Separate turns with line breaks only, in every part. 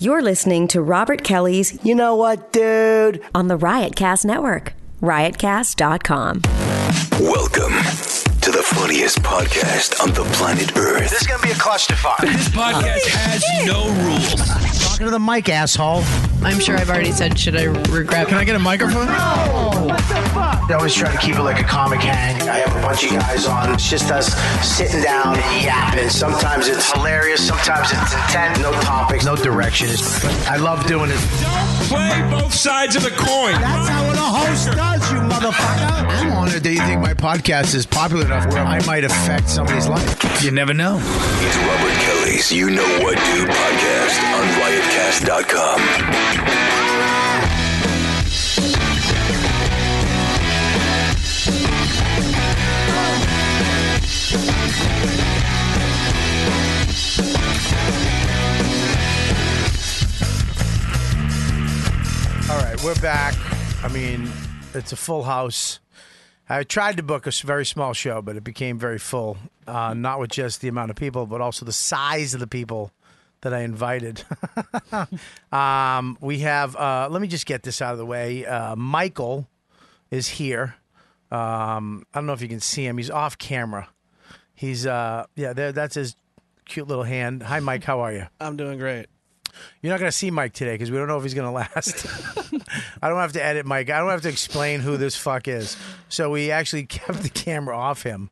You're listening to Robert Kelly's
You know what, dude?
on the Riotcast Network, riotcast.com.
Welcome to the funniest podcast on the planet Earth.
This is gonna be a clusterfuck.
This podcast has no rules.
Talking to the mic, asshole.
I'm sure I've already said, should I regret?
Can I get a microphone?
I always try to keep it like a comic hang. I have a bunch of guys on. It's just us sitting down and yapping. Sometimes it's hilarious. Sometimes it's intent. No topics. No direction. I love doing it.
Play both sides of the coin.
That's how a host does, you motherfucker.
I'm honored that you think my podcast is popular enough where I might affect somebody's life.
You never know.
It's Robert Kelly's You Know What Dude podcast on riotcast.com.
All right, we're back. I mean, it's a full house. I tried to book a s- very small show, but it became very full. Uh, not with just the amount of people, but also the size of the people that I invited. um, we have, uh, let me just get this out of the way. Uh, Michael is here. Um, I don't know if you can see him. He's off camera. He's, uh, yeah, there, that's his cute little hand. Hi, Mike. How are you?
I'm doing great.
You're not going to see Mike today because we don't know if he's going to last. I don't have to edit Mike. I don't have to explain who this fuck is. So we actually kept the camera off him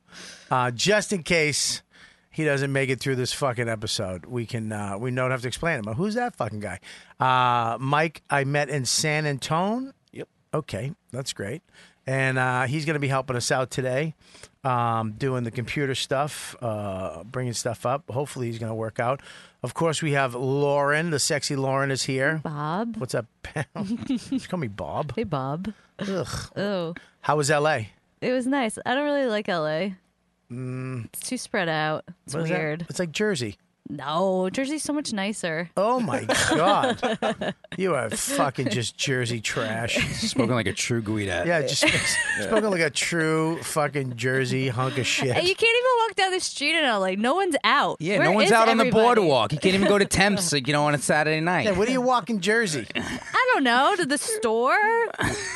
uh, just in case he doesn't make it through this fucking episode. We can uh, we don't have to explain him. Who's that fucking guy? Uh, Mike, I met in San Antone.
Yep.
Okay, that's great. And uh, he's going to be helping us out today, um, doing the computer stuff, uh, bringing stuff up. Hopefully, he's going to work out. Of course, we have Lauren. The sexy Lauren is here.
Bob.
What's up, pal? Just call me Bob.
Hey, Bob.
Ugh.
Oh,
How was L.A.?
it was nice. I don't really like LA.
Mm.
It's too spread out. It's
What is that?
weird.
It's like Jersey.
No, Jersey's so much nicer.
Oh my god, you are fucking just Jersey trash.
Spoken like a true Guida.
Yeah, just spoken like a true fucking Jersey hunk of shit.
Hey, you can't even walk down the street in LA. No one's out.
Yeah,
Where
no one's
is
out on the
everybody?
boardwalk. You can't even go to Temps, like, you know, on a Saturday night.
Yeah, what do you walk in Jersey?
I don't know. To the store?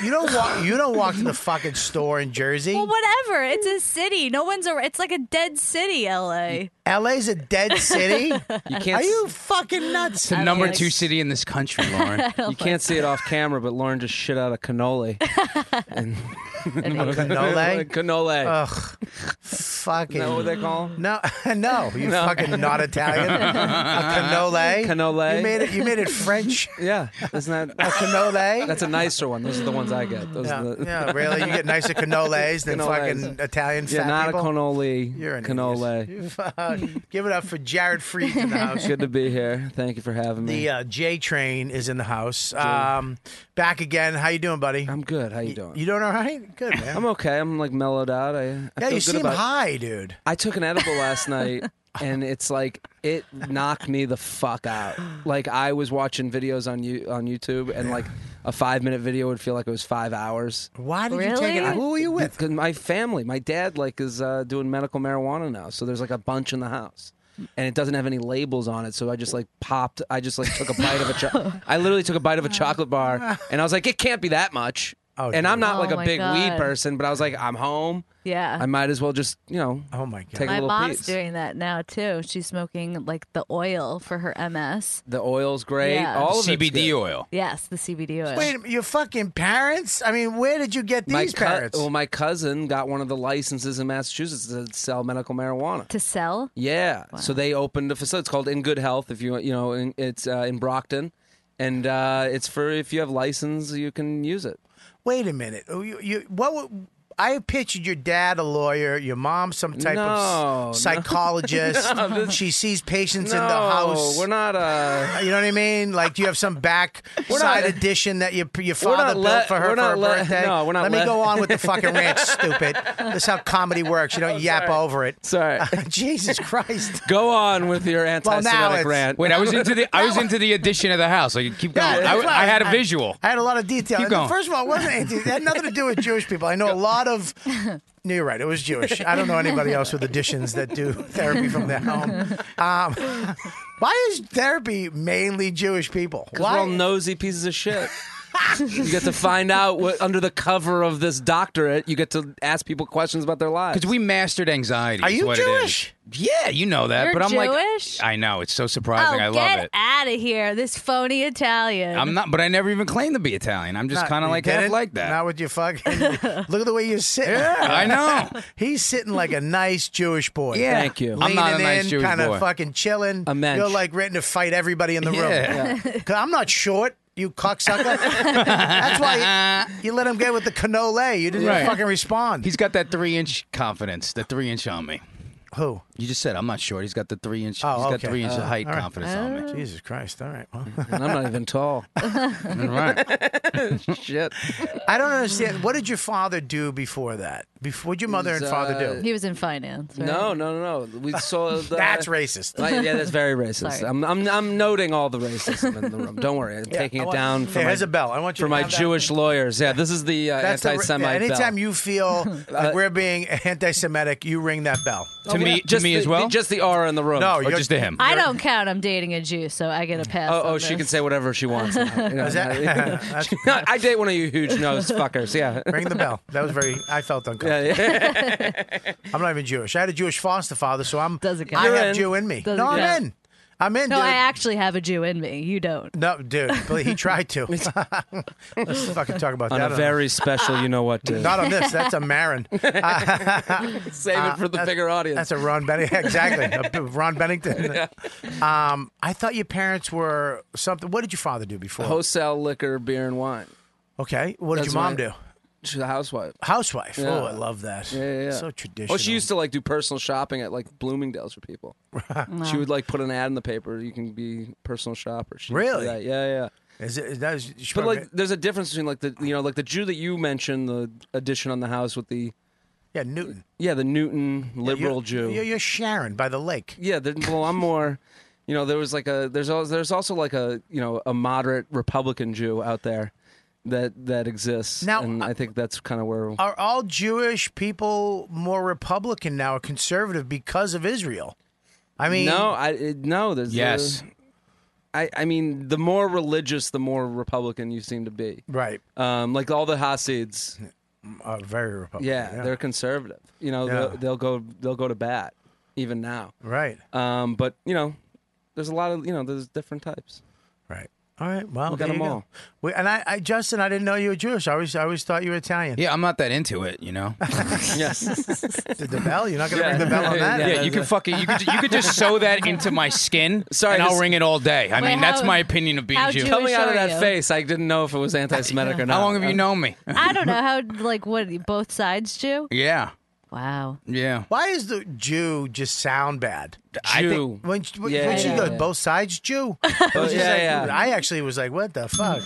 You don't walk. You don't walk to the fucking store in Jersey.
well, whatever. It's a city. No one's around. It's like a dead city, LA.
LA's a dead city.
You can't.
Are
s-
you fucking nuts?
It's the number
like
two
it.
city in this country, Lauren.
You can't see it off camera, but Lauren just shit out a cannoli. and
Cannoli?
Cannoli.
Ugh, fucking.
Is that what they call 'em?
No, no, you
No.
fucking not Italian. A cannoli.
Cannoli.
You made it. You made it French.
Yeah, isn't
A
that?
cannoli.
That's a nicer one. Those are the ones I get. Those
yeah,
are the,
yeah, really. You get nicer cannolis than
Cannolis.
fucking Italian
Yeah,
fat
not
people.
a cannoli.
You're an
cannoli.
idiot. You fuck- Give it up for Jared Fried in the house.
Good to be here. Thank you for having me.
The uh, J train is in the house. Um, back again. How you doing, buddy?
I'm good. How you doing?
You doing all right? Good man.
I'm okay. I'm like mellowed out. I, I
yeah,
feel
you
good
seem
about it.
high, dude.
I took an edible last night and it's like it knocked me the fuck out. Like I was watching videos on you on YouTube and like a 5 minute video would feel like it was 5 hours.
Why did you take
Really?
it? Who were you with?
Because my family, my dad like is uh, doing medical marijuana now, so there's like a bunch in the house. And it doesn't have any labels on it, so I just like popped. I just like took a bite of a. Cho- I literally took a bite of a chocolate bar, and I was like, "It can't be that much."
Oh,
and I'm
dude.
not like
Oh,
a
my
big
God.
weed person, but I was like, "I'm home.
Yeah.
I might as well just, you know,
Oh my god.
Take a
My
little
mom's
piece.
doing that now too. She's smoking like the oil for her MS.
the oil's great.
Yeah.
All of it's
CBD
good.
oil.
Yes, the CBD oil.
Wait, your fucking parents? I mean, where did you get
My
these
cou-
parents?
well, my cousin got one of the licenses in Massachusetts to sell medical marijuana.
to sell?
Yeah, so they opened a facility. It's called In Good Health. If you you know, in, it's uh, in Brockton, and uh, it's for if you have license, you can use it.
Wait a minute. Oh, You, you, what? would- I pictured your dad a lawyer, your mom some type
No,
of
no.
s- psychologist. she sees patients in the
No,
house.
we're not. Uh,
You know what I mean? Like, do you have some back
not-
side edition that your your
not
father
let-
built for her
we're
for
not
her
let-
birthday?
no, we're not
Let me
let-
go on with the fucking rant, stupid. That's how comedy works. You don't yap over it.
sorry.
Jesus Christ.
Go on with your
it's-
anti-Semitic rant.
Wait, I was into the I was into the addition of the house. Like, keep going.
Yeah,
I,
that's why
I had a visual.
I had a lot of detail.
Keep going.
First of all, it wasn't anti. It had nothing to do with Jewish people. I know a lot of No, you're right. It was Jewish. I don't know anybody else with additions that do therapy from their home. Um, why is therapy mainly Jewish people?
We're
Why?
all nosy pieces of shit. you get to find out what under the cover of this doctorate. You get to ask people questions about their lives.
Because we mastered anxiety.
Are
is
you
what
Jewish?
It is. Yeah, you know that.
You're
but I'm
Jewish?
like, I know it's so
Oh,
surprising. I love
get
it.
out of here, this phony Italian.
I'm not, but I never even claimed to be Italian. I'm just
Not-
kind of
you
like
get
half
it?
like that.
Not with your fucking. Look at the way you're sitting.
I know.
He's sitting like a nice Jewish boy.
Yeah.
Thank you.
I'm not a
Leaning
nice
in,
Jewish
kinda
boy.
fucking chilling.
A mensch.
You're like ready to fight everybody in the
Yeah.
room. 'Cause I'm not short, you cocksucker. That's why you, you let him get with the cannoli. You didn't
Right.
fucking respond.
He's got that three inch confidence, the three inch on me.
who?
You just said I'm not sure. He's got the three inch.
Oh,
he's got
okay.
three inch
Uh,
height
all right.
confidence on me.
Jesus Christ! All right. Well,
and I'm not even tall.
Right.
shit.
I don't understand. What did your father do before that? Before what did your mother and
was,
father
uh,
do?
he was in finance. Right?
No, no, no, no. We sold. Uh,
That's racist.
Like, yeah, that's very racist.
Sorry.
I'm, I'm, I'm noting all the racism in the room. Don't worry, I'm
I
taking it
want-
down for
Hey,
my,
here's a bell. I want you
for
to
my
count down.
Jewish lawyers. Yeah, this is the uh,
That's the-
anti-Semite.
yeah,
bell. Uh,
Anytime you feel like we're being anti-Semitic, you ring that bell.
Oh,
to me, to
just
me
the,
as well.
Just the aura in the room.
No,
or
you're-
just to him.
I don't count. I'm dating a Jew, so I get a pass.
Oh,
on
oh, she
this.
can say whatever she wants. now, you know.
Is that- that's-
No, I date one of you huge nose fuckers. Yeah.
Ring the bell. That was very. I felt uncomfortable. I'm not even Jewish. I had a Jewish foster father, so I'm.
Doesn't count.
I
You're
have
in.
Jew in me.
Doesn't
no, I'm
count.
in. I'm in,
No,
dude.
I actually have a Jew in me. You don't.
no, dude. But he tried to. Let's fucking talk about
On
that.
a very special, you know what, dude.
not on this. That's a Marin.
Save it for the bigger audience.
That's a Ron Bennington. Exactly. A b- Ron Bennington. Um, I thought your parents were something. What did your father do before?
Wholesale liquor, beer, and wine.
Okay. What did
That's
your mom
right.
do?
She's a housewife.
Housewife.
Yeah.
Oh, I love that.
Yeah, yeah, yeah.
So traditional.
Oh, she used to like do personal shopping at like Bloomingdale's for people. She would like put an ad in the paper. You can be personal shopper. She used to do
Really?
that. Yeah, yeah.
Is it, is that, is she
But
probably-
like, there's a difference between like the you know like the Jew that you mentioned, the addition on the house with the
yeah, Newton.
yeah the Newton liberal
You're-
Jew.
You're, you're Sharon by the lake.
Yeah, there, well, I'm more. You know, there was like a there's also, there's also like a you know a moderate Republican Jew out there that that exists.
Now,
and
uh,
I think that's kind of where.
Are all Jewish people more Republican now or conservative because of Israel? I mean,
no, I it, no. There's
Yes.
I I mean, the more religious, the more Republican you seem to be.
right?
Um, like all the Hasids,
Uh, very Republican.
yeah, they're conservative. You know,
Yeah.
they'll, they'll go they'll go to bat even now.
right,
Um, but you know, there's a lot of you know there's different types.
right. All right. Well,
Look at
there you
them
go.
all.
We, and I, I, Justin, I didn't know you were Jewish. I always, I always thought you were Italian.
Yeah, I'm not that into it, you know.
Yes.
The, the bell? You're not going to
Yeah.
ring the bell on that?
Yeah,
Yeah, you
that's
could fucking you could you could just sew that into my skin.
Sorry,
and I'll
this-
ring it all day. I
Wait,
mean, that's
how-
my opinion of being
how
Jewish.
Jewish-
Coming out
Sure
of that
you.
face, I didn't know if it was anti-Semitic or not.
How long have you
Um,
known me?
I don't know how. Like, what? Both sides Jew?
Yeah,
Wow.
yeah.
Why is the Jew just sound bad?
I think-
Jew.
When she, when
Yeah,
she
yeah,
goes,
yeah.
both sides Jew. I
Oh,
was just
yeah,
like-
yeah.
I actually was like, what the fuck?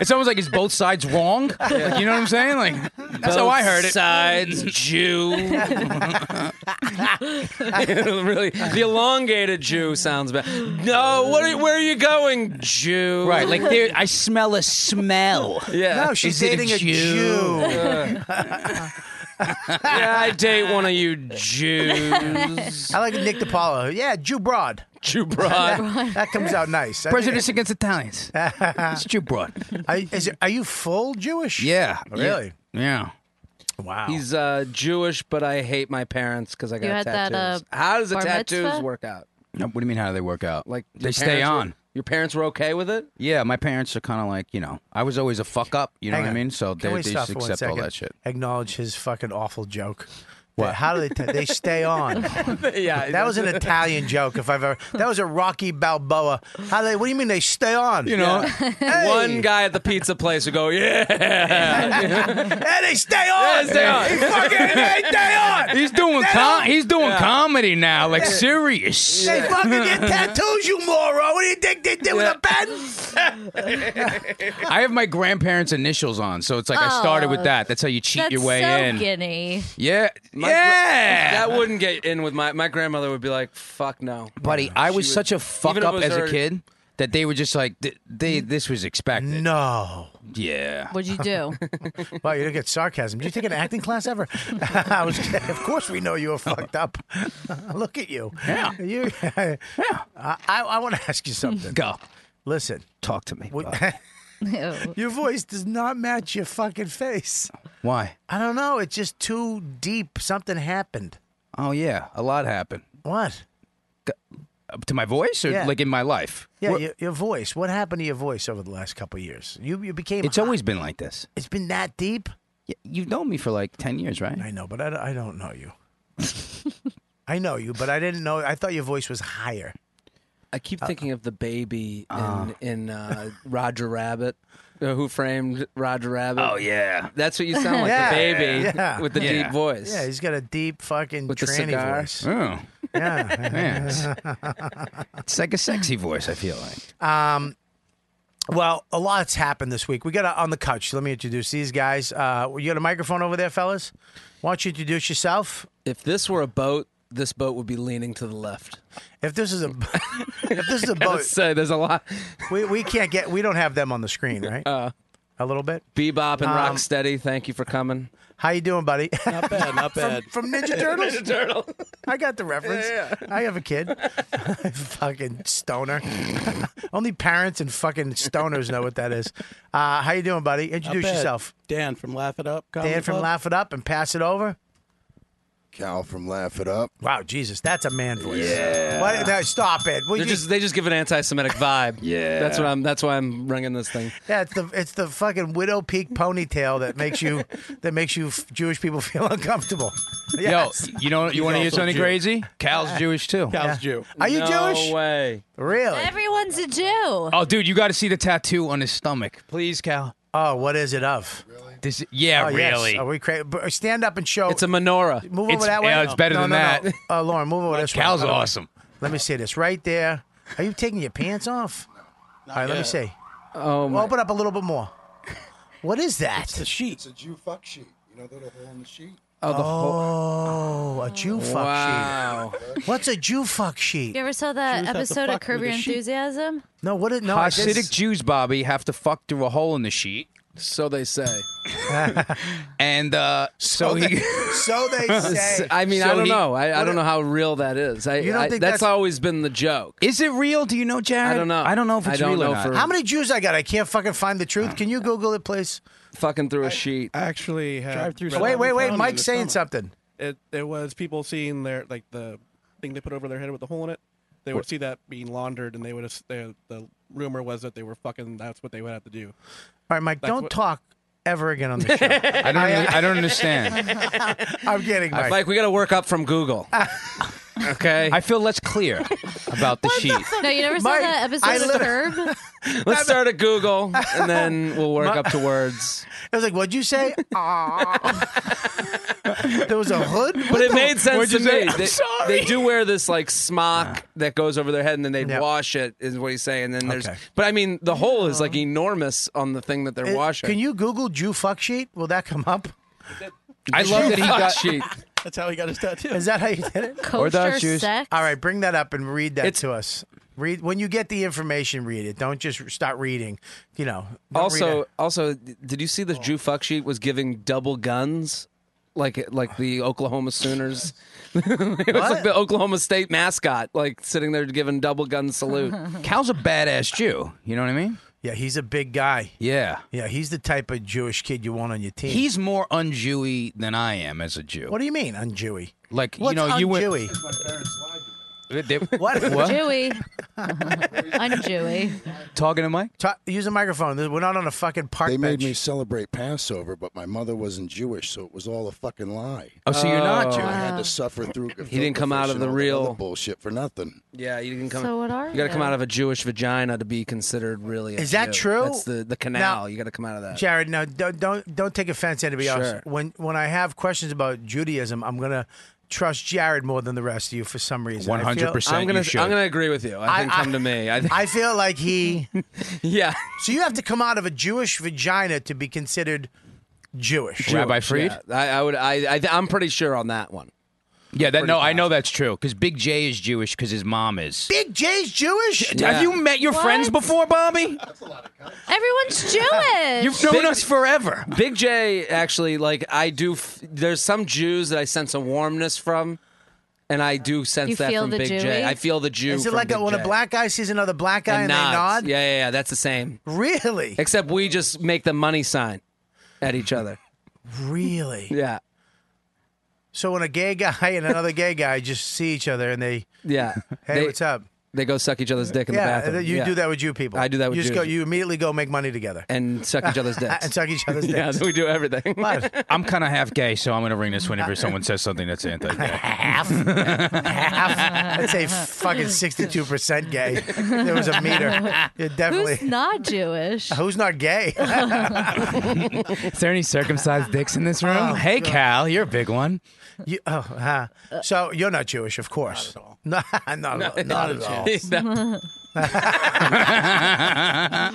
It's almost like is both sides wrong? Like, you know what I'm saying? Like that's how I heard it.
Sides Jew. really, the elongated Jew sounds bad. No, what are, where are you going, Jew?
Right, like there, I smell a smell.
Yeah.
no, she's
Is it a
dating a Jew.
Jew?
yeah, I date one of you Jews.
I like Nick DiPaolo. Yeah, Jew broad.
Jew broad.
That comes out nice. I think-
Prejudice against Italians. it's Jew broad.
I- is it- are you full Jewish?
Yeah.
Really?
Yeah.
Wow.
He's uh, Jewish, but I hate my parents because I got
You had that,
tattoos.
uh,
How does the
bar
tattoos
mitzvah?
work out?
No, what do you mean? How do they work out?
Like
they
your
stay
parents were-
on.
your parents were okay with it.
Yeah, my parents are kind of like you know. I was always a fuck up. You know
Hang
what I
on.
mean? So they,
Can
they
we stop
just
for one
accept all
second?
that shit.
Acknowledge his fucking awful joke. What? How do they? T- they stay on.
yeah,
That was an Italian joke, if I've ever. That was a Rocky Balboa. How do they? What do you mean they stay on?
You know,
Hey!
one guy at the pizza place would go, yeah.
Hey, they stay on.
Yeah, stay on.
They fucking they stay on.
he's doing com- he's doing comedy now, like serious.
They fucking get tattoos, you moron. What do you think they did with a pen?
I have my grandparents' initials on, so it's like I started with that. That's how you cheat
Oh. That's
your way
so
in.
Guinea.
Yeah,
My gr-
yeah.
that wouldn't get in with my my grandmother would be like, fuck no.
Buddy, I
She
was
would-
such a fuck
even if
up
it was
as
her-
a kid. that they were just like th- they. This was expected.
No.
Yeah.
What'd you do?
Wow, you don't get sarcasm. Did you take an acting class ever? I was, of course, we know you were fucked up. Look at you.
Yeah.
You. yeah. I, I want to ask you something.
Go
Listen,
talk to me.
what-
Ew.
your voice does not match your fucking face.
Why?
I don't know. It's just too deep. Something happened.
Oh yeah, a lot happened
What?
Up to my voice or
Yeah.
like in my life.
Yeah,
What-
your, your voice. What happened to your voice over the last couple of years? You you became.
it's
hot.
always been like this.
It's been that deep.
Y- You've known me for like ten years, right?
I know, but I, don't- I don't know you. I know you, but I didn't know. I thought your voice was higher.
I keep thinking of the baby in in uh, Roger Rabbit, uh, who framed Roger Rabbit.
Oh yeah.
That's what you sound like,
Yeah.
the baby
Yeah.
with the
Yeah.
deep voice.
Yeah, he's got a deep fucking
With the
tranny
cigar.
voice.
Oh.
Yeah.
Man, it's, it's like a sexy voice. I feel like.
well, a lot's happened this week. We got a, on the couch. Let me introduce these guys. Uh, you got a microphone over there, fellas. Why don't you introduce yourself?
If this were a boat, this boat would be leaning to the left.
If this is a, if this is a boat,
So there's a lot.
we, we can't get. We don't have them on the screen, right? a little bit.
Bebop and Rocksteady, thank you for coming.
How you doing, buddy?
Not bad, not bad.
From Ninja Turtles. I got the reference. I have a kid. fucking stoner. Only parents and fucking stoners know what that is. Uh, how you doing, buddy? Introduce
Bad.
yourself.
Dan from Laugh It Up. Comedy
Dan from
Club.
Laugh It Up and pass it over.
Cal from Laugh It Up.
Wow, Jesus, that's a man voice. Yeah. What, no, stop it. Well, you,
They're just they just give an anti-Semitic vibe.
Yeah.
that's what I'm. That's why I'm ringing this thing.
yeah, it's the it's the fucking widow peak ponytail that makes you that makes you f- Jewish people feel uncomfortable. Yes.
Yo, you know you want to hear
also
something
Jew.
crazy? Cal's Jewish too.
Cal's Jew.
Are you
no
Jewish?
way.
Really?
Everyone's a Jew.
Oh, dude, you got to see the tattoo on his stomach, please, Cal.
Oh, what is it of?
This, yeah,
Oh, yes.
really.
Are we cra- b- Stand up and show.
It's a menorah.
move
it's-
over that way.
yeah, it's better
no,
than
no,
that.
No. Uh, Lauren, move over this way.
Cal's
Other way.
awesome.
Let me see this right there. Are you taking your pants off? All right, let me
yet.
see.
Oh my.
Open up a little bit more. What is that?
The sheet.
It's a Jew fuck sheet. You know the little hole in the sheet?
Oh, the whole.
Oh, a Jew fuck
Wow.
sheet. What's a Jew fuck sheet?
You ever saw that
Jews have to
episode of
fuck
Curb
with
Your
the sheep.
Enthusiasm?
No, what it? No, I just-
Hasidic Jews, Bobby, have to fuck through a hole in the sheet,
So they say.
and uh, so, he.
so they say.
I mean, I
So
don't
he-
know. I, I don't know how real that is. I,
You don't
I-
think
that's,
that's-
always been the joke.
Is it real? Do you know, Jared?
I don't know.
I don't know if
I
it's
don't
real or
know
not.
for-
How many Jews I got? I can't fucking find the truth. Can you Google it, please?
Fucking through a sheet.
I actually had
Drive through
read
Wait,
on
wait,
the
wait.
phone in
Mike's
the
saying
summer.
something.
It, it was people seeing their like the thing they put over their head with the hole in it. They would see that being laundered, and they would. as- they- The rumor was that they were fucking. That's what they would have to do.
All right, Mike, don't
what-
talk ever again on the show.
I don't. really- I don't understand.
I'm kidding, Mike.
Mike, we got to work up from Google. okay.
I feel less clear about the sheet.
No, you never saw
Mike,
that episode
I
of
lit-
Curb?
Let's start at Google, and then we'll work up to words.
I was like, what'd you say? Aw. there was a hood?
But it made sense
what'd you
to me.
say? I'm
They,
sorry.
they do wear this like smock that goes over their head, and then they
Yeah.
wash it. Is what he's saying. And then there's.
Okay.
But I mean, the hole is like enormous on the thing that they're
It-
washing.
Can you Google Jew fuck sheet? Will that come up?
I love that he
Fuck
got.
sheet.
That's how he got his tattoo.
Is that how you did it?
those
Kosher
Jews.
sex?
All right, bring that up and read that
It's-
to us. Read when you get the information. Read it. Don't just start reading. You know. don't read
Also,
it.
also, did you see the Jew fuck sheet was giving double guns, like like the Oklahoma Sooners? it was
What?
like the Oklahoma State mascot, like sitting there giving double gun salute.
Cal's a badass Jew. You know what I mean?
yeah, he's a big guy.
Yeah.
Yeah, he's the type of Jewish kid you want on your team.
He's more un-Jewy than I am as a Jew.
What do you mean, un-Jewy?
Like
What's
you know, you went.
un-Jewy?
My parents lied to me.
They-
What?
What?
Jewy. I'm Jewy.
Talking to Mike?
Ta- use a microphone. We're not on a fucking park
They made
bench.
me celebrate Passover, but my mother wasn't Jewish, so it was all a fucking lie.
Oh, so you're not
I
Jewish?
had to suffer through.
He didn't come out of
and
the
all that
real-
other bullshit for nothing.
Yeah, you can come.
So what are you?
you got to come out of a Jewish vagina to be considered really. a
Is that
Jew.
true?
That's the the canal. you got to come out of that.
Jared, no, don't don't don't take offense to anybody else.
Sure.
When when I have questions about Judaism, I'm gonna trust Jared more than the rest of you for some reason. I feel-
100%.
I'm gonna
you should.
I'm gonna agree with you. I think
I-
come to me. I think,
I feel like he.
yeah.
So you have to come out of a Jewish vagina to be considered Jewish.
Rabbi Fried?
Yeah. I, I would. I, I I'm pretty sure on that one.
Yeah, that no, I know that's true because Big J is Jewish because his mom is.
Big J's Jewish.
Have you met your friends before, Bobby?
Everyone's Jewish.
You've known us forever.
Big J, actually, like I do. F- there's some Jews that I sense a warmness from, and I do sense
You
that
feel
from
the
Big J.
Jewy?
I feel the Jew.
Is it
from
like
Big
a, when
J.
a black guy sees another black guy and,
nods.
they nod?
Yeah, yeah, yeah. That's the same.
Really?
Except we just make the money sign at each other.
Really?
Yeah.
So when a gay guy and another gay guy just see each other and they
Yeah.
Hey, what's up?
They go suck each other's dick in
yeah,
the bathroom.
you
Yeah.
do that with you people.
I do that with
you. Just
Jews.
go, you immediately go make money together
and suck each other's dicks.
and suck each other's dicks.
Yeah, we do everything.
I'm kind of half gay, so I'm going to ring this whenever someone says something that's anti-gay.
half, half. I'd say fucking sixty-two percent gay. There was a meter. You're definitely.
Who's not Jewish?
Who's not gay?
Is there any circumcised dicks in this room? Oh, hey, Cal, you're a big one.
You, oh, huh.
Uh,
so you're not Jewish, of course. Not at all. No, not, at- not at all.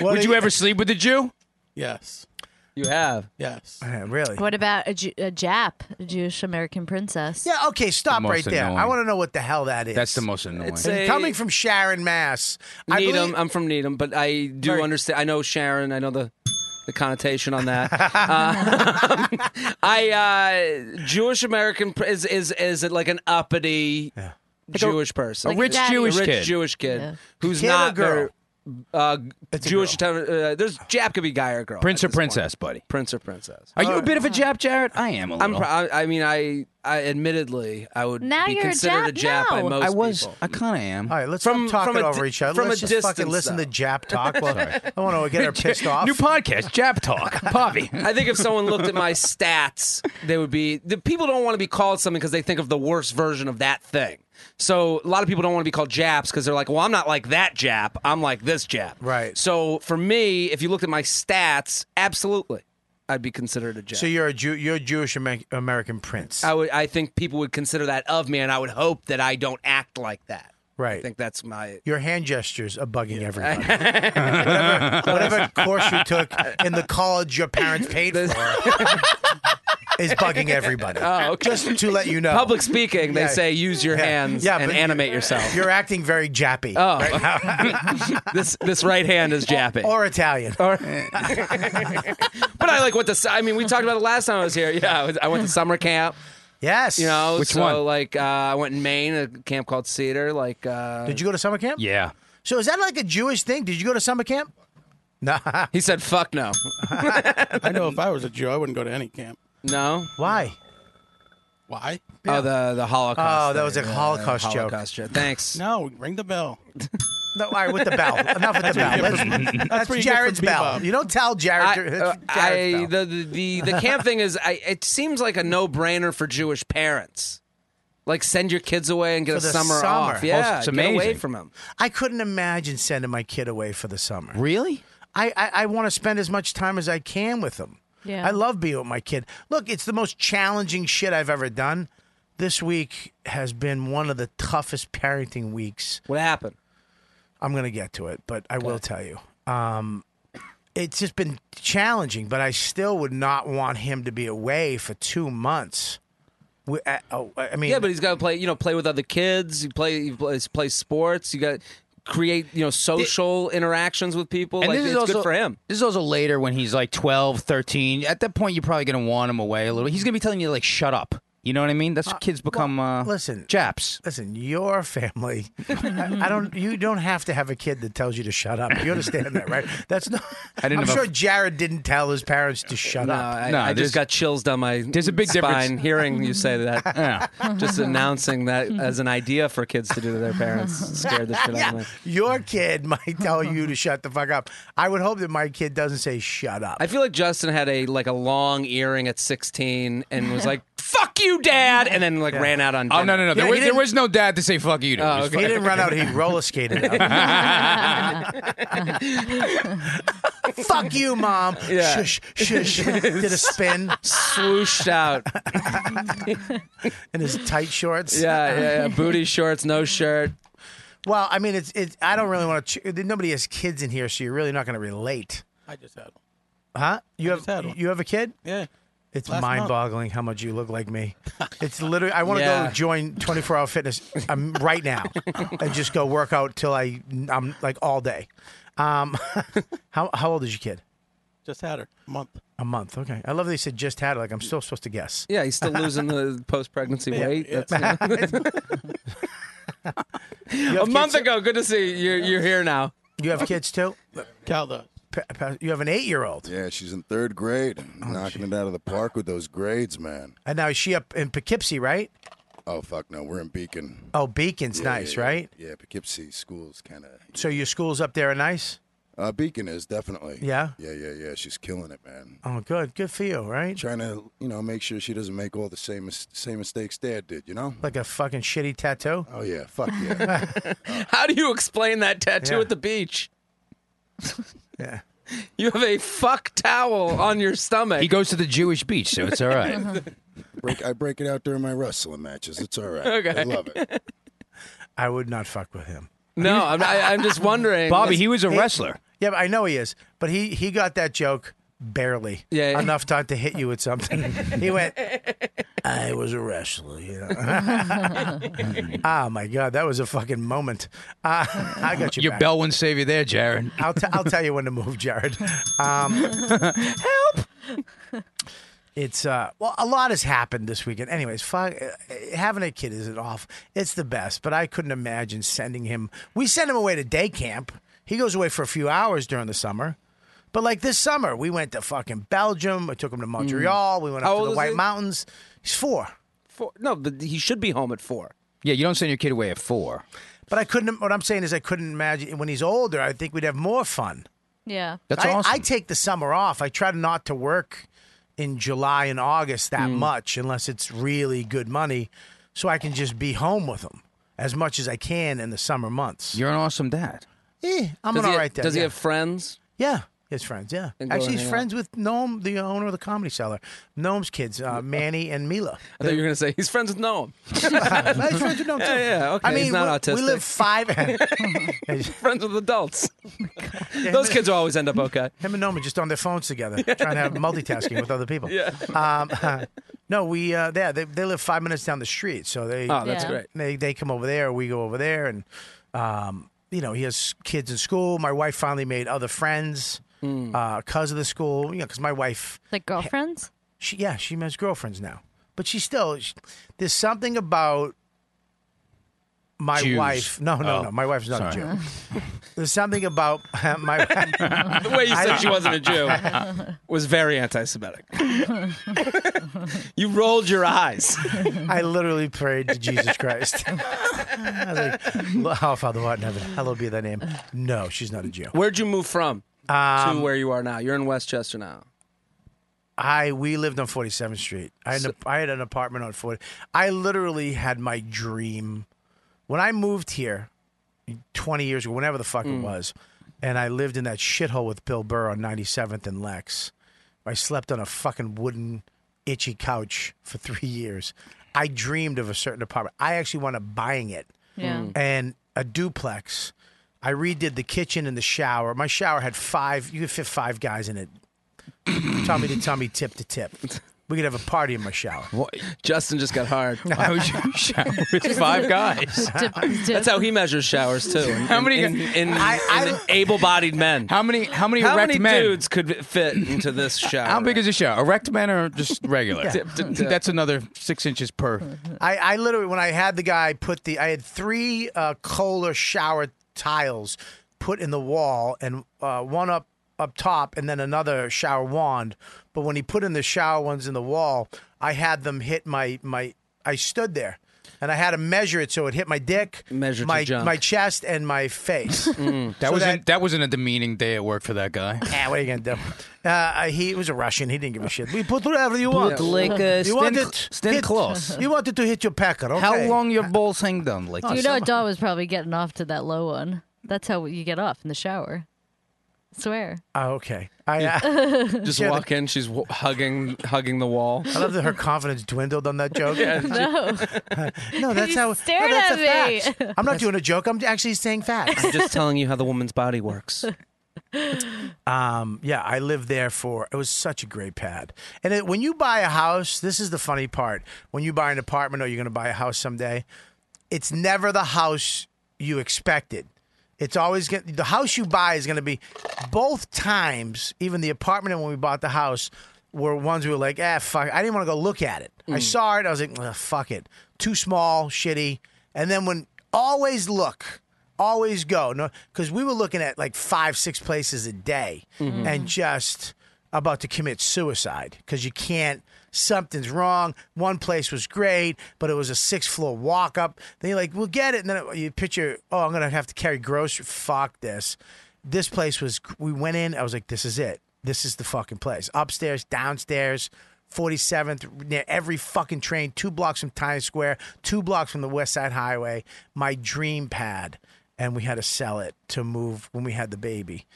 Would you ever sleep with a Jew?
Yes.
You have.
Yes.
really?
What about a, Ju- a Jap, a Jewish American princess?
Yeah, okay, stop
The
right
most
there. I
annoying.
want to know what the hell that is.
That's the most annoying.
And
a-
coming from Sharon, Mass. I
Needham.
believe,
I'm from Needham, but I do understand. I know Sharon. I know the the connotation on that. Uh, I uh, Jewish American pr- is is is it like an uppity Jewish person,
Like a rich daddy. Jewish
A rich
kid.
Jewish kid
Yeah.
who's
Kid or
not
girl?
very, uh, Jewish. Uh, there's Jap could be guy or girl.
Prince or
at this point.
princess, buddy.
Prince or princess.
Are you a bit of a Jap, Jarrett? I am a
Uh, I'm.
little.
Pr- I, I mean, I. I admittedly, I would
Now
be
you're a
considered a Jap,
Jap
by
now.
most
I was-
people.
I kind of am.
all right, let's from, stop
from
talking
a
over
di-
each other.
from
let's
a
just fucking
distance,
listen
though.
to Jap talk. Well,
Sorry.
I want to get her pissed off.
New podcast, Jap Talk. Bobby.
I think if someone looked at my stats, they would be the people don't want to be called something because they think of the worst version of that thing. So a lot of people don't want to be called Japs because they're like, well, I'm not like that Jap. I'm like this Jap. Right. So for me, if you looked at my stats, absolutely, I'd be considered a Jap.
So you're a Jew, you're a Jewish Amer- American prince.
I would. I think people would consider that of me, and I would hope that I don't act like that. I
Right.
think that's my.
Your hand gestures are bugging everybody. whatever, whatever course you took in the college your parents paid for is bugging everybody.
Oh, okay.
Just to let you know.
Public speaking, they
Yeah.
say use your
Yeah.
hands
Yeah,
and
but
animate yourself.
You're acting very jappy.
Oh.
right now.
this this right hand is japping.
or Italian.
Or, but I like went to. I mean, we talked about it last time I was here. Yeah, I, was- I went to summer camp.
Yes.
You know,
Which
so,
one?
Like uh, I went in Maine, a camp called Cedar. Like, uh,
Did you go to summer camp?
Yeah.
So is that like a Jewish thing? Did you go to summer camp? No.
He said, "Fuck no,
I know if I was a Jew, I wouldn't go to any camp.
no."
Why?
Why?
Oh, the the Holocaust.
Oh, that was a
thing.
Holocaust
yeah,
joke.
Holocaust joke. Thanks.
No, ring the bell.
No, all right, with the bell. Enough with the bell. Let's- That's,
where you get
Jared's
from
bell.
Bebop.
You don't tell
I,
Jared.
uh,
it's Jared's
I
bell.
the, the the the camp thing is I it seems like a no brainer for Jewish parents, like send your kids away and get
For
a
the
summer,
summer.
off.
Well,
Yeah,
it's
get away
amazing.
from them.
I couldn't imagine sending my kid away for the summer.
Really?
I, I, I want to spend as much time as I can with them.
Yeah.
I love being with my kid. Look, it's the most challenging shit I've ever done. This week has been one of the toughest parenting weeks.
What happened?
I'm going to get to it, but I will tell you. Um, it's just been challenging, but I still would not want him to be away for two months. We, I, oh, I mean,
Yeah, but he's got to play. You know, play with other kids. You play. You play, play sports. You got create. You know, social interactions with people. like, it's good for him.
This is also later when he's like 12, 13. At that point, you're probably going to want him away a little bit. He's going to be telling you, like, shut up. You know what I mean? That's what kids become uh,
listen.
Japs.
Listen, your family. I, I don't. You don't have to have a kid that tells you to shut up. You understand that, right? That's not. I
I didn't
am
have a-
sure Jared didn't tell his parents to shut
No,
up.
I,
No,
I
there's-
just got chills down my
There's a big
spine
difference.
hearing you say that.
Yeah.
just announcing that as an idea for kids to do to their parents scared the shit out of me.
Your kid might tell you to shut the fuck up. I would hope that my kid doesn't say shut up.
I feel like Justin had a like a long earring at 16 and was like, "Fuck you, Dad," and then like ran out on.
Oh,
Dinner.
no, no, no. There,
Yeah,
was,
he
there
didn't-
was no dad to say, fuck you. to.
Oh,
It was
okay.
He
fuck-
didn't run out. He roller skated out. fuck you, mom.
Yeah.
Shush, shush. Did a spin
Swooshed out.
in his tight shorts.
Yeah, yeah, yeah. Booty shorts, no shirt.
Well, I mean, it's it's. I don't really want to. Nobody has kids in here, so you're really not going to relate,
I just had one.
huh? Uh, You have
just had one.
you have a kid?
Yeah.
It's
Last month.
mind-boggling how much you look like me. It's literally I want to
Yeah.
go join 24 Hour Fitness um, right now and just go work out till I I'm like all day. Um, how how old is your kid?
Just had her a month.
A month. Okay. I love that you said just had. it, Like I'm still supposed to guess.
Yeah, he's still losing the post-pregnancy
Yeah,
weight.
yeah.
That's a month ago. Good to see you. You're, you're here now.
You have kids too.
Cal does.
You have an eight-year-old.
Yeah, she's in third grade,
Oh,
knocking it out of the park with those grades, man.
And now is she up in Poughkeepsie, right?
Oh fuck no, we're in Beacon.
Oh, Beacon's
Yeah,
nice,
yeah, yeah.
right?
Yeah, Poughkeepsie schools kind of.
So your schools up there are nice.
Uh, Beacon is definitely.
Yeah?
Yeah, yeah, yeah. She's killing it, man.
Oh, good. Good for you, right?
Trying to, you know, make sure she doesn't make all the same mis- same mistakes Dad did. You know?
Like a fucking shitty tattoo.
Oh yeah, fuck yeah.
How do you explain that tattoo
Yeah.
at the beach?
yeah.
You have a fuck towel on your stomach.
He goes to the Jewish beach, so it's all right.
break, I break it out during my wrestling matches. It's all right.
Okay.
I love it.
I would not fuck with him.
No, I'm, I, I'm just wondering.
Bobby, he was a
Hey,
wrestler.
Yeah, but I know he is. But he he got that joke barely.
Yeah.
Enough time to hit you with something. he went. I was a wrestler. You know? oh my god, that was a fucking moment. Uh, I got you.
Your
back.
bell wouldn't save you there, Jared.
I'll, t- I'll tell you when to move, Jared. Um, Help! It's uh, well, a lot has happened this weekend. Anyways, fuck, uh, having a kid isn't off. It's the best, but I couldn't imagine sending him. We send him away to day camp. He goes away for a few hours during the summer. But like this summer, we went to fucking Belgium. I took him to Montreal. We went
Hmm. How
up
old
to the
is
White
he?
Mountains. He's four.
Four, no, but he should be home at four.
Yeah, you don't send your kid away at four.
But I couldn't. What I'm saying is, I couldn't imagine when he's older. I think we'd have more fun.
Yeah.
That's
I,
awesome.
I take the summer off. I try not to work in July and August
Mm.
that much unless it's really good money, so I can just be home with them as much as I can in the summer months.
You're an awesome dad.
Eh, I'm
does
an
he,
all right dad.
Does
yeah.
he have friends?
Yeah, his friends. Yeah,
And go
actually,
and
he's
hang
friends with Noam, the owner of the Comedy Cellar. Noam's kids, uh, Manny and Mila.
I thought you were gonna say he's friends with Noam.
Nice friends with Noam too.
Yeah, yeah, okay.
I mean,
He's not
we, we
autistic.
live Oh five.
friends with adults. Those kids will always end up okay.
Him and Noam are just on their phones together, trying to have multitasking with other people.
Yeah.
Um, no, we uh, yeah, they they live five minutes down the street, so they
Oh, that's
Yeah.
great.
they they come over there, we go over there, and um, you know he has kids in school. My wife finally made other friends, uh, cause of the school, you know, because my wife,
Like girlfriends?
she yeah, she has girlfriends now, but she still she, there's something about my
Jews.
wife. No, no,
Oh.
no, my wife's not
Sorry.
a Jew. There's something about my.
The way you
I-
said she wasn't a Jew was very anti-Semitic. you rolled your eyes.
I literally prayed to Jesus Christ. I was like, "Our Father who art in heaven, hallowed be thy name." No, she's not a Jew.
Where'd you move from to
Um,
where you are now? You're in Westchester now.
I we lived on Forty Seventh Street. I had, an, I had an apartment on Forty. I literally had my dream when I moved here twenty years ago, whenever the fuck it was, and I lived in that shithole with Bill Burr on Ninety Seventh and Lex. I slept on a fucking wooden, itchy couch for three years. I dreamed of a certain apartment. I actually wound up buying it.
Yeah.
and a duplex. I redid the kitchen and the shower. My shower had five. You could fit five guys in it. tummy to tummy, tip to tip. We could have a party in my shower.
Justin just got hard.
Why would you shower with five guys?
Dip- dip-
That's how he measures showers too.
How many-
in, in, in,
I- I-
in able-bodied men?
How many? How many
How
erect
many
men?
dudes could fit into this shower?
How big is the shower? Erect men or just regular?
Tip to tip.
That's another six inches per.
I, I literally, when I had the guy put the, I had three uh, Kohler shower tiles put in the wall, and uh, one up up top, and then another shower wand. But when he put in the shower ones in the wall, I had them hit my my. I stood there, and I had to measure it so it hit my dick,
Measured your
my
junk.
my chest, and my face.
That
So
wasn't.
that-
That, wasn't a demeaning day at work for that guy.
Ah, what are you gonna do? Uh, he was a Russian. He didn't give a shit. We put whatever you want.
like, uh,
you
stand
wanted
cl- stand
hit-
close.
You wanted to hit your pecker. Okay.
How long your balls hang down? Like
you
this?
know, Dawn was probably getting off to that low one. That's how you get off in the shower. Swear.
Oh, okay. I. Uh,
Just walk in. She's w- hugging, hugging the wall.
I love that her confidence dwindled on that joke.
No.
No, that's
You
how.
stared
no, that's
at
a
me.
Um,
fact. I'm not doing a joke. I'm actually saying facts.
I'm just telling you how the woman's body works.
Um, yeah, I lived there for. It was such a great pad. And it, when you buy a house, this is the funny part. When you buy an apartment or you're going to buy a house someday, it's never the house you expected. It's always get, the house you buy is going to be both times. Even the apartment and when we bought the house were ones we were like, ah, fuck. I didn't want to go look at it. I saw it. I was like, "Ugh, fuck it. Too small, shitty. And then when always look always go no because we were looking at like five six places a day
Mhm.
and just about to commit suicide because you can't something's wrong one place was great but it was a six floor walk up then you're like we'll get it and then it- you picture oh i'm gonna have to carry grocery fuck this this place was we went in i was like this is it this is the fucking place upstairs downstairs 47th near every fucking train two blocks from times square two blocks from the west side highway my dream pad and we had to sell it to move when we had the baby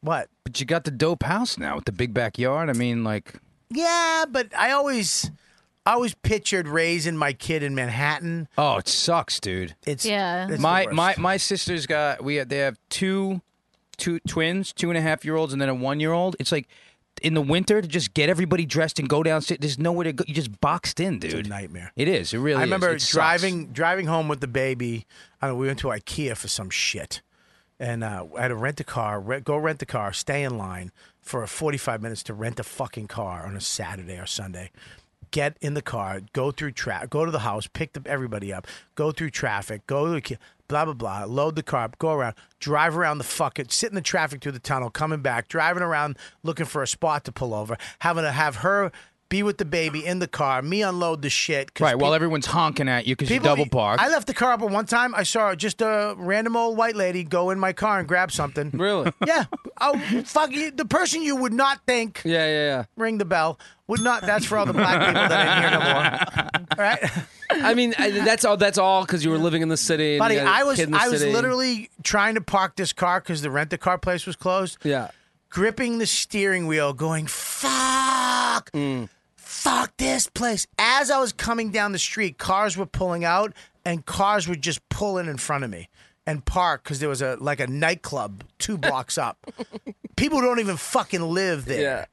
what
But you got the dope house now with the big backyard. I mean, like,
yeah but i always i always pictured raising my kid in manhattan
oh, it sucks, dude.
It's Yeah. it's the
my
worst.
my my sister's got we they have two two twins, two and a half year olds, and then a one year old. It's like in the winter to just get everybody dressed and go downstairs. There's nowhere to go. You just boxed in, dude. It's a
nightmare.
It is. It really.
I remember
is. It sucks.
driving driving home with the baby. I don't know, we went to IKEA for some shit, and uh, I had to rent a car. Re- go rent the car. Stay in line for 45 minutes to rent a fucking car on a Saturday or Sunday. Get in the car. Go through traffic. Go to the house. Pick the, everybody up. Go through traffic. Go to the ki- blah blah blah. Load the car up. Go around. Drive around the fucking. Sit in the traffic through the tunnel. Coming back. Driving around looking for a spot to pull over. Having to have her. Be with the baby in the car. Me unload the shit. 'cause
Right,
peop-
while everyone's honking at you because you
People-
double parked.
I left the car up at one time. I saw just a random old white lady go in my car and grab something.
Really?
Yeah. Oh, fuck you. The person you would not think.
Yeah, yeah, yeah.
Ring the bell. Would not. That's for all the black people that ain't here no more.
I mean, I, that's all. That's all because you were living in the city. And
Buddy,
you had a
I was
kid in the
I was
city.
literally trying to park this car because the rent a car place was closed.
Yeah.
Gripping the steering wheel, going fuck,
Mm.
fuck this place. As I was coming down the street, cars were pulling out and cars were just pulling in front of me and park because there was a like a nightclub two blocks up. People don't even fucking live there.
Yeah.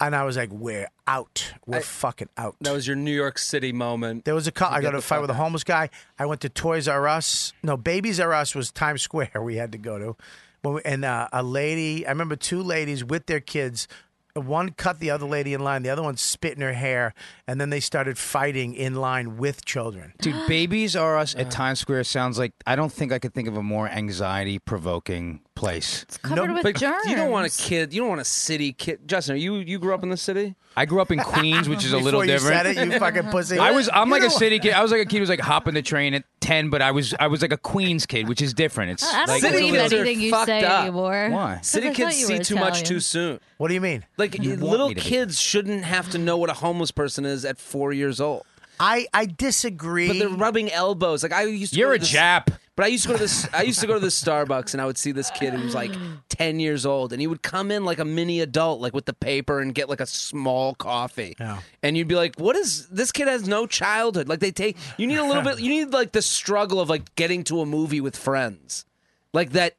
And I was like, we're out. We're
I-
fucking out.
That was your New York City moment.
There was a cou- I got
You get
in a
the
fight with a
fuck
homeless guy. I went to Toys R Us. No, Babies R Us was Times Square. We had to go to, When we- and uh, a lady. I remember two ladies with their kids. One cut the other lady in line. The other one spit in her hair, and then they started fighting in line with children.
Dude, babies are us
Uh.
at Times Square sounds like I don't think I could think of a more anxiety provoking place. It's
covered with germs.
You don't want a kid. You don't want a city kid. Justin, are you you grew up in the city?
I grew up in Queens, which is a little
Before you
different.
said it, you fucking pussy.
I was I'm
You
like a
know-
city kid. I was like a kid who was like hopping the train at ten, but I was I was like a Queens kid, which is different. It's
I don't
like
believe
it's a little-
anything you
fucked
say
up.
anymore.
Why?
City
Because I
kids
thought you
see
were
too much
Italian.
too soon.
What do you mean?
Like
You want
little
me to be-
kids shouldn't have to know what a homeless person is at four years old.
I I disagree.
But they're rubbing elbows. Like I used. To
You're
go
a
to this,
Jap.
But I used to go to this. I used to go to this Starbucks, and I would see this kid who was like ten years old, and he would come in like a mini adult, like with the paper, and get like a small coffee. Yeah. And you'd be like, "What is this kid has no childhood? Like they take. You need a little bit. You need like the struggle of like getting to a movie with friends, like that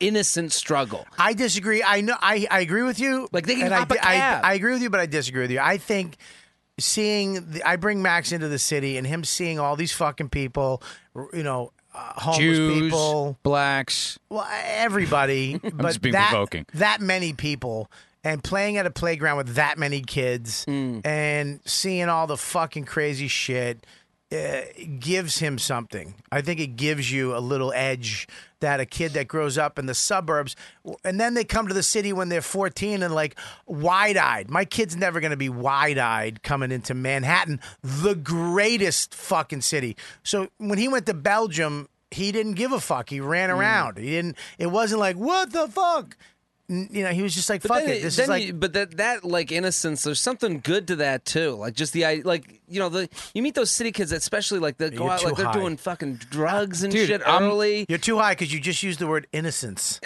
innocent struggle.
I disagree. I know. I, I agree with you.
Like they can
and
hop
I,
a
di- I-
cab.
I, agree with you, but I disagree with you. I think seeing the, I bring Max into the city and him seeing all these fucking people, r- you know, uh, homeless
Jews,
people,
blacks.
well, everybody, but
just being
that,
provoking.
that many people and playing at a playground with that many kids
Hmm.
and seeing all the fucking crazy shit uh, gives him something. I think it gives you a little edge that a kid that grows up in the suburbs and then they come to the city when they're 14 and like wide eyed. My kid's never going to be wide eyed coming into Manhattan, the greatest fucking city. So when he went to Belgium, he didn't give a fuck. He
Mm.
ran around. He didn't. It wasn't like what the fuck. N- You know, he was just like fuck
then
it. This
then
is like
you- but that that like innocence. There's something good to that too. Like just the I like you know the you meet those city kids, especially like they go
You're
out
too
like they're
high.
doing fucking drugs and
Dude,
shit
I'm-
early.
You're too high because you just used the word innocence.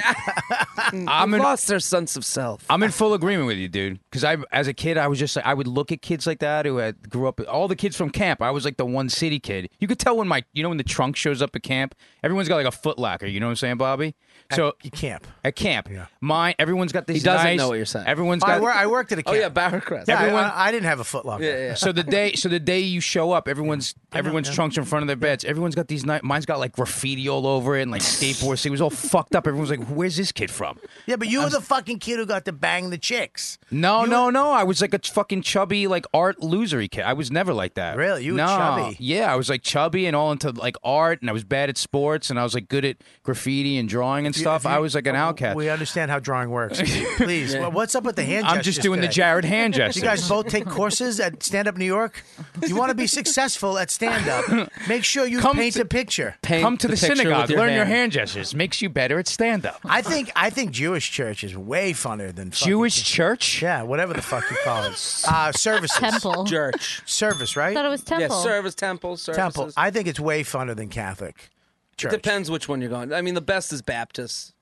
I'm lost their sense of self.
I'm in full agreement with you, dude. Because I, as a kid, I was just like, I would look at kids like that who had grew up. All the kids from camp, I was like the one city kid. You could tell when my, you know, when the trunk shows up at camp, everyone's got like a foot locker. You know what I'm saying, Bobby? So
camp
at camp, my nice. Everyone's got these.
He doesn't
nice-
know what you're saying.
Everyone's
I
got.
wor- I worked at a
Oh
camp.
yeah, Barracrest.
Yeah, I-
Everyone.
I, I didn't have a footlocker.
Yeah, yeah.
So the day, so the day you show up, everyone's everyone's
yeah.
trunks in front of their beds. Everyone's got these. Ni- mine's got like graffiti all over it and like skateboards. It was all fucked up. Everyone's like, "Where's this kid from?"
Yeah, but you were the fucking kid who got to bang the chicks.
No, no, no. I was like a fucking chubby, like art losery kid. I was never like that. Really?
You were
no.
chubby.
Yeah, I was like chubby and all into like art, and I was bad at sports, and I was like good at graffiti and drawing and
If you- if you-
stuff.
Oh,
I was like an outcast.
We understand how drawing works. Please,
Yeah.
wha- what's up with the hand?
I'm
gestures
just doing the
today?
Jared hand
You
gestures.
guys both take courses at Stand Up New York. You want to be successful at stand up? Make sure you
Come
paint
to-
a picture.
Come to the, synagogue, learn your hand gestures. Makes you better at stand up.
I think I think Jewish church is way funnier than fucking-
Jewish church?
Yeah, whatever the fuck you call it. Uh, services.
Temple.
Church. Service, right?
Thought it was temple.
service temple, services.
Temple. I think it's way funner than Catholic
It
church.
depends which one you're going. I mean, the best is Baptist.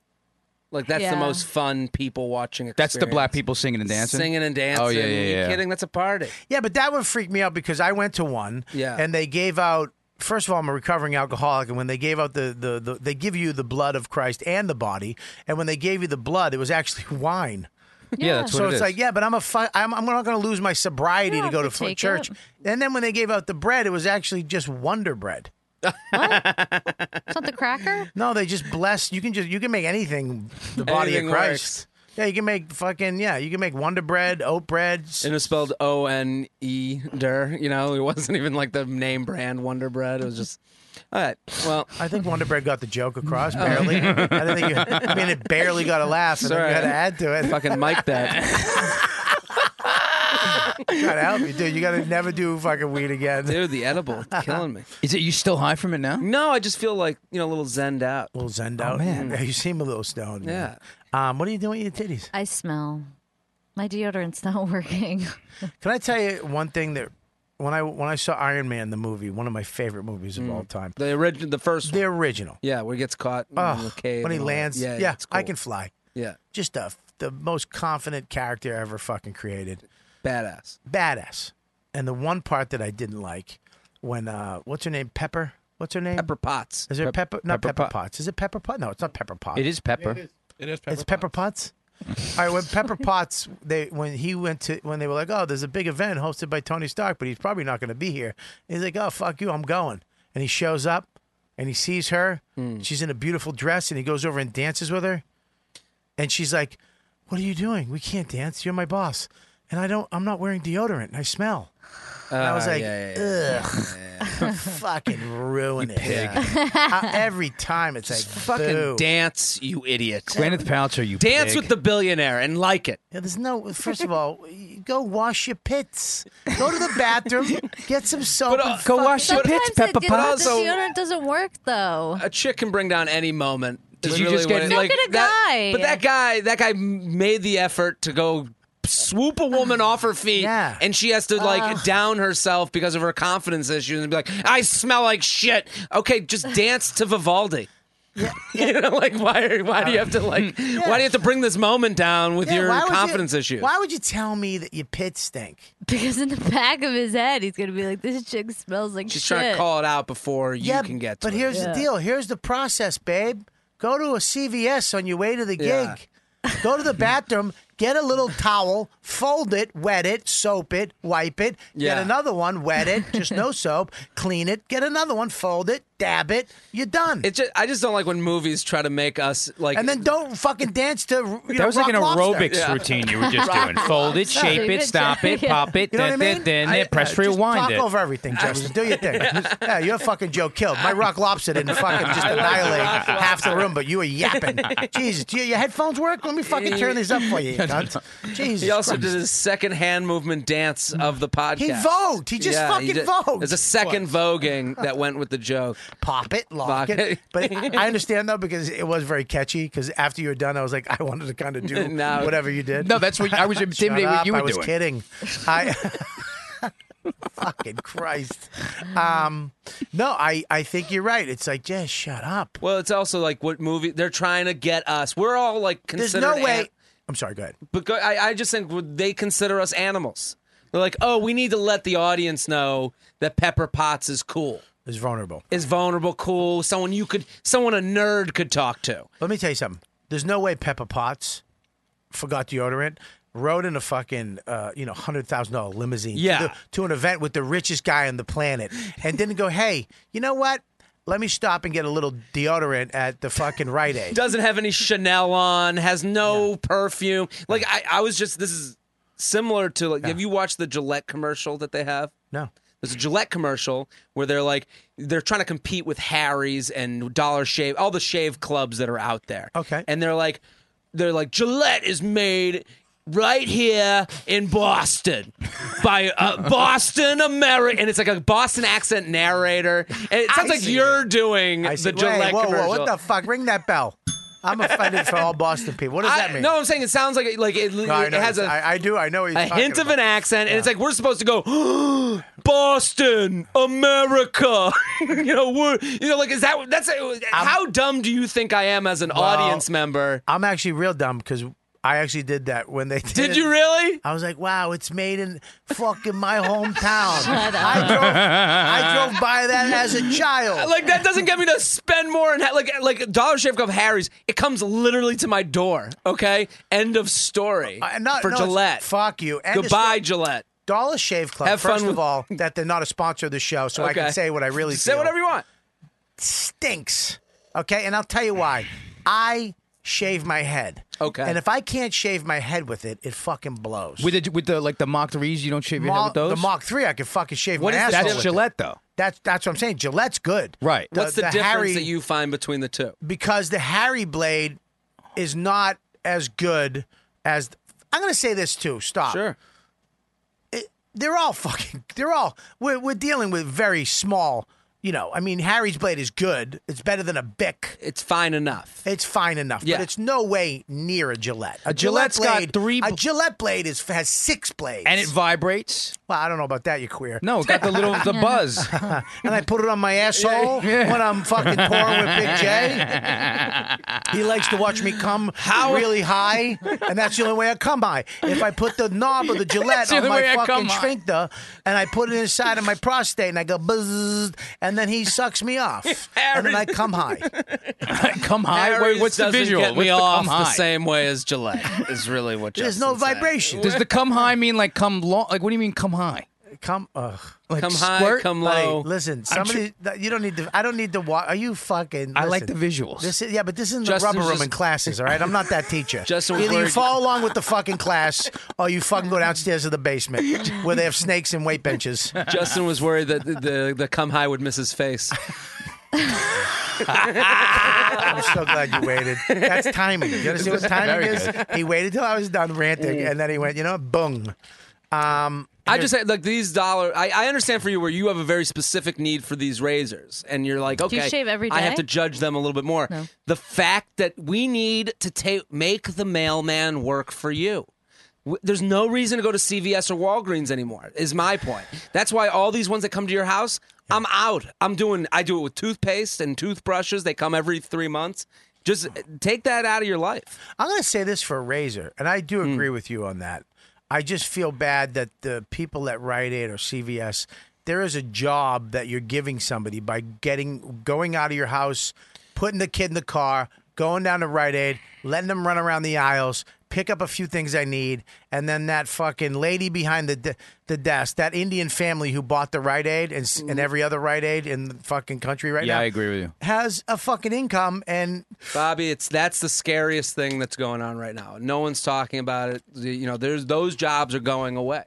Like that's
Yeah.
the most fun people watching. Experience.
That's the black people singing and dancing.
Singing and dancing.
Oh yeah, yeah, yeah.
You kidding? That's a party.
Yeah, but that would freak me out because I went to one.
Yeah.
And they gave out. First of all, I'm a recovering alcoholic, and when they gave out the, the the they give you the blood of Christ and the body, and when they gave you the blood, it was actually wine.
Yeah, that's what
so
it
it's
is.
like, yeah, but I'm a fu- I'm, I'm not going to lose my sobriety
You
to
don't
go to
have to
fu-
take
church.
it.
And then when they gave out the bread, it was actually just Wonder Bread.
It's not the cracker.
No, they just bless. You can just you can make anything the body
Anything
of Christ. Yeah, you can make fucking yeah, you can make Wonder Bread, oat bread. s-
And it was spelled O N E der. You know, it wasn't even like the name brand Wonder Bread. It was just all right. Well,
I think Wonder Bread got the joke
Mm.
across barely. I didn't think you, I mean it barely got a laugh, and then
Sorry.
you had to add to it.
fucking Mike that.
God help you, dude. You gotta never do fucking weed again.
Dude, the edible killing me.
Is it you still high from it now?
No, I just feel like you know a little zened out.
little zend
Oh,
out.
man.
Yeah, you seem a little stoned. man. Um, what are you doing with your titties?
I smell. My deodorant's not working.
Can I tell you one thing that when I when I saw Iron Man the movie, one of my favorite movies
Mm.
of all time,
The original, the first.
the original.
Yeah, where he gets caught in Mm, the
Oh,
cave.
when he
and all that.
lands, yeah,
Yeah, it's
I
cool.
can fly.
Yeah,
Just the the most confident character ever fucking created,
badass.
badass. And the one part that I didn't like when uh, what's her name, Pepper? What's her name?
Pepper Potts.
Is it Pepper? Not
Pepper
Pepper,
Pot-
Potts. Is it Pepper Potts? No, it's not Pepper Potts.
It is pepper.
It is
It's Pepper Potts. All right, when Pepper Potts, they when he went to when they were like, oh, there's a big event hosted by Tony Stark, but he's probably not going to be here. And he's like, oh, fuck you, I'm going. And he shows up, and he sees her.
Hmm.
She's in a beautiful dress, and he goes over and dances with her. And she's like, what are you doing? We can't dance. You're my boss, and I don't. I'm not wearing deodorant. I smell. And I was
Uh,
like,
yeah, yeah,
ugh, fucking ruin it.
pig.
I- every time it's like
Fucking
boo.
dance, you idiot.
Gwyneth Paltrow, you
Dance
pig.
with the billionaire and like it.
Yeah, there's no. First of all, you go wash your pits. Go to the bathroom. Get some soap.
But, uh,
and
Go
fuck-
wash your
Sometimes
pits,
the
Pepper
deodorant-
Potts.
the
Also-
deodorant doesn't work though.
A chick can bring down any moment.
Did
is
you
really
just get-
what it-
Look
like,
at a
that-
guy.
But that guy, that guy made the effort to go swoop a woman off her feet,
Yeah.
and she has to like down herself because of her confidence issues and be like, "I smell like shit." Okay, just dance to Vivaldi. you know, like why? Are, why do you have to like? Why do you have to bring this moment down with
Yeah,
your
why would you-
confidence issues?
Why would you tell me that your pits stink?
Because in the back of his head, he's gonna be like, "This chick smells like
She's
shit."
trying to call it out before you
yeah,
can get to
But
it.
here's the
Yeah.
deal. Here's the process, babe. Go to a CVS on your way to the
Yeah.
gig. Go to the bathroom. Get a little towel, fold it, wet it, soap it, wipe it.
Yeah.
Get another one, wet it, just no soap. Clean it. Get another one, fold it, dab it. You're done.
It's just, I just don't like when movies try to make us like.
and then don't fucking dance to. You
That was like an aerobics
Yeah.
routine you were just doing. Fold it, shape it,
Sorry.
stop it,
Yeah.
pop it,
You know
then
what I mean?
then then
I-
then press
uh, just
rewind
talk
it.
over everything, Justin. Do your thing. yeah, you're fucking Joe Killed. My rock lobster didn't fucking just annihilate half the room, but you were yapping. Jesus, do your headphones work? Let me fucking turn these up for you, you cunt. Jesus.
He also
Christ.
did his second hand movement dance of the podcast.
He vogued. He just fucking
did-
vogued.
There's a second voguing that went with the joke.
pop it, lock
Lock
it.
it.
But I understand though because it was very catchy. Because after you were done, I was like, I wanted to kind of do
No.
whatever you did.
No, that's what I was intimidated
Shut
what
up,
you were
I was
doing.
kidding. I fucking Christ. Um, no, I I think you're right. It's like just shut up.
Well, it's also like what movie they're trying to get us. We're all like
There's
considered.
no way.
an-
I'm sorry. Go ahead.
but go- I, I just think would they consider us animals. They're like, oh, we need to let the audience know that Pepper Potts is cool,
It's vulnerable.
is vulnerable, cool, someone you could, someone a nerd could talk to.
Let me tell you something. There's no way Peppa Potts forgot deodorant, rode in a fucking uh, you know hundred thousand dollar limousine
Yeah.
to, the- to an event with the richest guy on the planet, and didn't go, hey, you know what? Let me stop and get a little deodorant at the fucking Rite Aid.
Doesn't have any Chanel on, has no perfume. Like I, I was just this is similar to like have you watched the Gillette commercial that they have?
No.
There's a Gillette commercial where they're like they're trying to compete with Harry's and Dollar Shave, all the shave clubs that are out there. Okay. And they're like they're like Gillette is made right here in Boston by a Boston American and it's like a Boston accent narrator. And it sounds
I
like
see
you're doing
I
the
said,
Gillette
whoa,
commercial.
whoa, what the fuck? Ring that bell. I'm offended for all Boston people. What does
I-
that mean?
No, I'm saying it sounds like it, like it,
No, I
it
know.
has a
I- I do. I know what you're
a
talking
hint of
about.
an accent, and it's like we're supposed to go Boston, America. you know, we're, you know, like is that that's how dumb do you think I am as an audience member?
I'm actually real dumb because I actually did that when they did.
you really?
I was like, wow, it's made in fucking my hometown.
Shut
I
up.
drove, I drove by that as a child.
Like that doesn't get me to spend more and ha- like like Dollar Shave Club Harry's. It comes literally to my door. Okay, end of story
Uh, No,
for
no, it's-
Gillette.
Fuck you. End of
Goodbye,
story.
Gillette.
Dollar Shave Club.
Have
first
fun
of
with-
all, that they're not a sponsor of the show, so I
Okay.
can say what I really
Say
feel.
whatever you want.
Stinks. Okay, and I'll tell you why. I shave my head. Okay. And if I can't shave my head with it, it fucking blows.
With the, with the like the Mach threes, you don't shave your head with
Mo-
those.
The Mach 3, I could fucking shave
What
my
is the
asshole
difference?
with
That's Gillette,
it.
though.
That's that's what I'm saying. Gillette's good. Right.
What's the, difference that you find between the two?
because the Harry blade is not as good as I'm going to say this too. Stop. Sure. they're all fucking. They're all. We're we're dealing with very small. You know, I mean, Harry's blade is good. It's better than a Bic.
It's fine enough.
It's fine enough,
Yeah.
but it's no way near a Gillette. A
Gillette's got
blade,
three
A Gillette blade is has six blades,
And it vibrates.
Well, I don't know about that. You queer.
No, it got the little the buzz.
and I put it on my asshole when I'm fucking touring with Big J. He likes to watch me come really high, and that's the only way I come high. If I put the knob of the Gillette
That's the
on
only
my
way I
fucking
come high.
sphincter, and I put it inside of my prostate, and I go buzz, and then he sucks me off, and then I come high.
come high. Wait,
Harry's
what's the
doesn't
visual?
Get me
What's the
off
come
the
high?
same way as Gillette is really what.
There's no
Justin's saying.
vibration.
Does the come high mean like come long? Like what do you mean come high?
Come, ugh.
Like
Come high,
squirt?
come
Buddy,
low.
listen,
I'm
somebody, that- you don't need to. I don't need to watch. Are you fucking?
I like
listen.
the visuals.
This is, yeah, but this isn't
Justin's
the rubber room
just-
in classes. All right, I'm not that teacher.
Justin was
either you
worried-
follow along with the fucking class, or you fucking go downstairs to the basement where they have snakes and weight benches.
Justin was worried that the, the, the come high would miss his face.
I'm so glad you waited. That's timing. You understand what timing
Very
is?
good.
He waited till I was done ranting,
Mm.
and then he went, you know, boom. Um,
I
here-
just say, like these dollar. I, I understand for you where you have a very specific need for these razors, and you're like,
Do
okay,
you shave every
I have
day?
to judge them a little bit more.
No.
The fact that we need to ta- make the mailman work for you. W- There's no reason to go to CVS or Walgreens anymore. Is my point. That's why all these ones that come to your house, I'm out. I'm doing. I do it with toothpaste and toothbrushes. They come every three months. Just eh, take that out of your life.
I'm going to say this for Razor, and I do
Hmm.
agree with you on that. I just feel bad that the people at Rite Aid or CVS, there is a job that you're giving somebody by getting going out of your house, putting the kid in the car, going down to Rite Aid, letting them run around the aisles, pick up a few things I need, and then that fucking lady behind the de- the desk, that Indian family who bought the Rite Aid and, s- and every other Rite Aid in the fucking country right
Hmm. yeah,
now
I agree with you.
has a fucking income and
Bobby, it's that's the scariest thing that's going on right now. No one's talking about it. You know, there's those jobs are going away.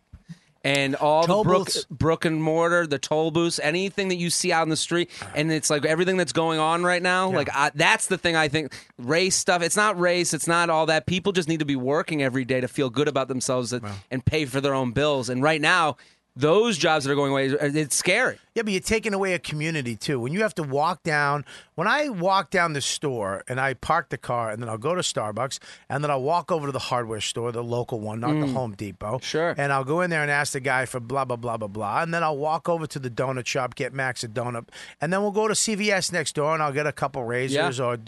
And all
Toll
the brook,
booths.
brook and mortar, the toll booths, anything that you see out in the street, and it's like everything that's going on right now. Like I, that's the thing I think race stuff. It's not race. It's not all that. People just need to be working every day to feel good about themselves and, and pay for their own bills. And right now, those jobs that are going away, it's scary.
Yeah, but you're taking away a community too. When you have to walk down, when I walk down the store and I park the car and then I'll go to Starbucks and then I'll walk over to the hardware store, the local one, not the Home Depot. Sure. And I'll go in there and ask the guy for blah, blah, blah, blah, blah. And then I'll walk over to the donut shop, get Max a donut. And then we'll go to CVS next door and I'll get a couple razors
Yeah.
or.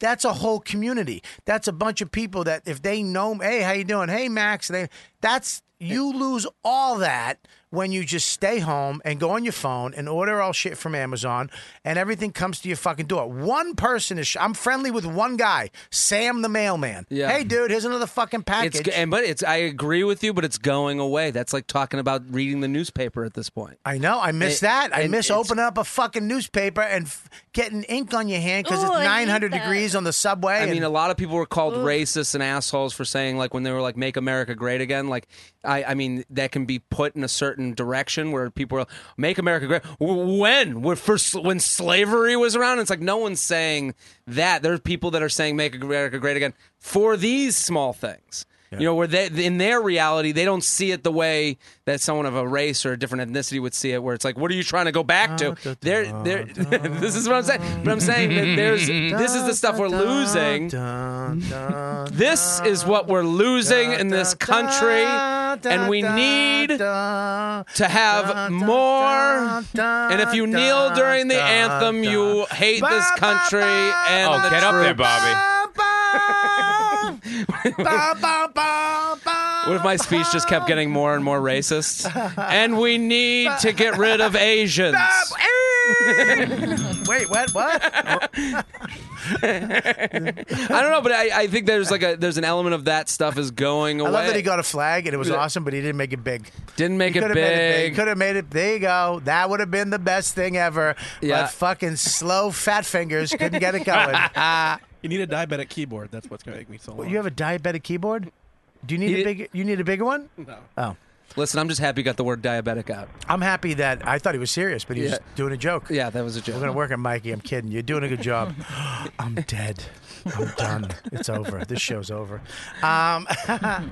That's a whole community. That's a bunch of people that if they know, hey, how you doing? Hey, Max. They, that's you lose all that when you just stay home and go on your phone and order all shit from Amazon, and everything comes to your fucking door. One person is. Sh- I'm friendly with one guy, Sam the mailman.
Yeah.
Hey, dude, here's another fucking package.
It's g- and but it's I agree with you, but it's going away. That's like talking about reading the newspaper at this point.
I know. I miss
It-
that. I
and
miss
it's-
opening up a fucking newspaper and f- getting ink on your hand because
Ooh,
it's
I hate
900
that.
degrees on the subway.
I
and-
mean, a lot of people were called
Ugh.
racists and assholes for saying like when they were like "Make America Great Again." Like, I, I mean, that can be put in a certain direction where people are "Make America Great." W- When we're first when slavery was around, it's like no one's saying that. There are people that are saying "Make America Great Again" for these small things. You know, where they in their reality they don't see it the way that someone of a race or a different ethnicity would see it. Where it's like, what are you trying to go back to? They're, they're, this is what I'm saying. But I'm saying that there's this is the stuff we're losing. This is what we're losing in this country, and we need to have more. And if you kneel during the anthem, you hate this country and
Oh,
the
get up there,
troops.
Bobby.
What if my speech just kept getting more and more racist? And we need to get rid of Asians.
Eh. Wait, what? What?
I don't know, but I, I think there's like a there's an element of that stuff is going
I
away.
love that he got a flag and it was
Yeah.
awesome, but he didn't make it big.
Didn't make
He
it
could have made it big.
big.
Could have made it. There you go. That would have been the best thing ever.
Yeah.
But fucking slow fat fingers couldn't get it going.
you need a diabetic keyboard. That's what's gonna make me so.
Well, you have a diabetic keyboard? Do you need
He
a big? You need a bigger one?
No.
Oh,
Listen, I'm just happy you got the word diabetic out.
I'm happy that I thought he was serious, but he was
Yeah.
just doing a joke.
Yeah, that was a joke.
We're gonna work on Mikey. I'm kidding. You're doing a good job. I'm dead. I'm done. It's over. This show's over. Um,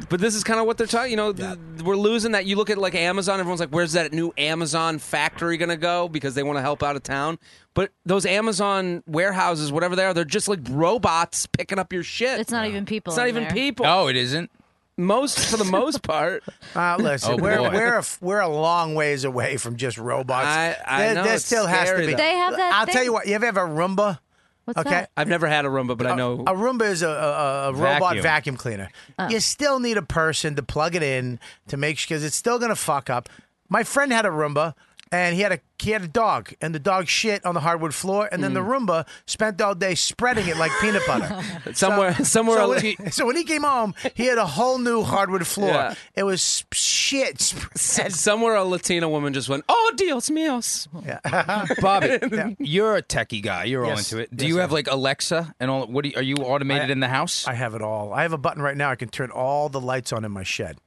but this is kind of what they're talking. You know, th- we're losing that. You look at like Amazon. Everyone's like, "Where's that new Amazon factory going to go?" Because they want to help out of town. But those Amazon warehouses, whatever they are, they're just like robots picking up your shit. It's
not even people.
It's not
in
even
there.
people.
No, it isn't.
Most for the most part.
Uh, listen,
Oh,
we're,
boy.
we're, a, we're a long ways away from just robots.
I- I
there,
know,
there
it's
still has
scary,
to be.
though. They
have that
I'll tell
thing-
you what. You ever have a Roomba?
What's
okay.
that?
I've never had a Roomba, but I know
A Roomba is a, a, a robot
Oh. Vacuum.
vacuum cleaner.
Uh.
You still need a person to plug it in to make sure because it's still gonna fuck up. My friend had a Roomba. And he had a he had a dog, and the dog shit on the hardwood floor, and then the
Mm.
Roomba spent all day spreading it like peanut butter.
somewhere somewhere.
So
al-
when, so when he came home, he had a whole new hardwood floor.
Yeah.
It was sp- shit. sp-
Somewhere a Latina woman just went, "Oh, Dios míos."
Yeah.
Bobby,
Yeah.
you're a techie guy. You're
Yes.
all into it. Do
Yes,
you
I
have like Alexa and all? What do you, are you automated
I-
in the house?
I have it all. I have a button right now. I can turn all the lights on in my shed.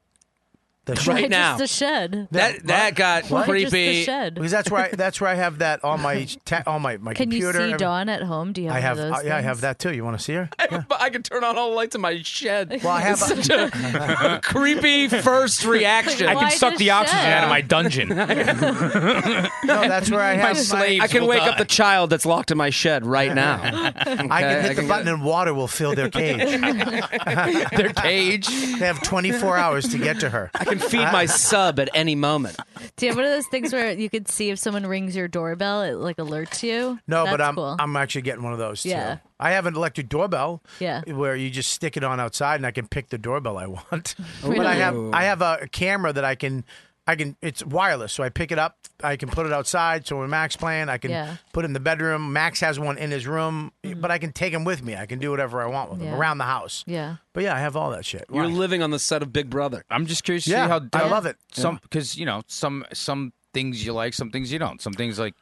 The
Just the shed.
That that got
Why just the
creepy.
shed?
because that's where I, that's where I have that on my ta- on my my
Can you
computer.
see
every-
Dawn at home? Do you have,
I have
one of
uh,
those?
yeah, I have
things?
that too. You want to see her?
But I could turn on all the lights in my shed.
Well, I have
It's such a creepy first reaction.
I can suck the oxygen out of my dungeon.
No, that's where I
My
have
slaves
I can
will
wake
die.
up the child that's locked in my shed right now.
I
Okay,
can hit the
get-
button and water will fill their cage.
Their cage.
They have 24 hours to get to her.
I can feed my sub at any moment.
Do you have one of those things where you could see if someone rings your doorbell, it like alerts you?
No, but
That's
I'm
cool.
I'm actually getting one of those
Yeah.
too. I have an electric doorbell.
Yeah.
Where you just stick it on outside and I can pick the doorbell I want.
Really?
But I have I have a camera that I can I can it's wireless, so I pick it up, I can put it outside. So when Max playing, I can
Yeah.
put it in the bedroom. Max has one in his room, but I can take him with me. I can do whatever I want with him
Yeah.
around the house.
yeah.
But yeah, I have all that shit.
You're living on the set of Big Brother.
I'm just curious to
Yeah,
see how
I
how-
love it.
Some because you know some some things you like, some things you don't. Some things like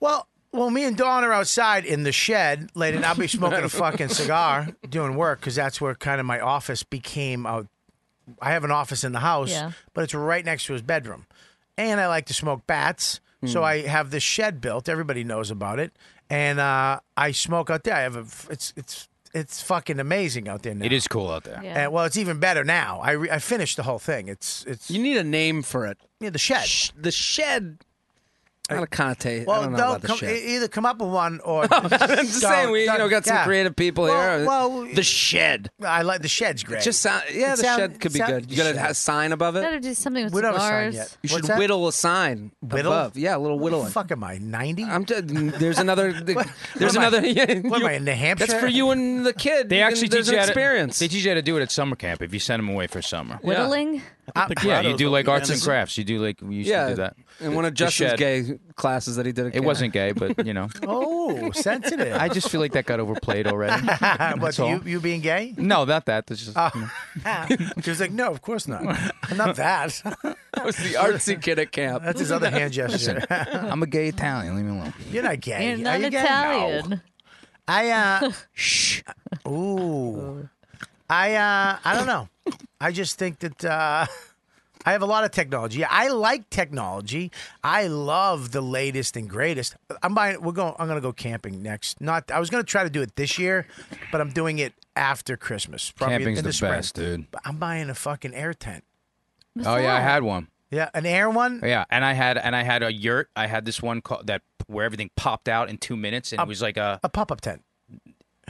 Well, well, me and Dawn are outside in the shed late, and I'll be smoking a fucking cigar doing work because that's where kind of my office became. Out. I have an office in the house,
Yeah.
but it's right next to his bedroom, and I like to smoke bats,
Hmm.
so I have this shed built. Everybody knows about it, and uh, I smoke out there. I have a. It's it's it's fucking amazing out there now.
it is cool out there.
Yeah.
And, well, it's even better now. I re- I finished the whole thing. It's it's
You need a name for it.
yeah, the shed.
Sh- The shed. Not a connotate. I
Well,
don't know
they'll
about the
come,
shed.
e- either come up with one or.
I'm just saying we you know got some creative people
Well,
here.
well,
the shed.
I like the shed's great.
It just sound, yeah,
It
the
sound-
shed could be
sound-
good. You got to
shed.
have a sign above it.
Better do something with
We don't have a sign
cigars.
yet.
You
What's
should
that?
whittle a sign
Whittle?
above. Yeah, a little whittling.
Fuck am I? Ninety?
I'm just, there's another. There's
am I-
another. yeah,
what am I, in New Hampshire?
That's for you and the kid.
They
You
actually
can, there's
teach
an
you how to-
experience.
they teach you how to do it at summer camp if you send them away for summer.
Yeah.
Whittling?
yeah, you do like arts and crafts. You do like you used
yeah,
to do that.
in one of
The
Justin's
shed.
gay classes that he did. At
It wasn't gay, but you know.
Oh, sensitive.
I just feel like that got overplayed already.
what,
That's all.
you, you being gay? Ah.
No, not that. That's just. you know.
She was like, no, of course not. Not that. that
was the artsy kid at camp.
That's his other hand gesture.
Listen, I'm a gay Italian. Leave me alone.
You're not gay.
You're
Are
not
you gay?
Italian.
I uh shh. Ooh. I uh I don't know. I just think that uh I have a lot of technology. I like technology. I love the latest and greatest. I'm buying we're going I'm gonna go camping next. Not I was gonna try to do it this year, but I'm doing it after Christmas. Probably
Camping's
in the,
the
spring.
best, dude.
But I'm buying a fucking air tent.
Oh yeah, I had one.
Yeah, an air one?
Yeah, and I had and I had a yurt. I had this one called that where everything popped out in two minutes, and it was like a
a pop up tent.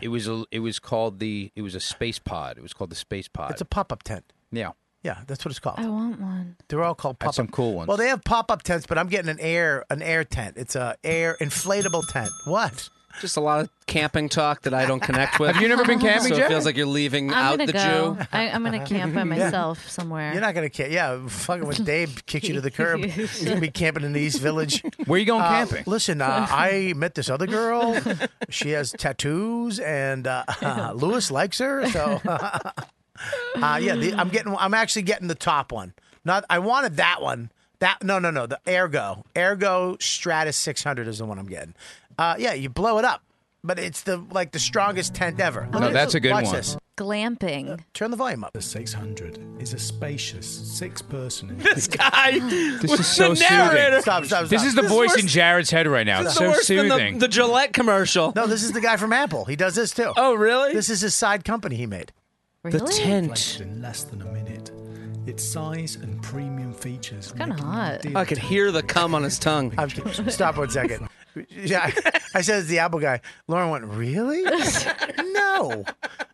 It was a, it was called the it was a space pod. It was called the space pod.
It's a pop up tent.
yeah.
Yeah, that's what it's called.
I want one.
They're all called
I
pop
had some cool ones.
Well, they have pop up tents, but I'm getting an air an air tent. It's a air inflatable tent. What?
Just a lot of camping talk that I don't connect with.
Have you never been camping,
So it
Jack?
feels like you're leaving out the
go.
Jew.
I, I'm gonna camp by myself somewhere.
You're not gonna camp. Yeah, fucking when Dave kicks you to the curb, you're gonna be camping in the East Village.
Where you going
Uh,
camping?
Listen, uh, I met this other girl. She has tattoos, and uh, Lewis likes her. So, uh, yeah, the, I'm getting. I'm actually getting the top one. Not. I wanted that one. That no, no, no. The Ergo, Ergo Stratus 600 is the one I'm getting. Uh, yeah, you blow it up, but it's the like the strongest tent ever. Look
No,
at
that's
this.
a good
Watch
one.
This.
Glamping.
Turn the volume up.
The 600 is a spacious six-person.
This guy.
This is so soothing.
Stop, stop,
This
stop.
is the
This is
voice
worse-
in Jared's head right now. It's so soothing.
the Gillette commercial.
No, this is the guy from Apple. He does this too.
Oh, really?
This is his side company he made.
The
tent.
In less than a minute. Its size and premium features. It's
kinda hot.
I could hear the cum on his tongue.
I'm, stop one second. Yeah, I, I said it's the Apple guy. Lauren went, really? no.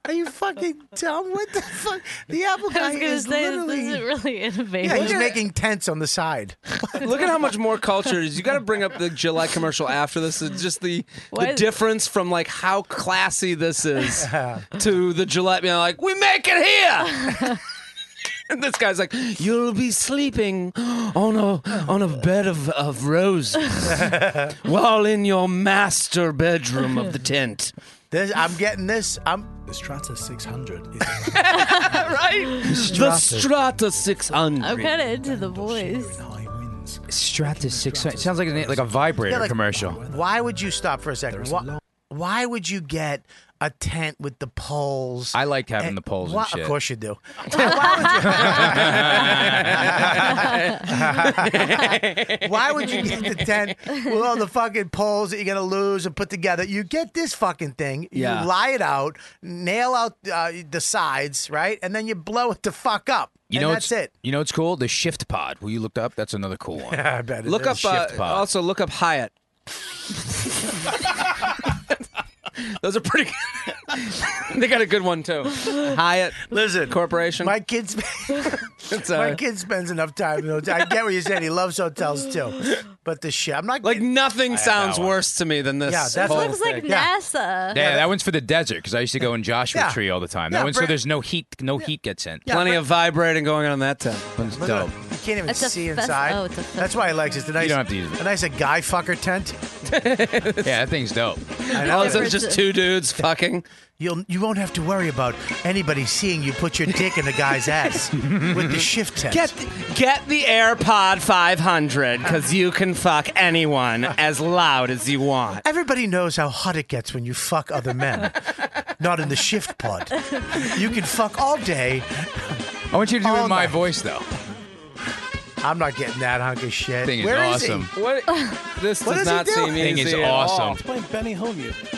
Are you fucking dumb? What the fuck? The Apple
I
guy
was gonna
is
say this
literally.
isn't really innovative.
yeah, he's making tents on the side.
Look at how much more culture it is. You got to bring up the Gillette commercial after this. It's just the
Why
the
is-
difference from like how classy this is to the Gillette being like, "We make it here." And this guy's like, "You'll be sleeping on a on a bed of, of roses while in your master bedroom of the tent."
This, I'm getting this. I'm.
The Strata 600 is
right.
The Strata 600.
I'm kind of into the voice.
Stratus 600. Sounds like a, like a vibrator
Yeah, like-
commercial.
Why would you stop for a second? Why, why would you get a tent with the poles?
I like having the poles
Why-
and shit.
Of course you do. why would you? Why would you get the tent with all the fucking poles that you're gonna lose and put together? You get this fucking thing.
Yeah.
You lie it out, nail out uh, the sides, right, and then you blow it the fuck up.
You
and
know
that's
it's,
it.
You know it's cool? The shift pod. Will you looked up? That's another cool one.
I bet it
Look
is.
up uh,
Shift pod.
also look up Hyatt. Those are pretty. good. they got a good one too. Hyatt
Listen,
Corporation.
my kids.
It's,
My
uh,
kid spends enough time. in hotels. I get what you're saying. He loves hotels too, but the shit. I'm not
like nothing sounds
that one.
worse to me than this.
Yeah, that's
whole
what-
Looks like
thing.
NASA.
Yeah, that one's for the desert because I used to go in Joshua
Yeah.
Tree all the time.
Yeah,
that one's so
Brent-
there's no heat, no heat gets in.
Yeah,
Plenty
but-
of vibrating going on in that tent.
One's
Look at
dope.
it. You can't even
It's a
see
fest-
inside.
oh, it's a fest-
That's why I like it. It's a nice,
don't have to use it.
a nice a guy fucker tent.
Yeah, that thing's dope.
I
Oh,
know.
is it just two dudes fucking?
You'll you won't have to worry about anybody seeing you put your dick in a guy's ass with the shift tent.
Get the, get the AirPod 500 because you can fuck anyone as loud as you want.
Everybody knows how hot it gets when you fuck other men. Not in the shift pod. You can fuck all day.
I want you to do it
All
in my
night.
voice though.
I'm not getting that hunk of shit.
Thing is
Where is he?
awesome.
What? This
What
does
is he
not
doing?
seem
Thing
easy
is
at all.
awesome.
Playing Benny Hill music.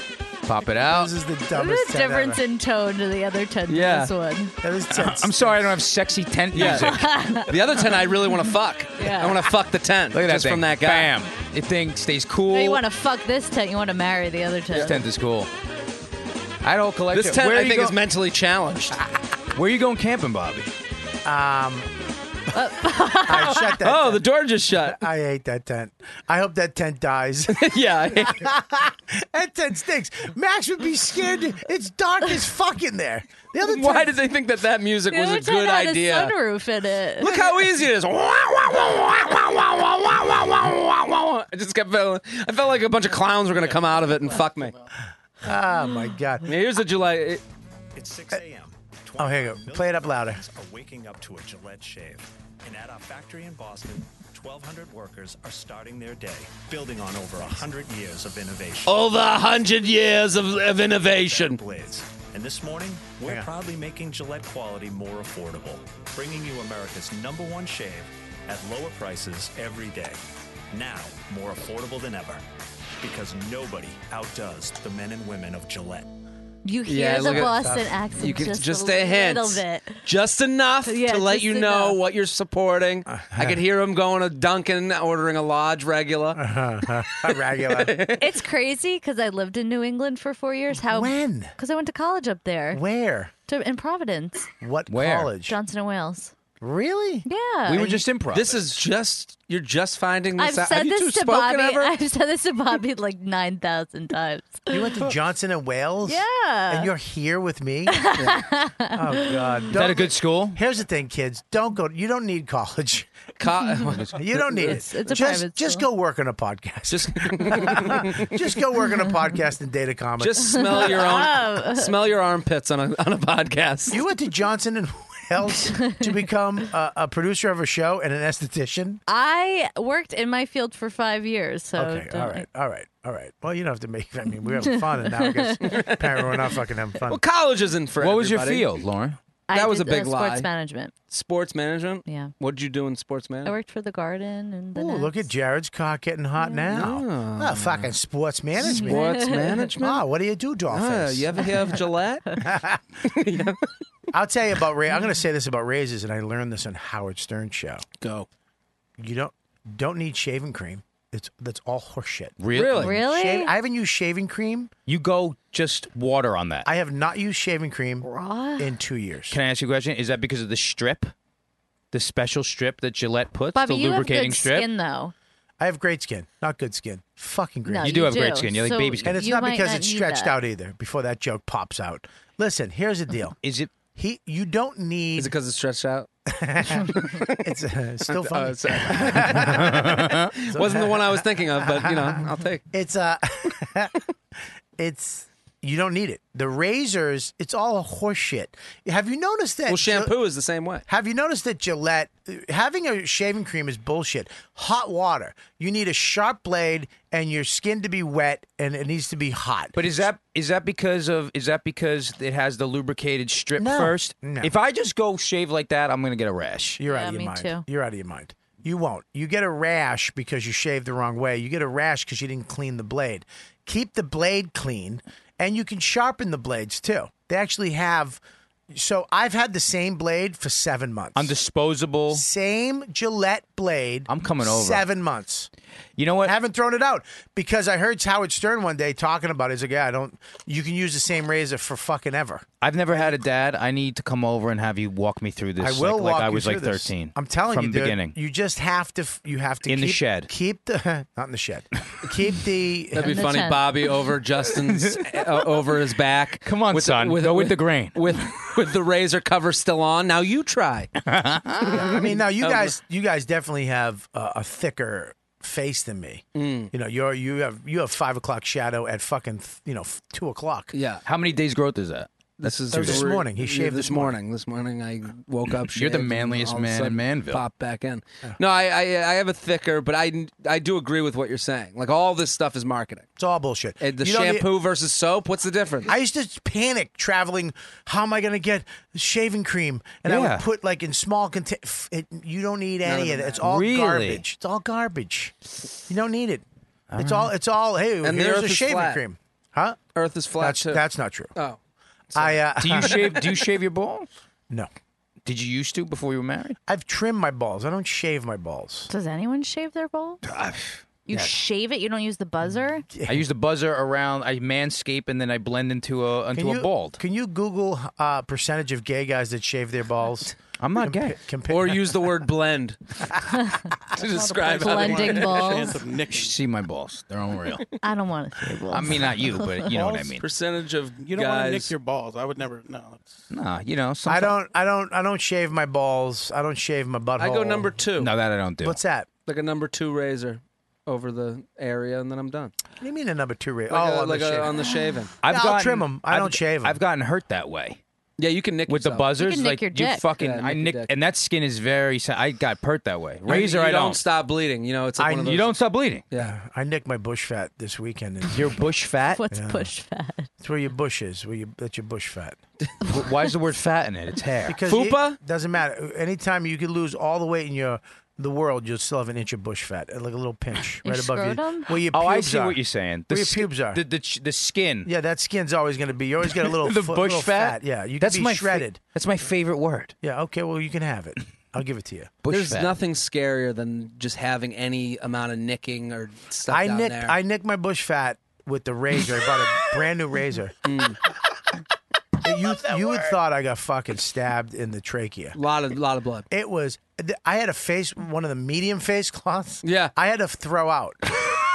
Pop it
Oh.
out.
This is the
There's
dumbest
a
tent
difference
ever.
in tone to the other ten.
Yeah.
Yeah. This one.
That is tense.
I'm sorry, I don't have sexy tent
Yeah.
music.
The other tent, I really want to fuck.
Yeah.
I want to fuck the tent.
Look at that
just
thing.
from that guy.
Bam. It thing stays cool.
No, you want to fuck this tent. You want to marry the other
This
tent.
tent is cool. I don't collect
This
it.
tent,
where
I
you
think,
go-
is mentally challenged.
Where you going camping, Bobby?
Um, I shut that.
Oh, the door just shut.
I hate that tent. I hope that tent dies.
yeah,
that tent stinks. Max would be scared. It's dark as fuck in there. The other
Why
tent-
did they think that that music
The
was
other
a
tent
good
had
idea?
A sunroof in it.
Look how easy it is. Wah, wah, wah, wah, wah, wah, wah, wah, wah, wah, wah, wah, wah. I just kept feeling. I felt like a bunch of clowns were going to come out of it and fuck me.
Oh my god.
Here's a July.
It's 6 a.m.
Oh, here you go. Play it up louder.
Are waking up to a Gillette shave, and at our factory in Boston, 1,200 workers are starting their day, building on over 100 years of innovation.
Over a hundred years of, of innovation.
Blades. And this morning, we're
Yeah.
proudly making Gillette quality more affordable, bringing you America's number one shave at lower prices every day. Now, more affordable than ever, because nobody outdoes the men and women of Gillette.
You
Yeah,
hear the
look at-
Boston accent
You can
just,
just,
a,
a, hint,
little bit.
just enough
Yeah,
to let
just
you know
enough.
what you're supporting.
Uh,
I could hear him going to Dunkin', ordering a lodge regular.
Uh-huh.
regular.
It's crazy because I lived in New England for four years. How
when?
Because I went to college up there.
Where?
To in Providence.
What college?
Johnson and Wales.
Really?
Yeah.
This is just you're just finding
I've
this out.
said
Have you
this
two
to
spoken
Bobby.
ever?
I've said this to Bobby like nine thousand times.
You went to Johnson and Wales?
Yeah.
And you're here with me? Oh God! Is that a good
school?
Here's the thing, kids. Don't go. You don't need college. you don't need
It's-
it.
it's a
just,
private
just go work on a podcast.
Just,
just go work on a podcast and data comics.
Just smell your
Oh.
own smell your armpits on a on a podcast.
You went to Johnson and Wales to become a, a producer of a show and an esthetician.
I worked in my field for five years,
Oh,
so
okay,
don't- e-
all right, all right, all right. Well, you don't have to make. I mean, we're having fun, and now I guess apparently we're not fucking having fun.
Well, college isn't for
What was your
everybody.
field, Lauren?
I
that was
did,
a big
uh, sports
lie.
management.
Sports management.
Yeah.
What did you do in sports
I
management?
worked for the garden and the
Ooh,
Nets.
look at Jared's cock getting hot now. Oh, fucking sports management.
Sports management?
Oh, what do you do,
Ah,
Dolphins?
you ever hear of Gillette?
I'll tell you about Ray. I'm going to say this about razors, and I learned this on Howard Stern's show.
Go.
You don't don't need shaving cream. It's that's all horseshit.
Really? Really? Really?
Shave- I haven't used shaving cream.
You go just water on that.
I have not used shaving cream in two years.
Can I ask you a question? Is that because of the strip, the special strip that Gillette puts,
Bobby,
the
you have
lubricating
good
strip?
skin though.
I have great skin, not good skin. Fucking great.
No,
skin.
You do you have great do. skin. You're like So baby skin.
and it's
you
not
might
because
not
it's
need
stretched
that.
out either. Before that joke pops out, listen. Here's the deal.
Is it?
He, you don't need. Is it
because it's stretched out?
it's uh, still funny.
Oh, sorry. Uh, Wasn't the one I was thinking of, but you know, I'll take.
It's uh it's you don't need it. The razors, it's all horseshit. Have you noticed that?
Well, shampoo is the same way.
Have you noticed that Gillette having a shaving cream is bullshit? Hot water. You need a sharp blade and your skin to be wet and it needs to be hot.
But is that is that because of is that because it has the lubricated strip
No.
first?
No.
If I just go shave like that, I'm gonna get a rash.
You're out of your mind. You're out of your mind. You won't. You get a rash because you shaved the wrong way. You get a rash because you didn't clean the blade. Keep the blade clean, and you can sharpen the blades too. They actually have. So I've had the same blade for seven months.
I'm disposable.
Same Gillette blade.
I'm coming over.
Seven months.
You know what?
I haven't thrown it out because I heard Howard Stern one day talking about. It. He's like, "Yeah, I don't. You can use the same razor for fucking ever."
I've never had a dad. I need to come over and have you walk me through this.
I will
like,
walk
like I
you
was like
through this.
13.
I'm telling
from
you,
the
dude,
beginning.
You just have to. f- You have to
In the
keep-
shed.
Keep the not in the shed. Keep the.
That'd be funny, Bobby over Justin's uh, over his back. Come on, with
son, go with the grain.
With with the razor cover still on. Now you try.
Yeah, I mean, now you guys, you guys definitely have a, a thicker face than me.
Mm.
You know, you're you have you have five o'clock shadow at fucking th- you know f- two o'clock.
Yeah.
How many days growth is that?
This is
That was this morning. He
Yeah,
shaved
this
this
morning. This morning I woke up.
You're the
shaved, and
manliest
all of a
man in
sudden
Manville.
Popped back in. No, I, I I have a thicker, but I I do agree with what you're saying. Like all this stuff is marketing.
It's all bullshit.
And the
You don't e need-
shampoo versus soap. What's the difference?
I used to panic traveling. How am I going to get shaving cream? And I
Yeah.
would put like in small contain. It, you don't need
None
any
of
of
it
that. It's all
matters.
garbage. It's all garbage. You don't need it. it's all. It's all. Hey,
And the
here's
Earth
a
is
shaving
flat.
cream, huh?
Earth is flat.
That's
too.
that's not true.
Oh,
I uh,
do you shave? Do you shave your balls?
No.
Did you used to before you were married?
I've trimmed my balls. I don't shave my balls.
Does anyone shave their balls? You
Yes.
shave it. You don't use the buzzer.
I use the buzzer around. I manscape and then I blend into a into
Can you,
a bald.
Can you Google uh, percentage of gay guys that shave their balls?
I'm not gay.
or
use the word blend
to
describe
how they Blending work. balls. Chance of
You should see my balls. They're unreal.
I don't want to shave balls.
I mean, not you, but you know what I
Balls?
mean.
Percentage of
You don't want to nick
Guys.
your balls. I would never. No.
Nah, you know.
I don't. I don't. I don't shave my balls. I don't shave my butthole.
I go number two.
No, that I don't do.
What's that?
Like a number two razor over the area, and then I'm done.
What do you mean a number two razor?
Like
oh,
a-
on,
like
the
a-
shaving.
on the shaving.
I've
yeah, I'll
gotten-
trim them. I
I've-
don't shave them.
I've gotten hurt that way.
Yeah, you can nick
with
yourself.
the buzzers.
You can nick
like
your
you
dick.
fucking,
Yeah, nick
I
your
nick,
dick.
and that skin is very. sa- I got hurt that way. Razor,
you
I
don't.
don't.
stop bleeding. You know, it's like
I-
one of those.
you don't stop bleeding.
Yeah,
I nicked my bush fat this weekend.
Your bush fat?
What's bush fat?
It's where your bush is. Where you that's your bush fat.
Why is the word fat in it? It's hair.
Because it doesn't matter. Anytime you could lose all the weight in your the world, you'll still have an inch of bush fat, like a little pinch
Your
right above
scrotum?
you. Where your
Oh, I
pubes
see
are.
what you're saying. The
Where your
sk-
pubes are.
the- the, the skin.
Yeah, that skin's always going to be. You always get a little
the
foot-
bush
little
fat.
Yeah, you
that's
can be
my fa-
shredded.
that's my favorite word.
Yeah. Okay. Well, you can have it. I'll give it to you.
There's nothing scarier than just having any amount of nicking or stuff
I
down
nicked.
there.
I nicked my bush fat with the razor. I bought a brand new razor.
Hmm.
you you would thought I got fucking stabbed in the trachea.
lot of lot of blood.
It was. th- I had a face, one of the medium face cloths.
Yeah.
I had to throw out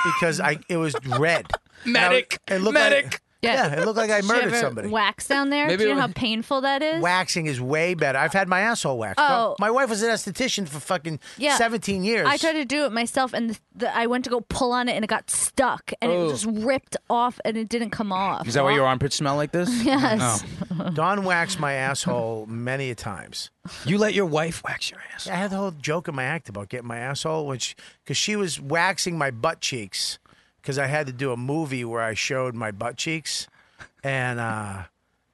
because I it was red. And I-
Medic.
It looked
Medic.
Like, yeah. It looked like I
Did you
murdered
ever
somebody.
Wax down there.
Maybe
Do you
it
know how
was-
painful that is?
Waxing is way better. I've had my asshole waxed.
Oh.
My wife was an esthetician for fucking
Yeah.
17 years.
I tried to do it myself, and the, the, I went to go pull on it, and it got stuck, and it
Oh.
just ripped off, and it didn't come off.
Is that why your armpits smell like this?
Yes.
Don waxed my asshole many a times.
You let your wife wax your ass.
I had the whole joke in my act about getting my asshole, which because she was waxing my butt cheeks because I had to do a movie where I showed my butt cheeks, and uh,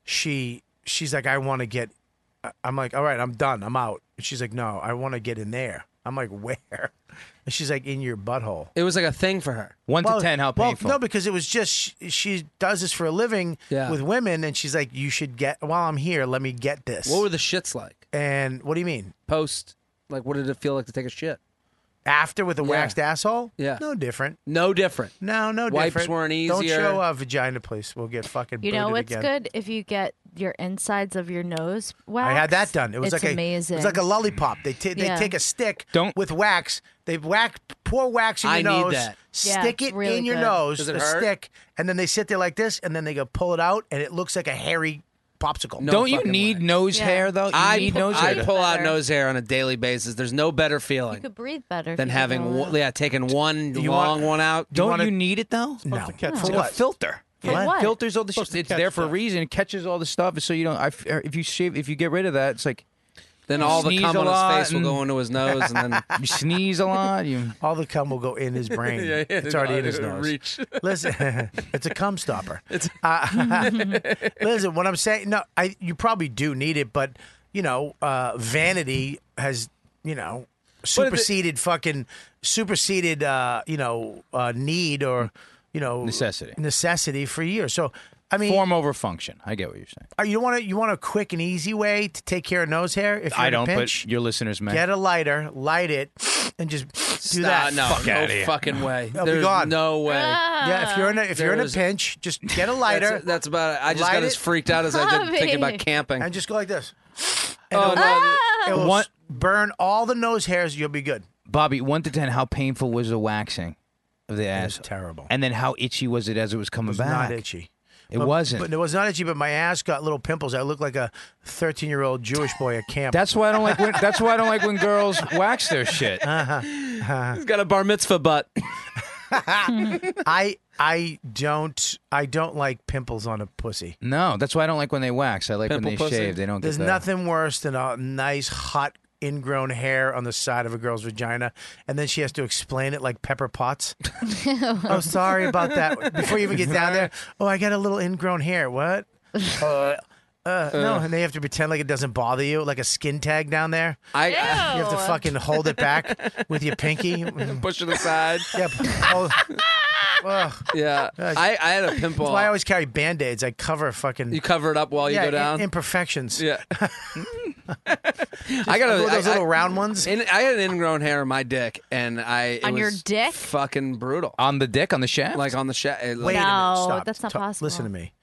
she she's like, I want to get. I- I'm like, all right, I'm done, I'm out. And she's like, no, I want to get in there. I'm like, where? And she's like, in your butthole.
It was like a thing for her.
One
Well, well, no, because it was just she, she does this for a living
Yeah.
with women, and she's like, "You should get while I'm here. Let me get this."
What were the shits like?
and what do you mean
Post, like, what did it feel like to take a shit?
after with a
Yeah.
waxed asshole?
Yeah.
no different.
No different.
No, no
Wipes
different.
weren't easier.
Don't show a vagina, please. We'll get fucking.
You know
booted
what's
again.
good if you get your insides of your nose waxed.
I had that done. It was
It's
like
amazing.
a, it was like a lollipop. They ta- they
Yeah.
take a stick with wax. They whack pour wax in your
I need
nose.
that.
Yeah,
Stick
it's
it
really
in your
good.
nose.
Does it
the
hurt?
stick, and then they sit there like this, and then they go pull it out, and it looks like a hairy popsicle.
No
Don't you
fucking
need nose
Yeah.
hair though? You
I,
need nose
I
hair.
pull out
Better.
nose hair on a daily basis. There's no better
You
feeling
could breathe better if
than
you did all
having,
that.
one, yeah, taking one
you
long
want-
one out.
do you Don't wanna- you
need it though?
No.
catch
For
it.
a
what?
filter.
For
It
what?
filters all the shit.
to
It's
catch
there for a
stuff.
reason. It catches all the stuff, so you don't. I, if you shave, if you get rid of that, it's like
Then all the
Sneeze
cum
a
on his face
lot
will go
and-
into his nose, and then
you sneeze a lot. You
All the cum will go in his brain.
Yeah, yeah,
it's already in
no,
his nose.
reach.
Listen, it's a cum stopper. Uh, listen, what I'm saying, no, I you probably do need it, but you know, uh, vanity has you know superseded fucking superseded uh, you know uh, need or you know
Necessity.
necessity for years. So I mean,
form over function. I get what you're saying.
uh, you want to you want a quick and easy way to take care of nose hair if you're
I
in
don't,
a pinch.
but your listeners may.
Get a lighter, light it, and just do that.
no,
Fuck
no
outta here.
fucking way.
I'll be
There's
gone.
no way.
Yeah, if you're in a, if you're in a
There's-
pinch, just get a lighter.
That's, that's about it. I just
Light
got as
it.
freaked out as I did
Javi.
thinking about camping.
and just go like this.
Oh, no.
It will
One-
s- burn all the nose hairs. You'll be good.
Bobby, one to ten, how painful was the waxing of the ass?
terrible.
And then how itchy was it as it was coming
It's not
back?
itchy.
It
But-
wasn't.
But it was not itchy. But my ass got little pimples. I look like a 13 year old Jewish boy at camp.
that's why I don't like. When, that's why I don't like when girls wax their shit.
He's got a bar mitzvah butt.
I I don't I don't like pimples on a pussy.
No, that's why I don't like when they wax. I like
Pimple
when they
pussy.
shave. They don't
There's
get the-
nothing worse than a nice hot ingrown hair on the side of a girl's vagina, and then she has to explain it like Pepper Potts. oh, sorry about that. Before you even get down there, oh, I got a little ingrown hair. What? Uh, uh, no, and they have to pretend like it doesn't bother you, like a skin tag down there.
I
You have to fucking hold it back with your pinky.
push it aside.
Yeah. hold- Ugh.
Yeah, I, I had a pimple.
That's why I always carry band aids. I cover fucking
you cover it up while you
yeah,
go
i-
down.
imperfections.
yeah, I got
Those little
round ones. I had an ingrown hair on my dick, and I it
On your
was
dick?
fucking brutal on the dick on the shaft, like on the shaft.
Wait a minute, No, stop. that's not possible.
Listen to me,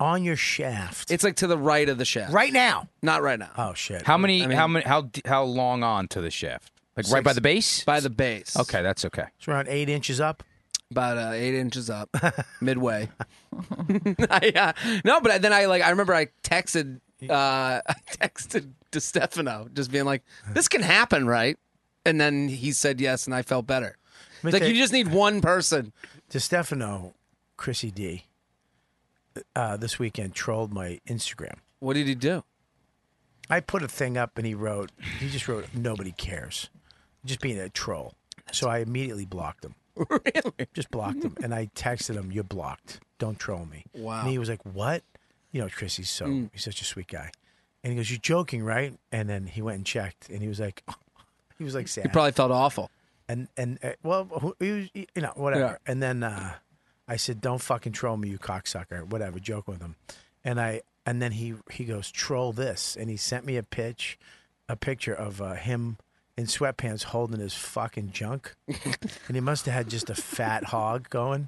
on your shaft. It's like to the right of the shaft.
Right now.
Not right now.
Oh shit.
How many? how many? How d- how long on to the shaft? Like right by
Six-
the base?
By the base.
Okay, that's okay.
It's around eight inches up.
About uh, eight inches up, midway. I, uh, no, but then I like I remember I texted uh, I texted DeStefano just being like, "This can happen, right?" And then he said yes, and I felt better. It's like you just need one person.
To Stefano, Chrissy D. Uh, this weekend trolled my Instagram.
What did he do?
I put a thing up and he wrote. He just wrote, "Nobody cares," just being a troll. So I immediately blocked him.
Really?
Just blocked him, and I texted him, "You're blocked. Don't troll me."
Wow.
And he was like, "What?" You know, Chris. He's so
Mm.
he's such a sweet guy. And he goes, "You're joking, right?" And then he went and checked, and he was like, he was like sad.
He probably felt awful.
and and uh, well, who, he was, you know, whatever. And then uh, I said, "Don't fucking troll me, you cocksucker." Whatever, joke with him. And I and then he he goes, "Troll this," and he sent me a pitch, a picture of uh, him in sweatpants holding his fucking junk, and he must have had just a fat hog going,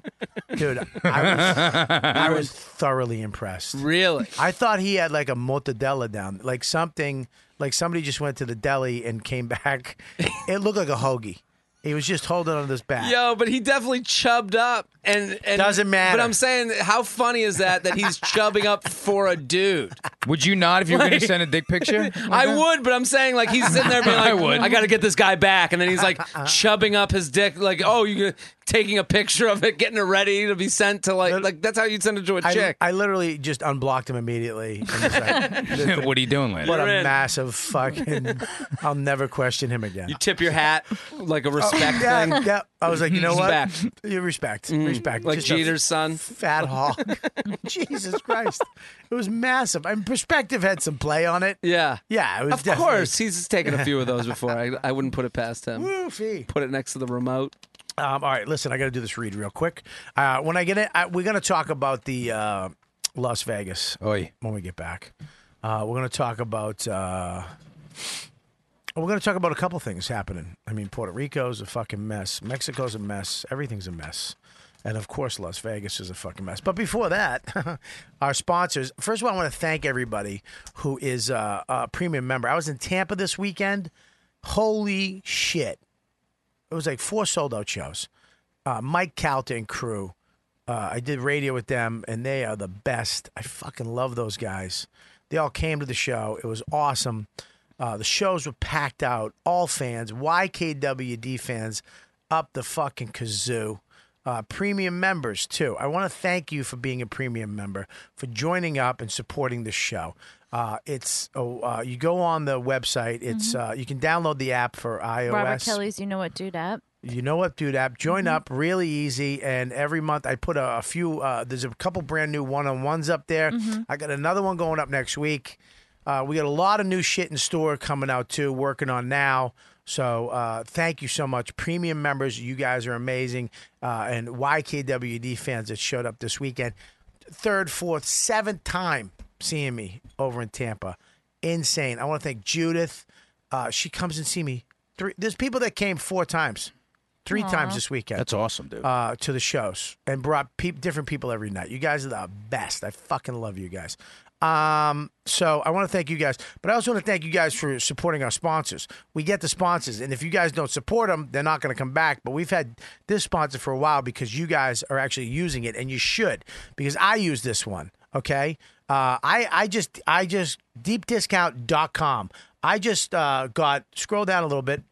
dude. I was, I was thoroughly impressed.
Really?
I thought he had like a mortadella down, like something, like somebody just went to the deli and came back. It looked like a hoagie. He was just holding on to this back.
Yo, but he definitely chubbed up, and, and
Doesn't matter.
But I'm saying, how funny is that that he's chubbing up for a dude?
Would you not if you were going
Like-
to send a dick picture?
I would, but I'm saying like he's sitting there being like,
I
I,
would.
got to get this guy back, and then he's like
Uh-uh.
chubbing up his dick, like, oh, you taking a picture of it, getting it ready to be sent to like, like that's how you'd send it to a
I,
chick.
I literally just unblocked him immediately. and was like,
what are you doing later?
what a
You're in.
massive fucking! I'll never question him again.
you tip your hat like a respect
Oh, yeah,
thing.
yeah. I was like, you know
He's
what?
back.
You respect, respect.
Like
Just a
Jeter's son.
fat hog. Jesus Christ, it was massive. And perspective had some play on it.
Yeah.
Yeah, it was
Of
definitely-
course, he's taken a few of those before. I, I wouldn't put it past him.
Woofy.
Put it next to the remote.
Um, all right, listen, I got to do this read real quick. Uh, when I get it, I, we're going to talk about the uh, Las Vegas when we get back. Uh, we're going to talk about. Uh, we're going to talk about a couple things happening. I mean, Puerto Rico's a fucking mess. Mexico's a mess. Everything's a mess. And of course, Las Vegas is a fucking mess. But before that, our sponsors. First of all, I want to thank everybody who is uh, a premium member. I was in Tampa this weekend. Holy shit it was like four sold out shows. Uh, Mike Calta and crew. Uh, I did radio with them, and they are the best. I fucking love those guys. They all came to the show. It was awesome. Uh, the shows were packed out. All fans, YKWd fans, up the fucking kazoo. Uh, premium members too. I want to thank you for being a premium member for joining up and supporting this show. Uh, it's oh, uh, you go on the website. It's uh, you can download the app for iOS.
Robert Kelly's You Know What Dude app.
You know what, dude? App join up really easy, and every month I put a, a few. Uh, there's a couple brand new one on ones up there. I got another one going up next week. Uh, we got a lot of new shit in store coming out too. Working on now. So uh, thank you so much, premium members. You guys are amazing, uh, and YKWd fans that showed up this weekend. Third, fourth, seventh time seeing me over in Tampa. Insane. I want to thank Judith. Uh, she comes and see me. Three. There's people that came four times three
Aw.
times this weekend.
That's awesome, dude.
Uh, to the shows and brought peop different people every night. You guys are the best. I fucking love you guys. Um, so I want to thank you guys, but I also want to thank you guys for supporting our sponsors. We get the sponsors, and if you guys don't support them, they're not going to come back. But we've had this sponsor for a while because you guys are actually using it, and you should because I use this one. Okay, uh, I I just I just deepdiscount.com. I just uh, got scroll down a little bit.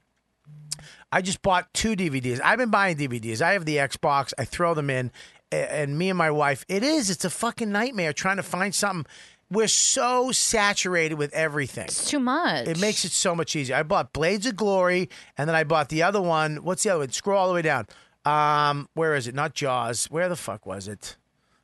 I just bought two DVDs. I've been buying DVDs. I have the Xbox. I throw them in, a- and me and my wife. It is. It's a fucking nightmare trying to find something. We're so saturated with everything. It's
too much.
It makes it so much easier. I bought Blades of Glory, and then I bought the other one. What's the other one? Scroll all the way down. Um, where is it? Not Jaws. Where the fuck was it?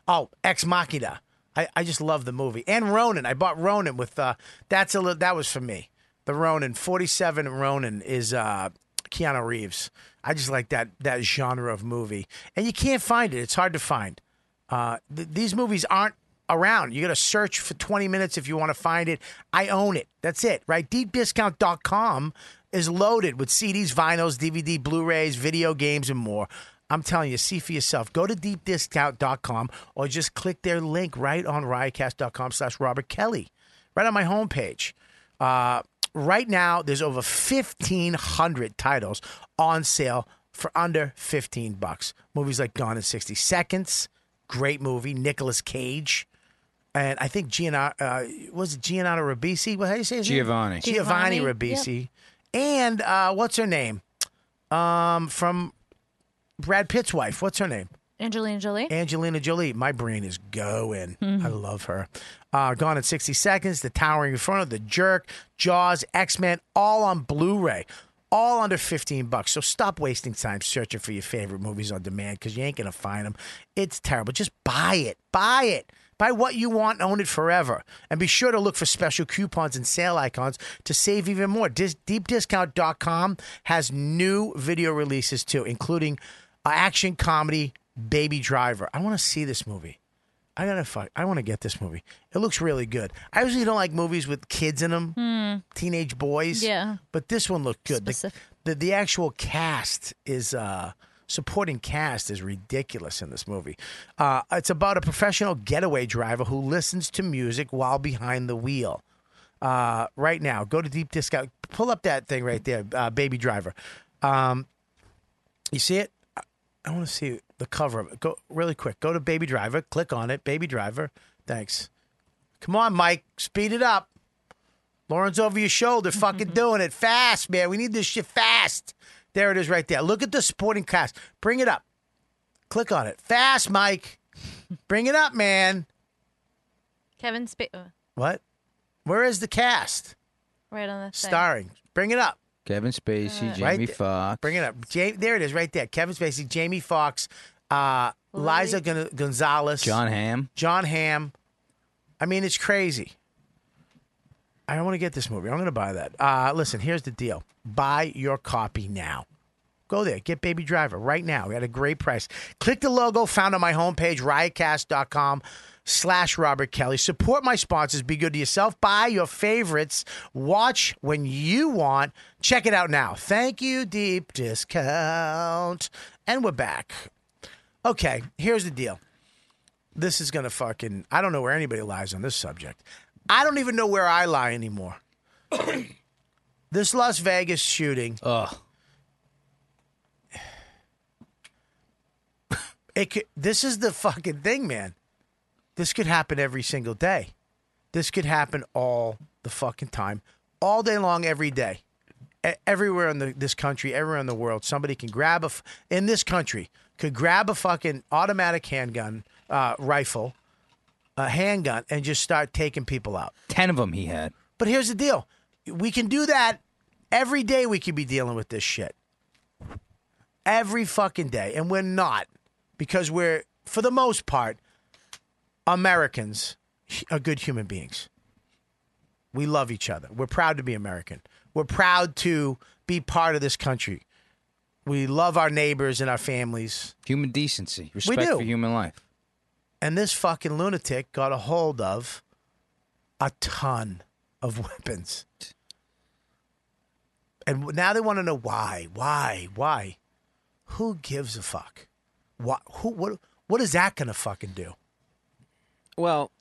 Oh, Ex Machina. I, I just love the movie. And Ronin. I bought Ronin with uh that's a li- that was for me. The Ronin 47 Ronin is uh Keanu Reeves. I just like that that genre of movie. And you can't find it. It's hard to find. Uh th- these movies aren't around. You got to search for 20 minutes if you want to find it. I own it. That's it, right? Deepdiscount.com is loaded with CDs, vinyls, DVD, Blu rays, video games, and more. I'm telling you, see for yourself. Go to deepdiscount.com or just click their link right on riotcast.com slash Robert Kelly, right on my homepage. Uh, right now, there's over 1,500 titles on sale for under 15 bucks. Movies like Gone in 60 Seconds, great movie, Nicolas Cage. And I think Gianna, uh, was it Gianna Ribisi? What, how do you say his name?
Giovanni.
Giovanni
Giovanni,
Ribisi. And uh, what's her name? Um, from Brad Pitt's wife. What's her name?
Angelina Jolie.
Angelina Jolie. My brain is going. I love her. Uh, Gone in 60 Seconds, The Towering Inferno, The Jerk, Jaws, X Men, all on Blu ray, all under 15 bucks. So stop wasting time searching for your favorite movies on demand because you ain't going to find them. It's terrible. Just buy it. Buy it. Buy what you want, own it forever. And be sure to look for special coupons and sale icons to save even more. Dis- deepdiscount.com has new video releases too, including uh, action comedy Baby Driver. I want to see this movie. I gotta fuck. I want to get this movie. It looks really good. I usually don't like movies with kids in them, teenage boys.
Yeah.
but this one looked good. The, the the actual cast is uh, supporting cast is ridiculous in this movie. Uh, it's about a professional getaway driver who listens to music while behind the wheel. Uh, right now, go to Deep Discount. Pull up that thing right there, uh, Baby Driver. Um, you see it? I, I want to see the cover of it. Go really quick. Go to Baby Driver. Click on it. Baby Driver. Thanks. Come on, Mike. Speed it up. Lauren's over your shoulder, fucking doing it fast, man. We need this shit fast. There it is, right there. Look at the supporting cast. Bring it up. Click on it. Fast, Mike. Bring it up, man.
Kevin Spacey.
What? Where is the cast?
Right on the thing.
Starring. Bring it up.
Kevin Spacey, Jamie
Right there.
Foxx.
Bring it up. Ja- there it is, right there. Kevin Spacey, Jamie Foxx, uh, Liza Gon- Gonzalez,
John Hamm.
John Hamm. I mean, it's crazy. I want to get this movie. I'm going to buy that. Uh, listen, here's the deal: buy your copy now. Go there, get Baby Driver right now. We had a great price. Click the logo found on my homepage, riotcast.com slash Robert Kelly. Support my sponsors. Be good to yourself. Buy your favorites. Watch when you want. Check it out now. Thank you, Deep Discount. And we're back. Okay, here's the deal. This is gonna fucking I don't know where anybody lies on this subject. I don't even know where I lie anymore. this Las Vegas shooting. Ugh. It could, this is the fucking thing, man. This could happen every single day. This could happen all the fucking time, all day long, every day, E- everywhere in the, this country, everywhere in the world. Somebody can grab a f- in this country could grab a fucking automatic handgun, uh, rifle, a handgun, and just start taking people out.
Ten of them he had.
But here's the deal: we can do that every day. We could be dealing with this shit every fucking day, and we're not because we're, for the most part, Americans are good human beings. We love each other. We're proud to be American. We're proud to be part of this country. We love our neighbors and our families.
Human decency, respect
do.
for human life.
And this fucking lunatic got a hold of a ton of weapons. And now they want to know why, why, why. Who gives a fuck? What, who, what, what is that going to fucking do?
Well,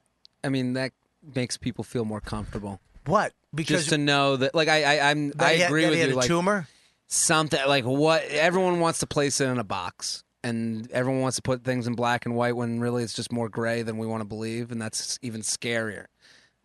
I mean that makes people feel more comfortable.
What? Because-
just to know that, like I, I I'm, I
That he had-
agree
that
with
he had
you.
a
like
tumor?
something like what everyone wants to place it in a box, and everyone wants to put things in black and white when really it's just more gray than we want to believe, and that's even scarier.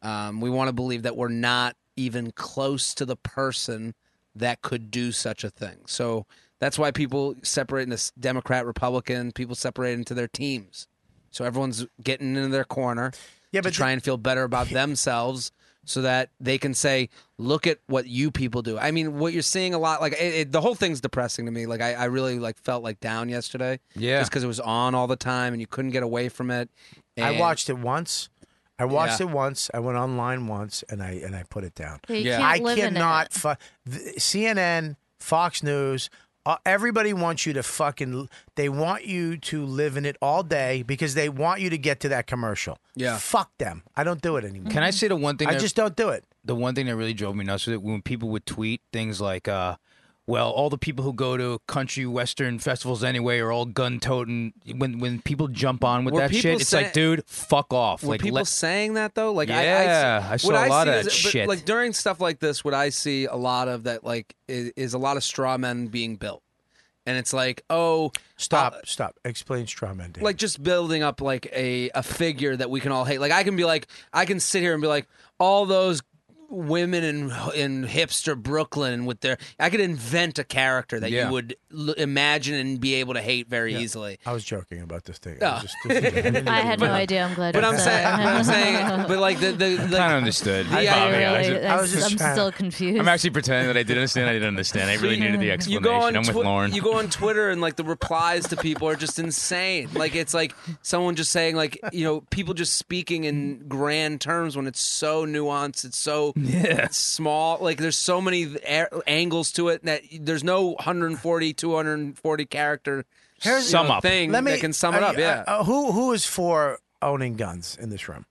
Um, we want to believe that we're not even close to the person that could do such a thing. So that's why people separate into s- Democrat, Republican. People separate into their teams. So everyone's getting into their corner yeah, but to try and feel better about themselves so that they can say, look at what you people do. I mean, what you're seeing a lot, like it, it, the whole thing's depressing to me. Like I, I really like felt like down yesterday.
Yeah.
Just because it was on all the time and you couldn't get away from it.
I
And-
watched it once. I watched
Yeah.
it once. I went online once, and I and I put it down.
Yeah, you Yeah. can't
I
live in
cannot. fu- th- CNN, Fox News, uh, everybody wants you to fucking. They want you to live in it all day because they want you to get to that commercial.
Yeah.
Fuck them. I don't do it anymore.
Can I say the one thing?
I
that-
just don't do it.
The one thing that really drove me nuts was that when people would tweet things like, uh, "Well, all the people who go to country western festivals anyway are all gun toting." When when people jump on with
Were
that
people
shit, it's
say-
like, dude, fuck off.
Were
like,
people
let-
saying that though? Like,
Yeah,
I,
I saw
what
a lot
see
of
is-
that
but,
shit.
Like during stuff like this, what I see a lot of that like is, is a lot of straw men being built, and it's like, oh,
stop, stop, explain straw men.
Like just building up like a a figure that we can all hate. Like I can be like, I can sit here and be like, all those. Women in in hipster Brooklyn with their, I could invent a character that
Yeah.
you would l- imagine and be able to hate very
Yeah.
easily.
I was joking about this thing.
No.
I, was just, I didn't
I had no
even-
idea. I'm glad.
But
you
I'm
said
saying,
it.
but I'm saying, but like the the like,
I understood.
I- Yeah,
I,
yeah,
really-
I was
I,
just- I was just uh,
am
trying-
still confused.
I'm actually pretending that I didn't understand. I didn't understand. I really needed the
You
explanation.
go on
I'm with
Twi-
Lauren.
You go on Twitter and like the replies to people are just insane. Like it's like someone just saying like you know people just speaking in grand terms when it's so nuanced. It's so small. Like there's so many a- angles to it that there's no 140, 240 character you know, thing
Let me-
that can sum it
are
up.
you-
yeah.
uh, who who is for owning guns in this room?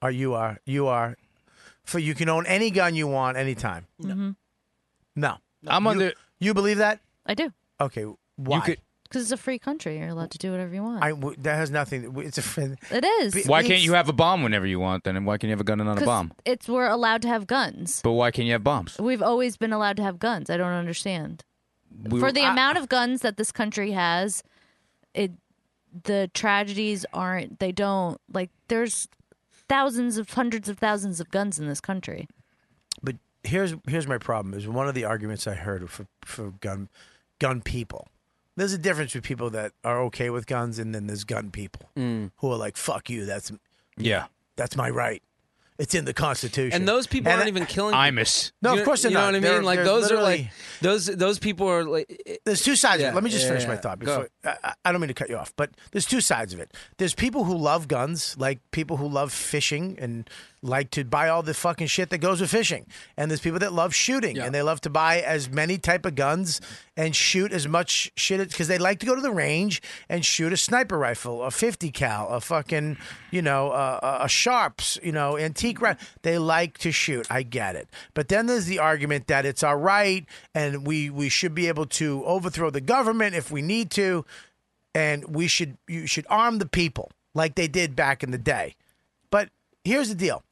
Are you are you are for you can own any gun you want anytime.
Mhm.
No,
I'm
you,
under-
You believe that?
I do
Okay, why?
because it's a free country. You're allowed to do whatever you want.
I w- that has nothing. It's a friend.
it is.
why can't you have a bomb whenever you want then? And why can't you have a gun and not a
'Cause
bomb?
It's we're allowed to have guns.
But why can't you have bombs?
We've always been allowed to have guns. I don't understand.
We
For
were-
the
I-
amount of guns that this country has, it the tragedies aren't they don't like there's thousands of hundreds of thousands of guns in this country.
But here's here's my problem is one of the arguments I heard for for gun gun people. There's a difference with people that are okay with guns and then there's gun people
Mm.
who are like fuck you that's
Yeah.
that's my right. It's in the constitution.
And those people
And
aren't
I-
even killing.
Imus.
No,
You-
of course they're
you know
not.
what I mean.
They're-
like
they're
those are
literally-
like those those people are like.
There's two sides
Yeah,
of it. Let me just
yeah,
finish my
yeah.
thought.
Go.
Before, I, I- I don't mean to cut you off, but there's two sides of it. There's people who love guns, like people who love fishing and like to buy all the fucking shit that goes with fishing. And there's people that love shooting and they love to buy as many type of guns and shoot as much shit because they like to go to the range and shoot a sniper rifle, a 50 cal, a fucking, you know, a, a- a sharps, you know, antique round. They like to shoot. I get it. But then there's the argument that it's our right and we we should be able to overthrow the government if we need to and we should you should arm the people like they did back in the day. But here's the deal.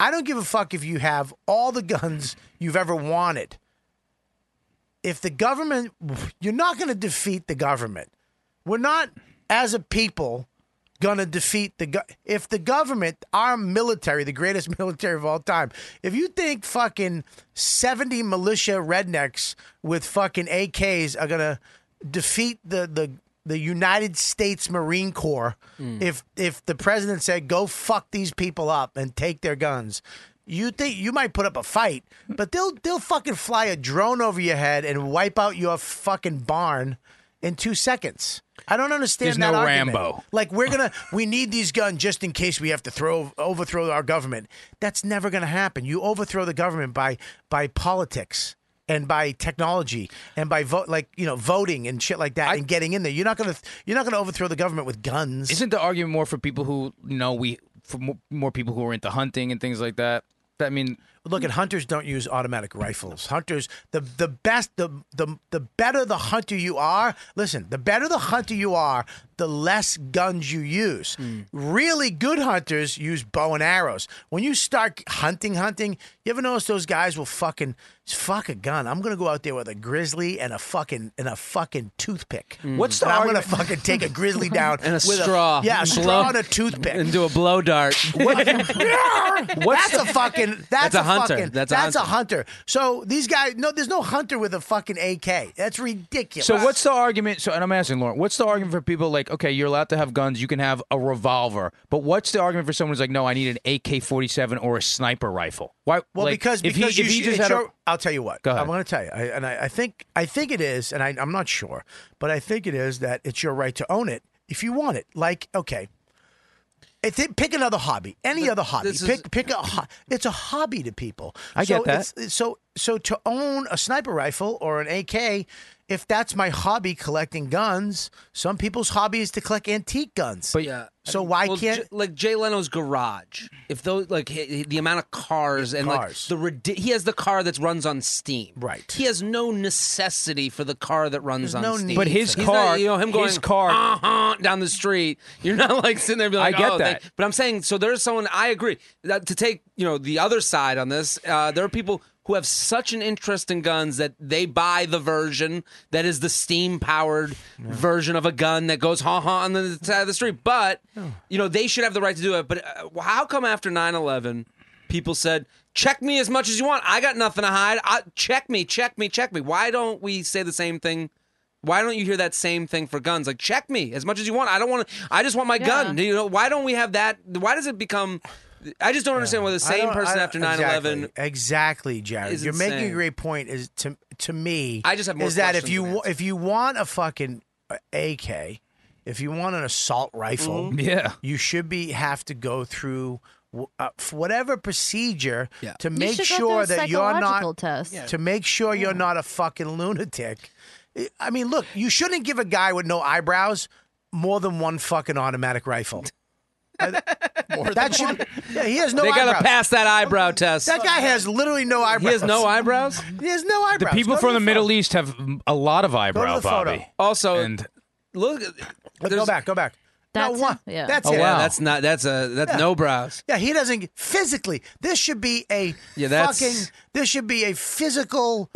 I don't give a fuck if you have all the guns you've ever wanted. If the government you're not going to defeat the government. We're not as a people going to defeat the go- if the government our military, the greatest military of all time. If you think fucking 70 militia rednecks with fucking AKs are going to defeat the the the United States Marine Corps if if the president said go fuck these people up and take their guns you think you might put up a fight but they'll they'll fucking fly a drone over your head and wipe out your fucking barn in 2 seconds I don't understand
There's
that
no
argument.
Rambo.
Like we're gonna, we need these guns just in case we have to throw overthrow our government. That's never gonna happen. You overthrow the government by by politics and by technology and by vote, like you know, voting and shit like that, and getting in there. You're not gonna you're not gonna overthrow the government with guns.
Isn't the argument more for people who you know we for mo- more people who are into hunting and things like that? I mean,
look at hunters don't use automatic rifles. Hunters, the the best, the the the better the hunter you are. Listen, the better the hunter you are, the less guns you use.
Hmm.
Really good hunters use bow and arrows. When you start hunting, hunting, you ever notice those guys will fucking fuck a gun? I'm gonna go out there with a grizzly and a fucking and a fucking toothpick.
What's the
And I'm gonna
argument-
fucking take a grizzly down
Hmm. And a
with
straw.
yeah, a
Blow-
straw and a toothpick
and do a blow dart.
that's a fucking. That's,
That's a hunter.
Fucking,
That's
that's
a
a hunter. So these guys, no, there's no hunter with a fucking AK. That's ridiculous.
So what's the argument? So and I'm asking Lauren, what's the argument for people like, okay, you're allowed to have guns, you can have a revolver, but what's the argument for someone who's like, no, I need an AK-47 or a sniper rifle? Why?
Well,
like,
because
if
because
he,
you
if he
sh-
just
it's
had a-
your- I'll tell you what.
Go ahead.
I'm going to tell you, I, and I, I think I think it is, and I, I'm not sure, but I think it is that it's your right to own it if you want it. Like, okay, It's it, pick another hobby, any other hobby.
this is-
Pick pick a. ho- It's a hobby to people.
I
so
get that.
It's, so so to own a sniper rifle or an AK, if that's my hobby, collecting guns. Some people's hobby is to collect antique guns. But
yeah.
So why
Well,
can't
J- like Jay Leno's garage? If those like h- h- the amount of cars and
Cars.
like the ridi- he has the car that runs on steam.
Right.
He has no necessity for the car that runs
There's
on
no
steam.
need But his for that.
He's not,
car-
you know, him going
his car-
"Uh-huh," down the street. You're not like sitting there being
I
like,
get
oh,
that.
thank-" But I'm saying so. There's someone I agree that to take you know the other side on this. Uh, there are people. Who have such an interest in guns that they buy the version that is the steam powered version of a gun that goes ha ha on the side of the street. But you know they should have the right to do it. But uh, how come after 9-11, people said, "Check me as much as you want. I got nothing to hide. I, check me, check me, check me." Why don't we say the same thing? Why don't you hear that same thing for guns? Like, check me as much as you want. I don't want to. I just want my gun. You know, why don't we have that? Why does it become? I just don't understand why the
I
same
don't-
person
I-
after 9-11
Exactly, exactly Jared.
is
You're making
insane.
a great point. Is to to me.
I just have more
is that if
questions
you
than
wa- if you want a fucking uh, AK, if you want an assault rifle,
Mm-hmm.
Mhm. Yeah.
you should be have to go through. wh- Uh, f- whatever procedure to
You
make
should go
sure
through a
that you're
psychological
not
test. Yeah.
to make sure you're not a fucking lunatic. I- I mean, look, you shouldn't give a guy with no eyebrows more than one fucking automatic rifle. that should, yeah, he has no.
they
eyebrows.
gotta pass that eyebrow test.
That guy has literally no eyebrows.
He has no eyebrows.
He has no
The
eyebrows.
people
Go to
from the
the
Middle East have a lot of eyebrow,
the photo. Oh.
Bobby.
Also,
and
look.
Go back. Go back. That's no one.
Yeah.
That's
oh
it.
wow, that's not. That's a. That's
Yeah.
no brows.
Yeah, he doesn't physically. This should be a
Yeah, that's-
fucking. This should be a physical.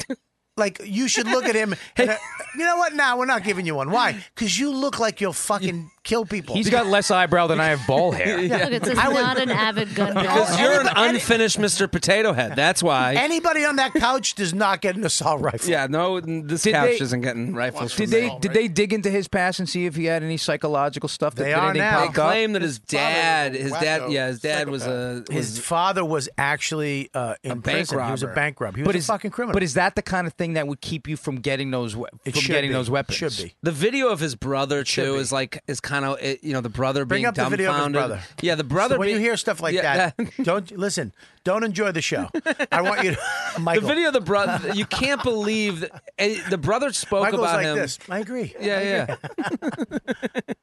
Like you should look at him. and, uh, you know what? Now nah, we're not giving you one. Why? Because you look like you'll fucking kill people.
he's got less eyebrow than I have ball hair.
Yeah.
Look, it's
I would-
not an avid gun guy.
Because you're an unfinished Mr. Potato Head. That's why.
Anybody on that couch does not get an assault rifle.
yeah. No, this
Did
couch
they-
isn't getting rifles.
Did
from
they
me.
did they dig into his past and see if he had any psychological stuff that
They
that
are
anything
now.
pop
They
up?
claim that his dad, his dad,
wacko
yeah, his dad was a
His
was
father was actually uh, in
bank
prison. He was a
robber.
bank robber. He was
but
a
is,
fucking criminal.
But is that the kind of thing that would keep you from getting those we- from
should
getting
be.
those weapons?
Should be.
the video of his brother too is like is kind of you know the brother
Bring
being
up the
dumbfounded.
video of his brother.
Yeah, the brother.
So when
being,
you hear stuff like
Yeah,
that, don't listen. Don't enjoy the show. I want you to, Michael.
The video of the brother, you can't believe that, eh, the brother spoke
Michael's
about
like
him.
this. I agree. I agree.
Yeah,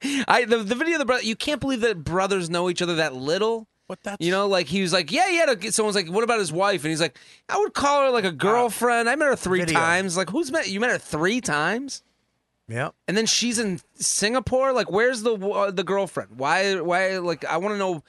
yeah. I the, the video of the brother. You can't believe that brothers know each other that little. But that's you know, like he was like, yeah, he had a. Someone's like, what about his wife? And he's like, I would call her like a girlfriend. I met her three
Uh, video.
times. Like, who's met you? Met her three times,
Yeah.
and then she's in Singapore. Like, where's the uh, the girlfriend? Why? Why? Like, I want to know.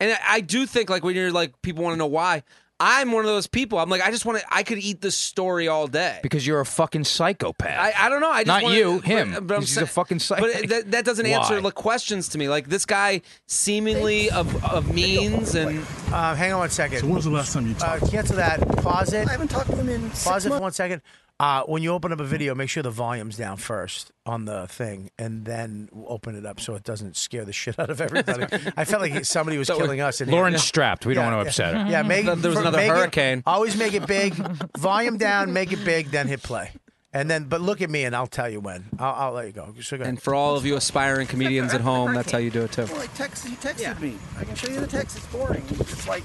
And I, I do think like when you're like people want to know why. I'm one of those people. I'm like, I just want to. I could eat this story all day.
Because you're a fucking psychopath.
I, I don't know. I just
Not
wanna-
you,
but- uh,
him.
But, I'm
Because he's a
saying-
fucking psychopath.
But that, that doesn't answer
Why?
the questions to me. Like this guy, seemingly of, of means and
Uh, hang on one second.
So when was the last time you
Uh,
talked?
cancel that. Pause it.
I haven't talked to him in six
Pause it for
months.
one second. Uh, when you open up a video, make sure the volume's down first on the thing, and then open it up so it doesn't scare the shit out of everybody. I felt like somebody was
That was-
killing us. In
Lauren's
here.
strapped. We don't want to upset her.
Yeah, Mm-hmm. make
There was
for-
another
make it-
hurricane.
always make it big. Volume down. Make it big. Then hit play. And then, but look at me, and I'll tell you when. I'll, I'll let you go. So go ahead.
and for all of you aspiring comedians at home, that's how you do it too.
Like text, he texted me. I can show you the text. It's boring. It's like,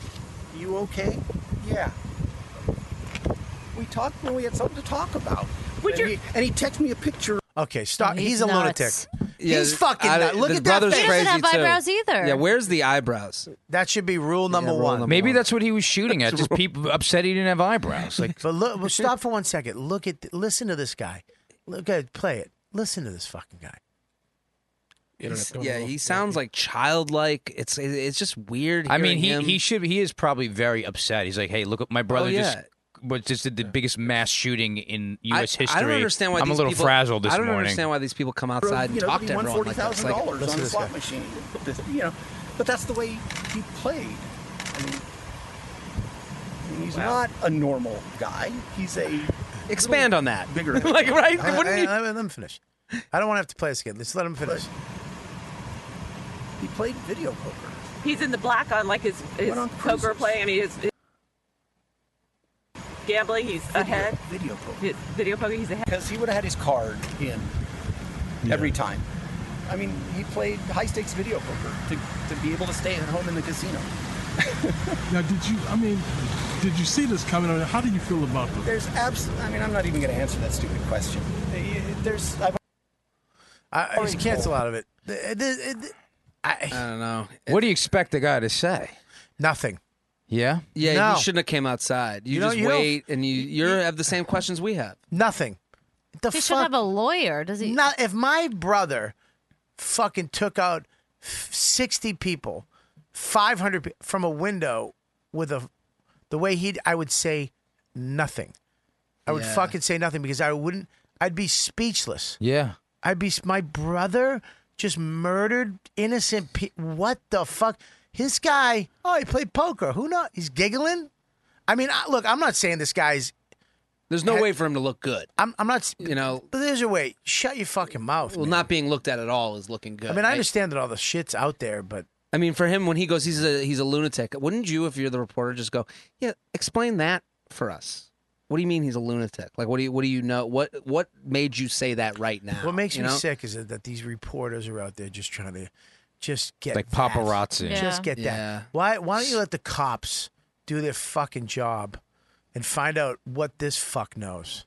you okay? Yeah. We talked when we had something to talk about. and, he, and he texted me a picture.
Okay, stop. He's,
He's
a
nuts.
lunatic.
Yeah,
he's fucking
I-
nuts. Look
the
at that
brother's
face.
crazy
have
too.
eyebrows either.
Yeah, where's the eyebrows?
That should be rule number
rule
one.
number
Maybe that's what he was shooting at. Just people upset he didn't have eyebrows. Like
But look, well, stop for one second. Look at, listen to this guy. Look at, play it. Listen to this fucking guy.
He's- Yeah, he sounds like childlike. It's it- it's just weird.
I mean,
hearing
he,
him. Oh,
he should he is probably very upset. He's like, hey, look, at my brother
yeah.
just was just did the biggest mass shooting in
I,
U.S. history.
I don't understand why
I'm a
these
little
people,
frazzled this
I don't
morning.
understand why these people come outside and
you know,
talk
he
to
won
everyone
forty
like that. It's
thousand
like,
dollars on the
listen to this
slot
guy.
machine. This- you know, but that's the way he played. I mean, he's not a normal guy. He's a
Expand on that.
bigger.
like right?
Hey,
What do
hey,
you?
let, me- let him finish. I don't want to have to play this again. Let's let him finish.
He played video poker.
He's in the black on like his, his
Went on
poker
cruises.
play. I mean, his, his gambling. He's ahead.
Video poker.
His video poker. He's ahead.
Because he would have had his card in every time. I mean, he played high stakes video poker to, to be able to stay at home in the casino.
now, did you? I mean, did you see this coming? Or How do you feel about this?
There's abs. I mean, I'm not even going to answer that stupid question. Uh, There's. I've
I, I just cancel out of it. Th- th- th- I
don't know.
What do you expect the guy to say?
Nothing.
Yeah.
Yeah,
No.
you shouldn't have came outside. You,
You don't-
just
you don't-
wait, and you you have the same questions we have.
Nothing. The
he should
fuck?
have a lawyer. Does he?
Not if my brother fucking took out f- sixty people, five hundred pe- from a window with a the way he would I would say nothing. I would
Yeah.
fucking say nothing because I wouldn't. I'd be speechless.
Yeah.
I'd be my brother just murdered innocent pe- what the fuck his guy oh he played poker who knows he's giggling I mean I, look I'm not saying this guy's
There's no
Had-
way for him to look good.
I'm I'm not
you know
but there's a way shut your fucking mouth
well
man.
not being looked at at all is looking good.
I mean I
right?
understand that all the shit's out there but
I mean, for him, when he goes, he's a he's a lunatic. Wouldn't you, if you're the reporter, just go, yeah, explain that for us? What do you mean he's a lunatic? Like, what do you what do you know? What what made you say that right now?
what makes
you
me
know?
sick is that, that these reporters are out there just trying to just get
Like
that.
paparazzi. Yeah.
just get
Yeah.
that why why don't you let the cops do their fucking job and find out what this fuck knows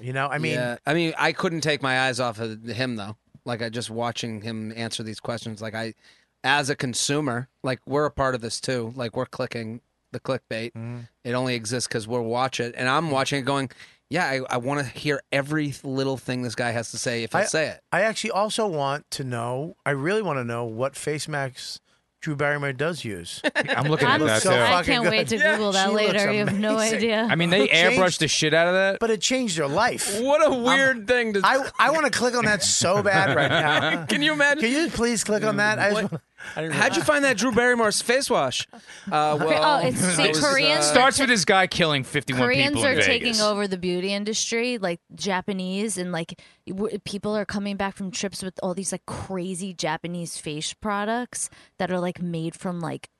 you know I mean
Yeah. Uh, I mean, I couldn't take my eyes off of him though. Like, I just watching him answer these questions. Like, I, as a consumer, like we're a part of this too. Like, we're clicking the clickbait. It only exists because we'll watch it, and I'm watching it, going, yeah, I, I want to hear every little thing this guy has to say if I, say it.
I actually also want to know. I really want to know what face masks Drew Barrymore does use.
I'm looking at
It looks
that,
so
too. I
fucking
can't wait to
good.
Google that
She looks
later. You have no
amazing.
idea.
I mean, they
It changed-
airbrushed the shit out of that.
but it changed their life.
What a weird thing to.
I I want to click on that so bad right now.
Can you imagine?
Can you please click on that? I just,
How'd you find that Drew Barrymore's face wash? Uh, well,
oh, it's- see,
I was,
Koreans
uh,
Starts
with this guy killing 51
Koreans
people
are
in Vegas.
taking over the beauty industry, like Japanese, and like w- people are coming back from trips with all these like crazy Japanese face products that are like made from like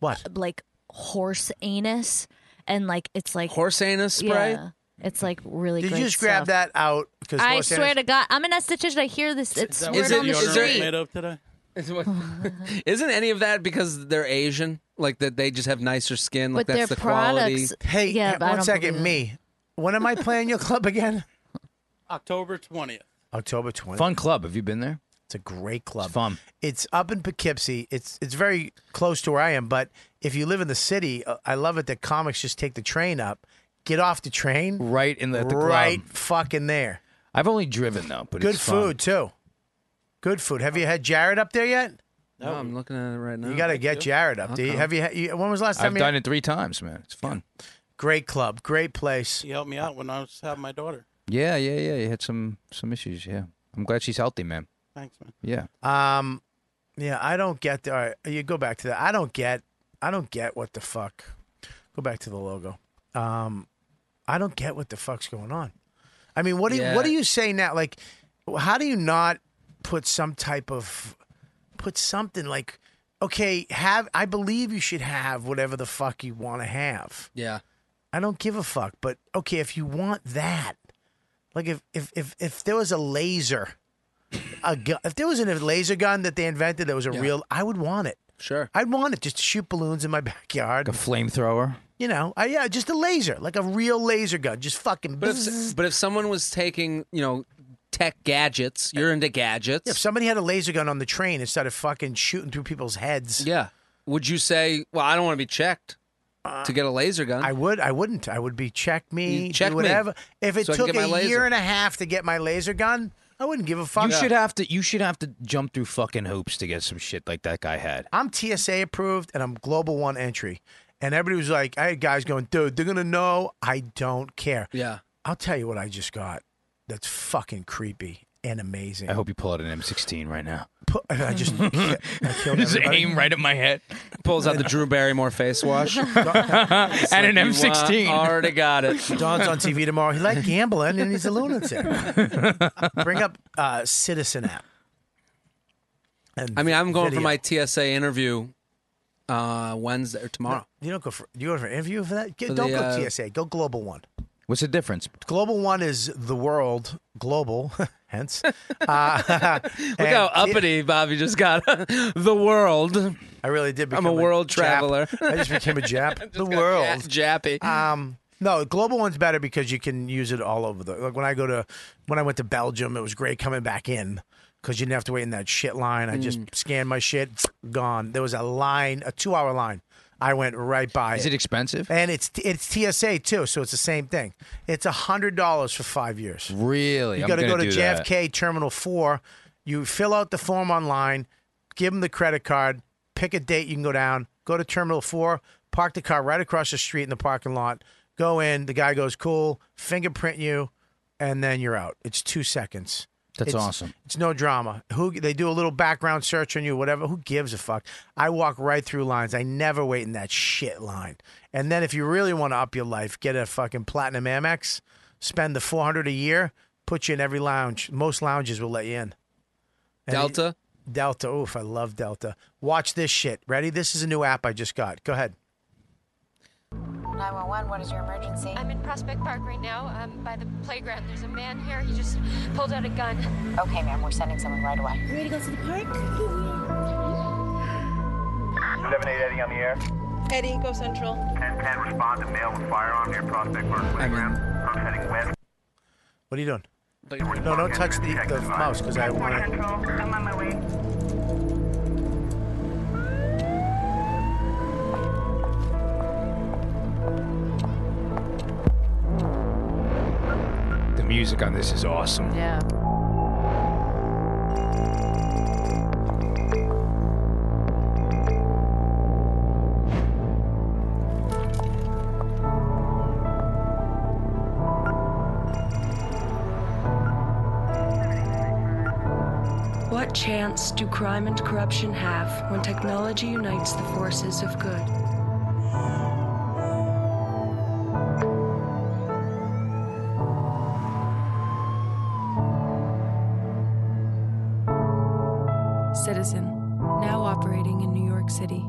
what?
like horse anus, and like it's like
horse anus spray?
Yeah, it's like really.
did you
great
just grab
stuff.
that out? Because
I swear to God, I'm an esthetician. I hear this. It's
that
word
what
on the
deodorant
street.
made of today?
Isn't any of that because they're Asian? Like that they just have nicer skin. Like
But
that's
their
the quality.
products-
Hey,
Yeah, but I
one
don't
second,
believe
me. When am I playing your club again?
October 20th.
October 20th.
Fun club. Have you been there?
It's a great club.
It's fun.
It's up in Poughkeepsie. It's it's very close to where I am, but if you live in the city, uh, I love it that comics just take the train up, get off the train,
right in the, at the club.
right fucking there.
I've only driven though, but
Good
it's fun.
food too. Good food. Have you had Jared up there yet?
No, I'm looking at it right now.
You got to get Jared up there.
Okay.
Have you, ha- you? When was the last time
I've
you?
done it three times, man. It's fun.
Great club. Great place.
She helped me out when I was having my daughter.
Yeah, yeah, yeah. You had some some issues. Yeah, I'm glad she's healthy, man.
Thanks, man.
Yeah.
Um, yeah, I don't get the. All right, you go back to that. I don't get. I don't get what the fuck. Go back to the logo. Um, I don't get what the fuck's going on. I mean, what do you,
Yeah.
what do you say now? Like, how do you not put some type of put something like, okay, have I believe you should have whatever the fuck you want to have.
Yeah.
I don't give a fuck. But okay, if you want that, like if if if, if there was a laser, a gun, if there was a laser gun that they invented that was a real, I would want it.
Sure,
I'd want it just to shoot balloons in my backyard.
Like a flamethrower.
you know, I, yeah, just a laser, like a real laser gun, just fucking.
But if, but if someone was taking, you know, tech gadgets, you're into gadgets.
if somebody had a laser gun on the train and started fucking shooting through people's heads,
Yeah. Would you say, well, I don't want to be checked to get a laser gun?
I would. I wouldn't. I would be check me,
You check
do
me,
whatever. If it
so I can
took
get my
a year
laser.
and a half to get my laser gun, I wouldn't give a fuck.
You should have to. You should have to jump through fucking hoops to get some shit like that guy had.
I'm TSA approved and I'm global one entry. And everybody was like, I had guys going, dude, they're gonna know. I don't care.
Yeah.
I'll tell you what I just got. That's fucking creepy and amazing.
I hope you pull out an M16 right now.
Pu- I just I killed
Just
everybody.
aim right at my head.
Pulls out the Drew Barrymore face wash and
and an M16.
Already got it.
Don's on TV tomorrow. He liked gambling and he's a lunatic. Bring up uh, Citizen app. And
I mean, I'm going
video.
for my TSA interview uh, Wednesday or tomorrow.
You don't go for you go for an interview for that. Get,
For
don't
the,
go
uh,
TSA. Go global one.
What's the difference?
Global One is the world global, hence. Uh,
Look how uppity Bobby just got. the world.
I really did.
I'm a
become a
world
Jap.
traveler.
I just became a Jap. the
got
world
Jappy.
Uh,
Um, no, global one's better because you can use it all over the. Like when I go to when I went to Belgium, it was great coming back in because you didn't have to wait in that shit line. I just scanned my shit, gone. There was a line, a two hour line. I went right by.
Is it expensive?
And it's it's TSA too, so it's the same thing. It's a hundred dollars for five years.
Really?
You
I'm
got to
gonna
go to
do that.
JFK Terminal 4. You fill out the form online, give them the credit card, pick a date you can go down, go to Terminal 4, park the car right across the street in the parking lot, go in, the guy goes, cool, fingerprint you, and then you're out. It's two seconds.
That's
It's-
awesome.
It's no drama. Who they do a little background search on you, whatever. Who gives a fuck? I walk right through lines. I never wait in that shit line. And then if you really want to up your life, get a fucking platinum Amex, spend the four hundred a year, put you in every lounge. Most lounges will let you in. And
Delta?
it- Delta. Oof, I love Delta. Watch this shit. Ready? This is a new app I just got. Go ahead.
911, what is your emergency? I'm in Prospect Park right now um, by the playground. There's a man here. He just pulled out a gun. Okay, ma'am, we're sending someone right away.
Ready to go to the park?
78 Eddie on the air.
Eddie, go central.
1010, respond to male with firearm near Prospect Park Playground. I'm heading west.
What are you doing? No, don't touch the, the mouse because I want to.
I'm on my way.
The music on this is awesome.
Yeah.
What chance do crime and corruption have when technology unites the forces of good? Citizen, now operating in New York City.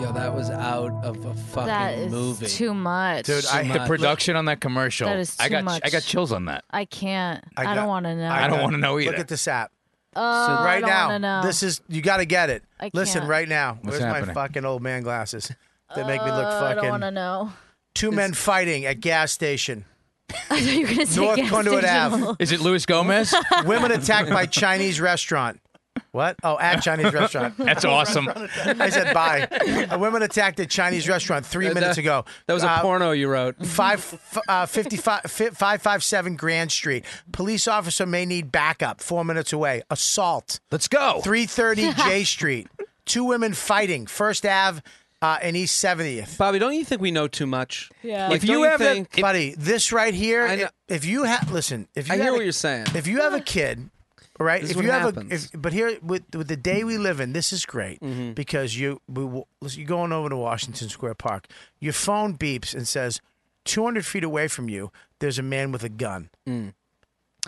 Yo, that was out of a fucking
That is
movie.
too much.
Dude, I-
the
much.
production on that commercial.
That is
I
too
got
much.
I got chills on that.
I can't. I,
got-
don't want to know.
I don't want to know either.
Look at this app.
Oh, I
right
don't
now,
wanna know.
this is you got to get it.
I
Listen
can't.
right now.
What's
Where's my
happening?
fucking old man glasses that make me look
Uh, I don't want to
fucking?
know.
Two men fighting at gas station.
I thought you were gonna say
North
gas
Conduit
station.
Ave.
Is it Luis Gomez?
Women attacked by Chinese restaurant. What? Oh, at Chinese restaurant.
That's awesome.
I said bye. A woman attacked at Chinese restaurant three
That-
minutes
that-
ago.
That was a
Uh,
porno you wrote.
Five, f- uh, 55 fi- 557 Grand Street. Police officer may need backup. Four minutes away. Assault.
Let's go.
330 J Street. Two women fighting. First Ave uh, and East 70th.
Bobby, don't you think we know too much?
Yeah.
Like,
if you
don't
have
think,
a, buddy, this right here. If, if you have, listen. If you
I hear
have a-
what you're saying.
If you have a kid, right?
This is
if
what
you
happens. Mm-hmm.
have a, if, but here with, with the day we live in, this is great because you we, w- listen, you're going over to Washington Square Park. Your phone beeps and says, 200 feet away from you, there's a man with a gun.
Mm.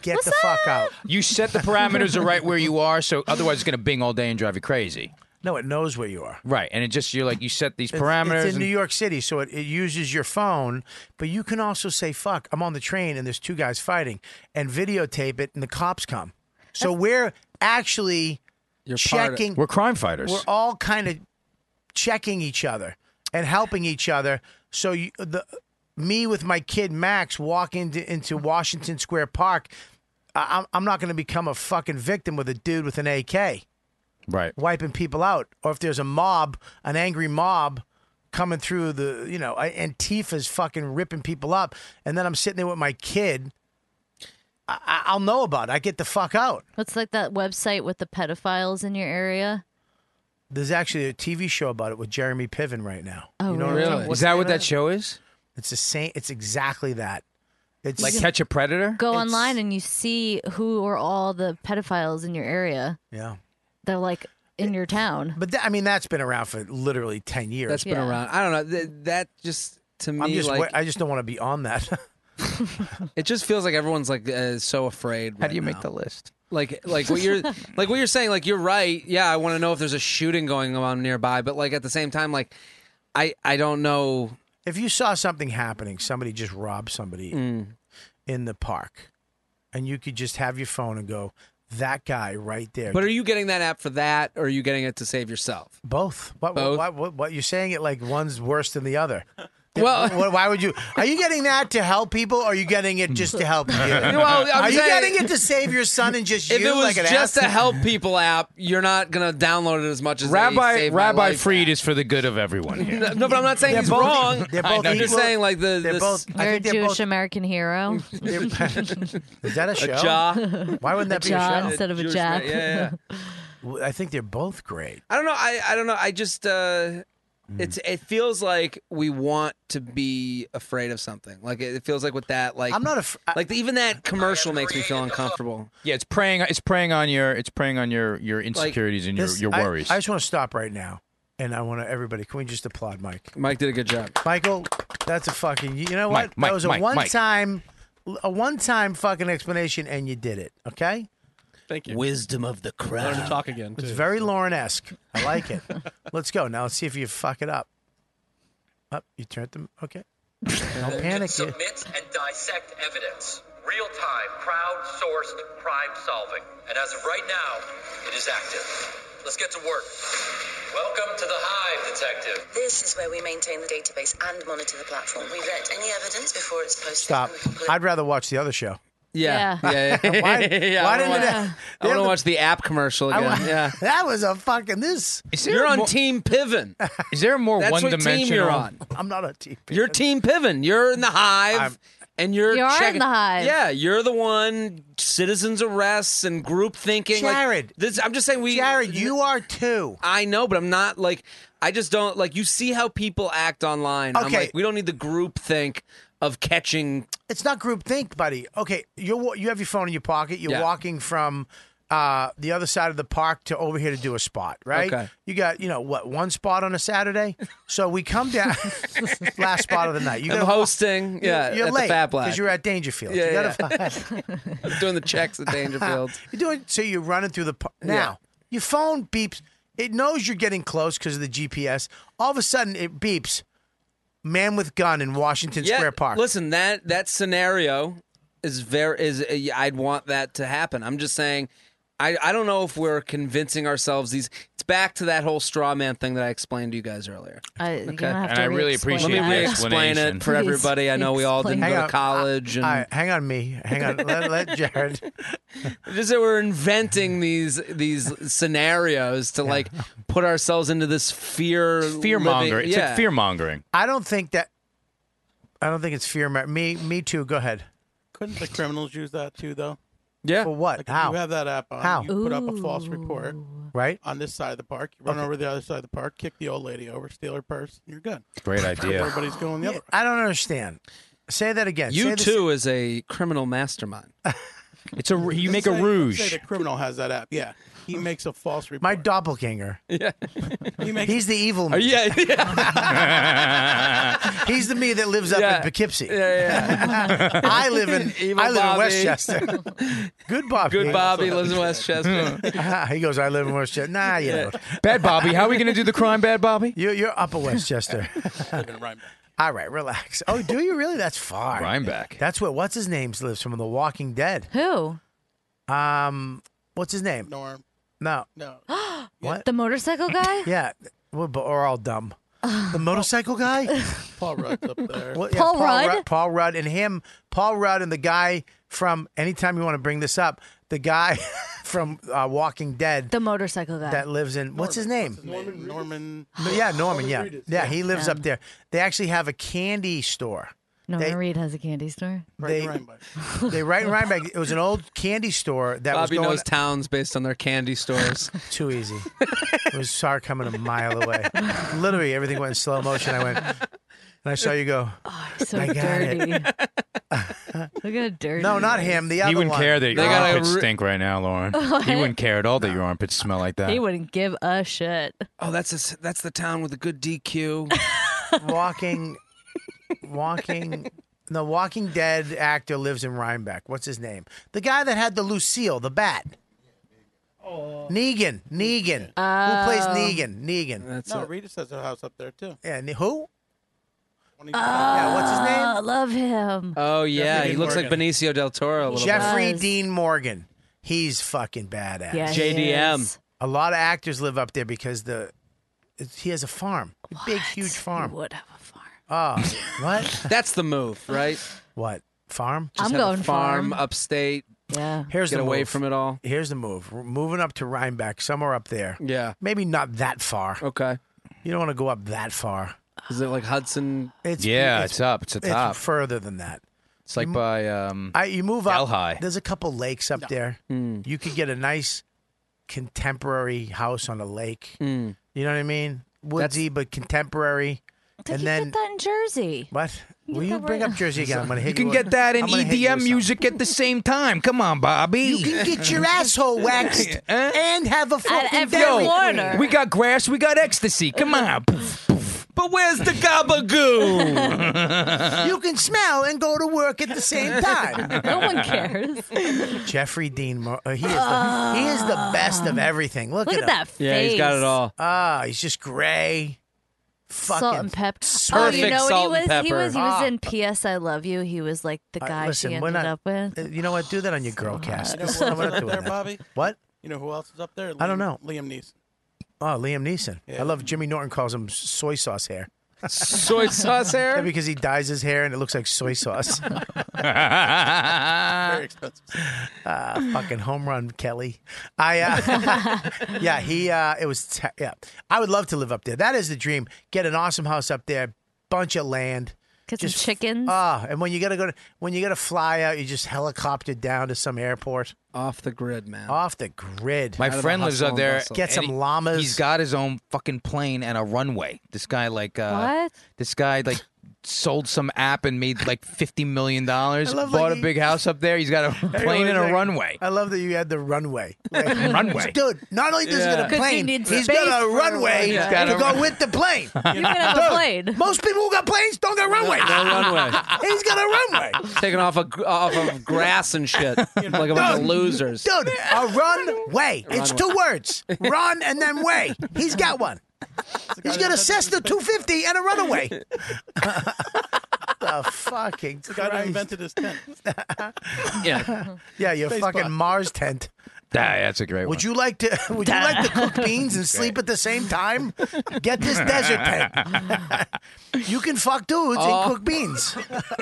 Get the fuck out.
You set the parameters are right where you are, so otherwise it's gonna bing all day and drive you crazy.
No, it knows where you are.
Right, and it just you're like you set these
It's- It's
parameters.
in
and-
New York City, so it, it uses your phone, but you can also say, fuck, I'm on the train and there's two guys fighting and videotape it and the cops come. So we're actually
part of-
checking.
We're crime fighters.
We're all kind of checking each other and helping each other. So you, the me with my kid Max walk into, into Washington Square Park. I, I'm- I'm not going to become a fucking victim with a dude with an AK
Right.
wiping people out, or if there's a mob, an angry mob coming through the, you know, I- Antifa's fucking ripping people up, and then I'm sitting there with my kid. I- I- I'll know about it. I get the fuck out.
What's like that website with the pedophiles in your area?
There's actually a TV show about it with Jeremy Piven right now.
Oh,
what I'm
really?
talking-
Is
what's
that
the
what
name of
that show is?
It's the same. It's exactly that. It's
Like catch a predator.
Go online and you see who are all the pedophiles in your area.
Yeah.
They're like in your town.
But tha- I mean, that's been around for literally ten years.
That's been Yeah. around. Uh, I don't know. Th- that just to me
I'm just.
like
wa- I just don't want to be on that.
it just feels like everyone's like uh, so afraid. How do you make the
list?
Like like what you're like what you're saying. Like you're right. Yeah, I want to know if there's a shooting going on nearby, but like at the same time, like I I don't know.
if you saw something happening, somebody just robbed somebody
Mm.
in the park, and you could just have your phone and go, that guy right there.
But are you getting that app for that, or are you getting it to save yourself?
Both. What,
Both?
What, what, what you're saying it like one's worse than the other.
Well-
Wh- why would you? Are you getting that to help people, or are you getting it just to help you?
Well, I'm
are you
saying-
getting it to save your son and just
If
you?
it
like
was
an
just a
ass-
help people app, you're not gonna download it as much as they
Rabbi
saved my
Rabbi
life.
Freed is for the good of everyone here.
No, no, but I'm not saying
They're
he's
both-
wrong.
they're both
I'm just
equal.
saying like the.
They're
the
both- I
You're a
think they're
Jewish
both-
American hero.
Is that a show?
jaw.
Why wouldn't that
A
be a
jaw
show?
instead of a
Jewish
jab.
man, yeah,
Well, I think they're both great.
I don't know. I, I don't know. I just uh,
Hmm.
it's it feels like we want to be afraid of something. Like it, it feels like with that, like
I'm not af-
like even that commercial makes me feel uncomfortable.
Yeah, it's preying. It's preying on your. It's preying on your your insecurities and your
This-
your
I-
worries.
I, just want to stop right now, and I want to everybody. Can we just applaud Mike?
Mike did a good job.
Michael, that's a fucking. You know what?
Mike, Mike,
that was a
Mike, Mike.
one-time, a one-time fucking explanation, and you did it. Okay.
Thank you.
Wisdom of the crowd.
Learn to talk again.
It's
too.
very Lauren-esque. I like it. let's go now. Let's see if you fuck it up. Up, you turned them. Okay. Don't panic.
Submit and dissect evidence. Real time, crowd-sourced crime solving. And as of right now, it is active. Let's get to work. Welcome to the Hive, Detective.
This is where we maintain the database and monitor the platform. We vet any evidence before it's posted.
Stop. I'd rather watch the other show.
Yeah,
Yeah.
yeah.
Why-
yeah, Yeah,
why
I don't
didn't
wanna-
it-
I want to watch the app commercial
I
again.
wa-
yeah,
That was a fucking this.
you're on Team Piven.
Is there more
That's what team you're on.
I'm not on team.
You're Team Piven. You're in the hive. and you're
You are in
checking-
the hive.
Yeah, you're the one citizens arrests and group thinking. like,
Jared.
this, I'm just saying we.
Jared, you are too.
I know, but I'm not like. I just don't like. You see how people act online. I'm
Okay.
like, we don't need the group think of catching.
It's not group think, buddy. Okay, you're wa- you have your phone in your pocket. You're
Yeah.
walking from uh, the other side of the park to over here to do a spot, right?
Okay.
You got you know what one spot on a Saturday, so we come down last spot of the night. You
I'm
gotta-
hosting.
you're-
yeah,
you're
at
late
the Fat Black.
you're at Dangerfield.
Yeah,
you gotta
yeah. I'm doing the checks at Dangerfield.
You're doing so you're running through the park.
Yeah.
Now, your phone beeps. It knows you're getting close because of the GPS. All of a sudden, it beeps. Man with gun in Washington Square Park.
Listen, that that scenario is very is uh, I'd want that to happen. I'm just saying I, I don't know if we're convincing ourselves these it's back to that whole straw man thing that I explained to you guys earlier.
I, you don't have
And
to
I really
re-explain
appreciate
that.
the
Let me re-explain it for
Please
everybody. I know we all didn't
explain.
go to college and
All right, hang on, me. Hang on. let, let Jared.
just that we're inventing these these scenarios to like put ourselves into this fear
fear monger.
living-
It's
yeah.
like fear mongering.
I don't think that. I don't think it's fear. ma- Me, me too. Go ahead.
Couldn't the criminals use that too, though?
Yeah.
For what?
Like, if
How?
You have that app on.
How?
You put up a false report
right
on this side of the park. You run
Okay.
over the other side of the park, kick the old lady over, steal her purse, and you're good.
Great
Everybody's going the other.
I don't understand. Say that again. Say
You
this-
too is a criminal mastermind.
it's a you make
Say- Say the criminal has that app. Yeah, he makes a false report.
My doppelganger.
Yeah. Oh,
He makes
He's the evil me.
yeah,
He's the me that lives up in Poughkeepsie. I live in
Evil
I live in
Bobby.
Westchester. Good Bobby.
Good Bobby lives in Westchester.
he goes, I live in Westchester. Nah, you don't.
Bad Bobby, how are we going to do the crime, Bad Bobby?
You're, you're upper Westchester. All right, relax. Oh, do you really? That's far.
Rhinebeck.
That's where what's his name lives from The Walking Dead.
Who?
Um, what's his name?
Norm.
No.
No.
What?
The motorcycle guy?
Yeah, we're, but we're all dumb. The motorcycle guy.
Paul Rudd's up there.
Well, yeah,
Paul Rudd?
Paul Rudd and him. Paul Rudd and the guy from. Anytime you want to bring this up, the guy from uh, Walking Dead
The motorcycle guy.
that lives in what's his name?
Norman. Norman.
No, yeah, Norman. Yeah,
Reedus.
yeah, he lives
Um,
up there. They actually have a candy store.
Norman
they-
Reed has a candy store.
They they right in Rhinebeck. It was an old candy store that
Bobby
was going
knows towns based on their candy stores.
too easy. it was SAR coming a mile away. Literally, everything went in slow motion. I went and I saw you go.
So
I got it.
dirty. Look how dirty.
No, not
is.
him. The other
He wouldn't
one.
care that Oh, your
They gotta
armpits
re-
stink right now, Lauren.
What?
He wouldn't care at all that your armpits smell like that.
He wouldn't give a shit.
Oh, that's a, s- that's the town with a good DQ.
walking, walking. The Walking Dead actor lives in Rhinebeck. What's his name? The guy that had the Lucille, the bat. Negan, Negan. Who plays
Oh.
Negan? Negan.
That's
No,
it.
Reedus has a house up there too.
Yeah, ne- who? yeah, what's his name?
I love him.
Oh yeah,
Jeffrey
he
Dean
looks like
Morgan.
Benicio del Toro a little
Jeffrey
bit.
Dean Morgan. He's fucking badass.
Yeah, he JDM. is.
A lot of actors live up there because the it's- he has a farm, a big, huge farm.
would have
a farm. Oh, what?
That's the move, right?
What farm?
Just have a farm, upstate.
Yeah,
Here's
get
the
away
move.
from it all.
Here's the move. We're moving up to Rhinebeck, somewhere up there.
Yeah.
Maybe not that far.
Okay.
You don't want to go up that far.
Is it like Hudson?
It's
Yeah, it's up. It's the top.
further than that.
It's like by um.
I, you move up.
Delhi. Hmm.
There's a couple lakes up there. You could get a nice contemporary house on a lake.
Hmm.
You know what I mean? Woodsy but contemporary. and
You
then
get that in Jersey.
what? Will you bring up Jersey again? I'm gonna hit
you can
with-
get that in
I'm gonna hit you with
EDM music at the same time. Come on, Bobby. You
can get your asshole waxed
Eh?
and have a fucking
Yo,
Dairy Queen.
We got grass. We got ecstasy. Come on. Poof, poof. But where's the gabagoo?
you can smell and go to work at the same time.
no one cares.
Jeffrey Dean, Mo- uh, he is the he is the best of everything. Look,
Look
at,
at that
him.
Yeah, he's got it face. all.
Ah, he's just gray. Fucking
salt and pepper.
surfing.
oh, you know what he was? He was. He was in P.S. I Love You. He was like the
Uh,
guy
listen,
she
we're
ended
not-
up with.
Uh, You know what? Do that on your girl cast.
You know
This-
who else
I'm not
is up
doing
there,
that.
Bobby?
What?
You know who else is up there?
I don't
Liam-
know.
Liam Neeson.
Oh, Liam Neeson. I love Jimmy Norton calls him soy sauce hair.
Soy sauce hair?
Yeah, because he dyes his hair and it looks like soy sauce.
Very
expensive.
Uh, fucking home run, Kelly. I uh, yeah, he uh, it was te- yeah. I would love to live up there. That is the dream. Get an awesome house up there, bunch of land.
Get some chickens.
Ah, and when you gotta go to when you gotta fly out, you just helicopter down to some airport.
Off the grid, man.
Off the grid.
My friend lives up there.
Get
and
some
he-
llamas.
He's got his own fucking plane and a runway. This guy, like, uh,
What?
This guy, like, sold some app and made like fifty million dollars.
love,
Bought
like,
a big house up there. He's got a plane and a
Everyone's like-
runway.
I love that you had the runway. Like,
Runway.
Dude, not only does
Yeah.
he get a
'Cause he
plane,
needs
he's
space
got a
for a
runway
runway. He's got
to
a
go
run-
with the plane.
You can have a
Dude,
plane.
Most people who got planes don't got runways.
no runway.
He's got a runway.
Taking off a gr- off of grass and shit, like a bunch of
Dude,
losers.
Dude, a runway. It's
Runway.
two words. Run and then way. He's got one. He's got a Cessna 250 and a runaway. the fucking
The guy that
Christ.
invented his tent.
Yeah.
Yeah, your
Space
fucking
bot.
Mars tent.
Yeah, that's a great one.
Would you like to? Would you like to cook beans and sleep at the same time? Get this desert tent. You can fuck dudes
Oh.
and cook beans.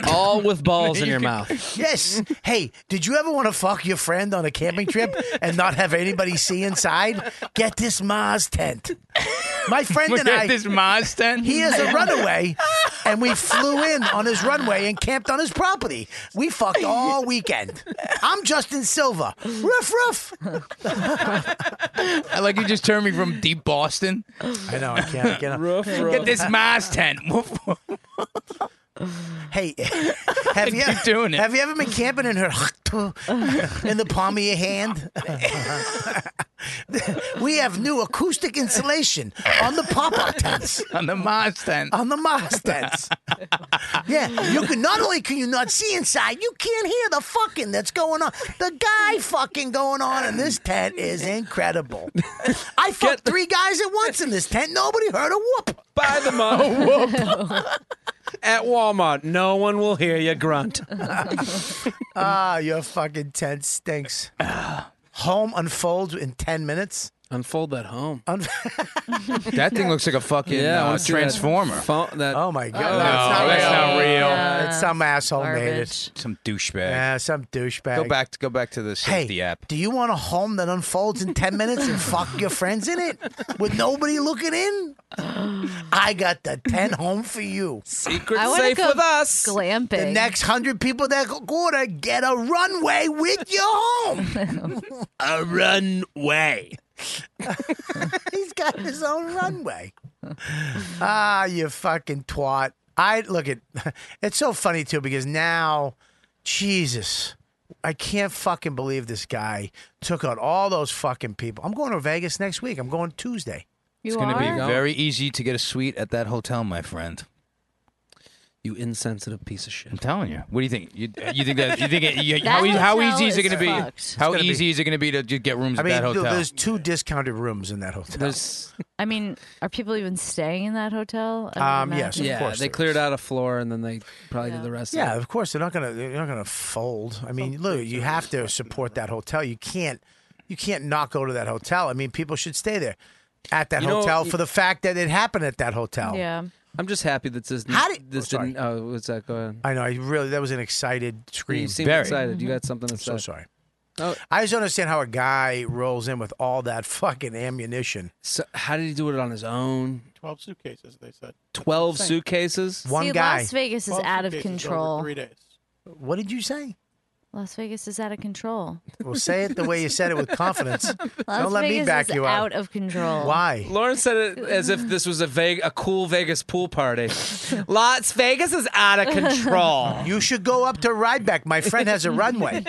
All with balls in your mouth.
Yes. Hey, did you ever want to fuck your friend on a camping trip and not have anybody see inside? Get this Mars tent. My friend and
Get
I.
this Mars tent?
He is a runaway, and we flew in on his runway and camped on his property. We fucked all weekend. I'm Justin Silva. Ruff, ruff.
I like you just turned me from deep Boston. I
know I can't get
roof, Get this Mars tent. Woof, woof.
Hey, have you
Keep doing it.
Have you ever been camping in her in the palm of your hand? we have new acoustic insulation on the pop-up tents.
On the Mars tent.
On the Mars tents. yeah, you can not only can you not see inside, you can't hear the fucking that's going on. The guy fucking going on in this tent is incredible. I fucked three guys at once in this tent. Nobody heard a whoop.
Buy the mug. At Walmart, no one will hear you grunt.
ah, your fucking tent stinks. home unfolds in 10 minutes.
Unfold that home.
That thing looks like a fucking
Yeah, I
uh,
wanna see that
transformer.
oh my God.
No, that's not real.
It's some asshole made it.
Some douchebag.
Yeah, some douchebag.
Go back. Go back to the safety app.
Do you want a home that unfolds in 10 minutes and fuck your friends in it with nobody looking in? I got the 10 home for you.
Secret
I wanna safe go with us. glamping.
The next 100 people that go order get a runway with your home.
A runway.
He's got his own runway. Ah, you fucking twat. I look at it's so funny too because now, Jesus, I can't fucking believe this guy took out all those fucking people. I'm going to Vegas next week. I'm going Tuesday.
it's gonna be very easy to get a suite at that hotel, my friend.
You insensitive piece of shit. I'm
telling you. What do you think? You, you think that? You think it, you, how, e- how easy is it going to be? How easy is it going to be to just get rooms
I mean,
at that
th-
hotel?
there's two discounted rooms in that hotel.
I mean, are people even staying in that hotel? I would
Um,
Um,
imagine.
yeah, They cleared out a floor and then they probably did the rest.
yeah,
of
of course they're not gonna they're not gonna fold. I mean, look, you have to support that hotel. You can't you can't not go to that hotel. I mean, people should stay there at that
You know,
hotel
you-
for the fact that it happened at that hotel.
Yeah.
I'm just happy that this this didn't. Oh, what's that? Go ahead.
I know. I really that was an excited scream.
You seem excited.
Mm-hmm.
You got something to
I'm so sorry.
Oh.
I just don't understand how a guy rolls in with all that fucking ammunition.
So how did he do it on his own?
Twelve suitcases, they said.
Twelve suitcases.
One
See,
guy.
Las Vegas is
Twelve
out of
suitcases over
control.
three days.
What did you say?
Las Vegas is out of control.
Well, say it the way you said it with confidence.
Las
don't let me
Vegas
back
is
you
out of control.
Why?
Lauren said it as if this was a Vegas, a cool Vegas pool party. Las Vegas is out of control.
You should go up to Ryback. My friend has a runway.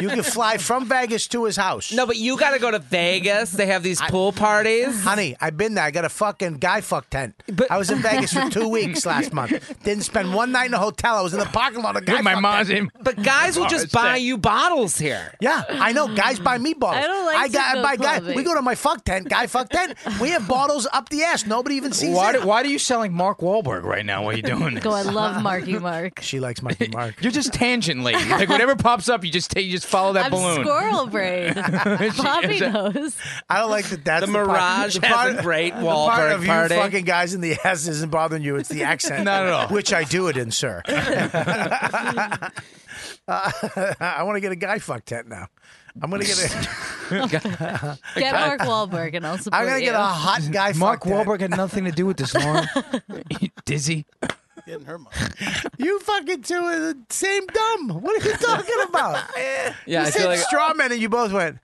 you can fly from Vegas to his house.
No, but you got to go to Vegas. They have these pool parties.
Honey, I've been there. I got a fucking guy fuck tent. I was in Vegas for two weeks last month. Didn't spend one night in a hotel. I was in the parking lot of guy
With my
fuck
mom's
tent.
in- But guys will just buy you bottles here.
Yeah, I know. Guys buy me bottles.
I don't like
I got,
to go
I buy guy.
clubbing.
We go to my fuck tent. Guy fuck tent. We have bottles up the ass. Nobody even sees
why,
it.
do, why do you sound like Mark Wahlberg right now? Why are you doing this?
Go, Oh, I love Marky Mark.
She likes Marky Mark.
You're just tangent lady. Like whatever pops up, you just take, you just follow that
I'm
balloon.
squirrel brain. Bobby
She-
knows.
I don't like that. That's
The
part-
Mirage
the part,
has a great
the part
Wahlberg
of
party.
you fucking guys in the ass isn't bothering you. It's the accent,
Not at all.
Which I do it in, sir. Uh, I want to get a guy fuck tent now. I'm gonna get a.
Get Mark Wahlberg and I'll support
I'm gonna get
you.
a hot guy.
Mark
fuck tent.
Wahlberg had nothing to do with this, Lauren. You Dizzy.
Getting her money.
You fucking two are the same dumb. What are you talking about?
Yeah,
you
I
said
feel like-
straw men, and you both went.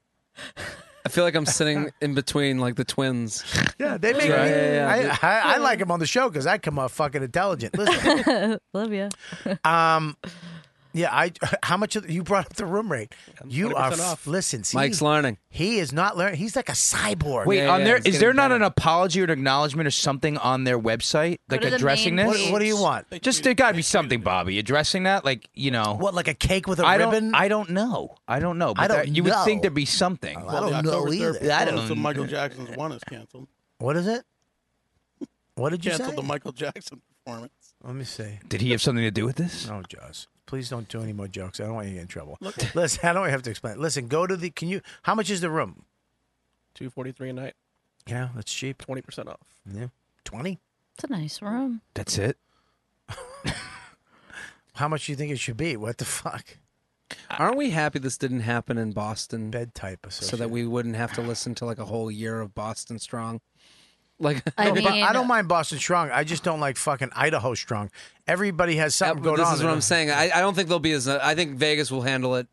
I feel like I'm sitting in between like the twins.
Yeah, they make
Yeah,
me.
yeah, yeah.
I, I, I like him on the show because I come off fucking intelligent. Listen,
Love you.
um, yeah, I. How much of, you brought up the room rate? You are
20% off.
listen. See,
Mike's learning.
He is not learning. He's like a cyborg.
Wait, on there is there not an apology or an acknowledgement or something on their website like
to the
addressing
main
this?
What, what do you want?
Just there got to be something, Bobby, addressing that. Like you know,
What, like a cake with a
I
ribbon?
don't. I don't know. I don't know. But
I don't
there- you would think
know.
there'd be something.
I
Oh,
don't know either.
I
So
don't.
Michael Jackson's one is canceled.
What is it? What did you
Canceled
say?
the Michael Jackson performance.
Let me see.
Did he have something to do with this?
No, Jaws. Please don't do any more jokes. I don't want you to get in trouble. Listen, I don't have to explain. it. Listen, go to the. Can you? How much is the room?
Two forty three a night,
Yeah, that's cheap.
twenty percent off.
Yeah, twenty.
It's a nice room.
That's it.
How much do you think it should be? What the fuck?
Aren't we happy this didn't happen in Boston?
Bed type
So that we wouldn't have to listen to like a whole year of Boston Strong. Like
I
No, but
mean,
I don't mind Boston Strong. I just don't like fucking Idaho Strong. Everybody has something going
this
on.
is what I'm saying. I, I don't think they'll be as. I think Vegas will handle it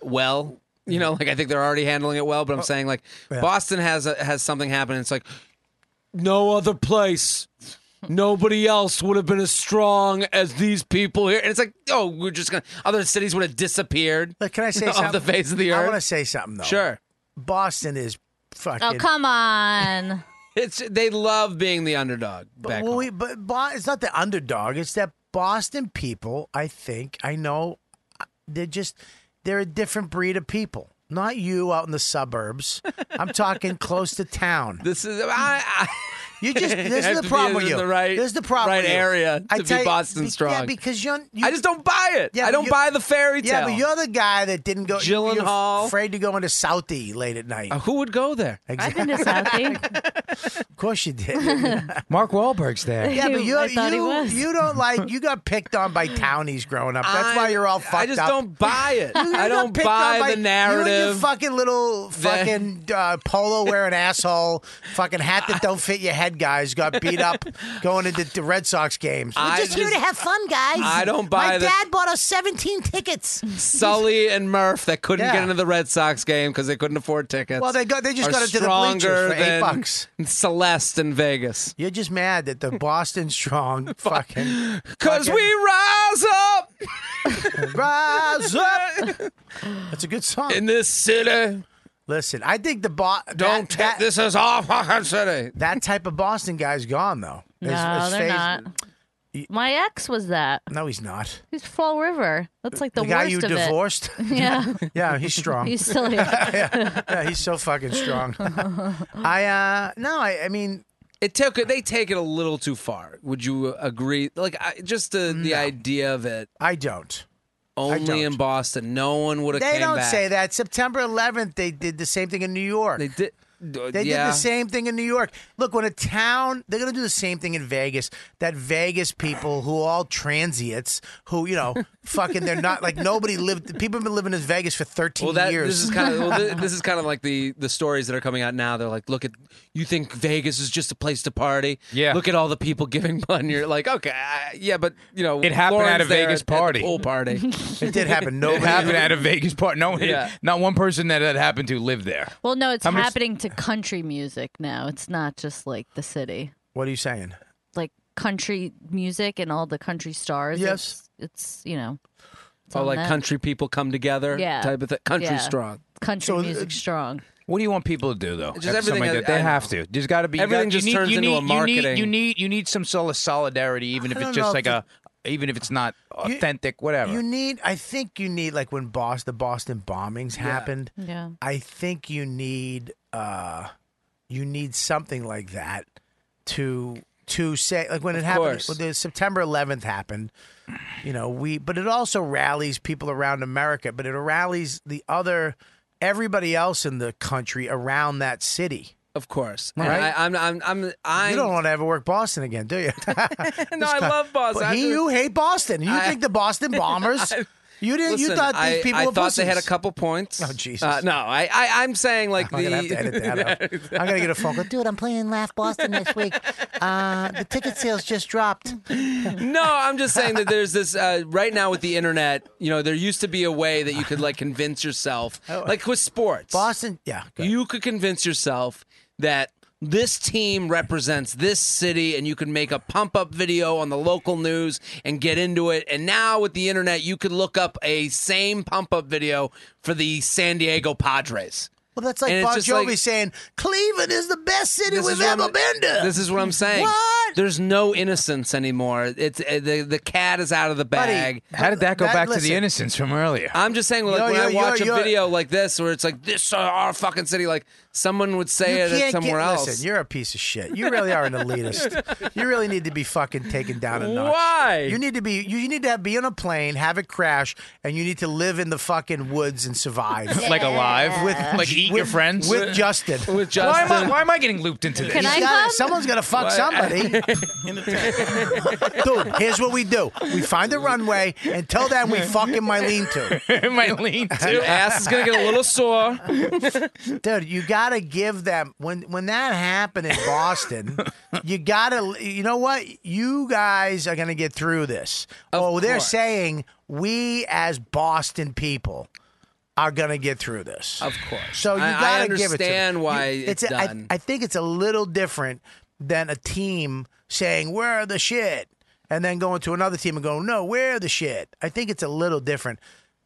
well. You know, like I think they're already handling it well. But I'm saying like
yeah.
Boston has a, has something happening. It's like no other place. Nobody else would have been as strong as these people here. And it's like, oh, we're just gonna other cities would have disappeared.
Look, can I say
off
something?
the face of the
I
earth.
want to say something though.
Sure,
Boston is fucking.
Oh, come on.
it's they love being the underdog. back
Well,
home.
we, but Bo- it's not the underdog. It's that Boston people. I think I know. They're just they're a different breed of people. Not you out in the suburbs. I'm talking close to town.
This is I, I
You just
You
this
have
is
to
the
be
problem with
in
you.
the right-
this is the problem.
right
with you.
area
I
to be
tell you-
Boston
Yeah,
strong.
because you're. You,
I just don't buy it.
Yeah,
I
but
don't
you-
buy the fairy
Yeah,
tale.
but you're the guy that didn't go. you're
Gyllenhaal.
afraid to go into Southie late at night.
Uh, who would go there?
I've been to Southie.
Of course you did. yeah,
Mark Wahlberg's there.
but you're,
I thought he
you
was.
you don't like you got picked on by townies growing up. That's why
I-
you're all fucked
I just
up.
don't buy it.
You got
I don't
picked on
buy
by-
the
You and your
narrative.
fucking little fucking uh, polo wearing asshole, fucking hat that don't fit your head guys got beat up going into the Red Sox games. We're
I
just, here
just-
to have fun, guys.
I don't buy
My
the-
dad bought us 17 tickets.
Sully and Murph that couldn't
Yeah.
get into the Red Sox game because they couldn't afford tickets.
Well, they got- they just
are
got into the
stronger
bleachers for eight
than
bucks.
Celeste in Vegas
You're just mad that the Boston Strong fucking
because
Fucking-
we rise up
rise up. That's a good song.
in this city.
Listen, I think the bo- that,
Don't take
that,
this is our fucking city.
that type of Boston guy's gone though.
No, they're not. My ex was that.
No, he's not.
He's Fall River. That's like the,
guy
worst
you
of it.
divorced.
Yeah.
yeah, he's strong.
He's still here.
yeah, yeah, he's so fucking strong. I uh no, I, I mean
it took they take it a little too far. Would you agree? Like I, just the the idea of it.
I don't.
Only
don't.
in Boston, no one would have.
They
came
don't
back.
say that. September 11th, they did the same thing in New York. They
did.
They did
yeah.
the same thing in New York. Look, when a town, they're going to do the same thing in Vegas. That Vegas people who all transients, who, you know, fucking, they're not like nobody lived. People have been living in Vegas for 13
Well, that
years.
this is kind of well, thi- this is kind of like the the stories that are coming out now. They're like, look at you think Vegas is just a place to party?
Yeah.
Look at all the people giving money. You're like, okay, I, yeah, but you know,
It happened at a
Lauren's there
Vegas
the
party.
pool party.
it did happen. Nobody.
it happened at a Vegas party. No,
Yeah.
not one person that that happened to lived there.
Well, no, it's
How many-
happening to country music now. It's not just like the city,
What are you saying?
like country music and all the country stars. Yes, it's, it's, you know. it's
Oh,
on
like
that.
country people come together.
Yeah.
Type of thing. Country
Yeah.
strong.
Country music strong.
What do you want people to do though?
Just
After something
everything
like
I-
that.
I
They have
know.
to. There's got to be. you
Everything
gotta-
just
you need,
turns
you
into
need,
a marketing-
You need, you need you need some sort of solidarity, even if
don't
it's
know
just
if
like a, even if it's not
You-
authentic, whatever.
You need, I think you need, like when Boston, the Boston bombings happened.
Yeah.
I think you need, uh, you need something like that to to say, like when it
Of
happened,
course.
when the September 11th happened. You know, we, but it also rallies people around America, but it rallies the other, everybody else in the country around that city.
Of course. And
Right?
I, I'm I'm I'm I
you don't want to ever work Boston again, do you?
No, I love Boston.
But
I
he,
do-
you hate Boston. You think the Boston Bombers?
I-
you didn't. you
Listen,
thought
I,
these people
I
were
thought they had a
pussies.
couple points. Oh
Jesus!
Uh, no, I, I I'm saying like
I'm
the.
gonna have to edit that out. I'm gonna get a phone call. Dude, I'm playing in Laugh Boston next week. Uh, the ticket sales just dropped.
no, I'm just saying that there's this uh, right now with the internet. You know, there used to be a way that you could like convince yourself, like with sports,
Boston. Yeah,
you could convince yourself that this team represents this city, and you could make a pump up video on the local news and get into it. And now with the internet, you could look up a same pump up video for the San Diego Padres.
Well, that's like
And it's
Bon
just
Jovi
like-
saying Cleveland is the best city
This
we've
is what
ever
I'm-
been to.
This is what I'm saying.
What?
There's no innocence anymore. It's uh, the the cat is out of the
Buddy,
bag.
How did that go
That-
back to
listen.
the innocence from earlier?
I'm just saying, like
Yo,
when
yo,
I watch
yo,
a
yo.
video like this, where it's like this is our fucking city, like someone would say
You
it
can't
at somewhere
get,
else.
Listen, you're a piece of shit. You really are an elitist. you really need to be fucking taken down a notch.
Why?
You need to be. You, you need to have, be on a plane, have it crash, and you need to live in the fucking woods and survive.
like alive,
with
like eat your
with-
friends
with Justin.
With
Why am, I,
Justin.
why am I getting looped into this?
Can I
He's gotta-
come?
Someone's gonna fuck
What?
somebody. Dude, here's what we do: we find the runway. Until then, we fuck in my lean-to.
my lean
Your
to.
ass is gonna get a little sore.
Dude, you gotta give them when when that happened in Boston. you gotta, you know what? You guys are gonna get through this. oh, they're
course.
saying we as Boston people are gonna get through this.
Of course.
So you
I- I
gotta give it to them.
understand why
You-
it's
a- I-
done.
I, think it's a little different than a team saying we're the shit and then going to another team and going no we're the shit. I think it's a little different.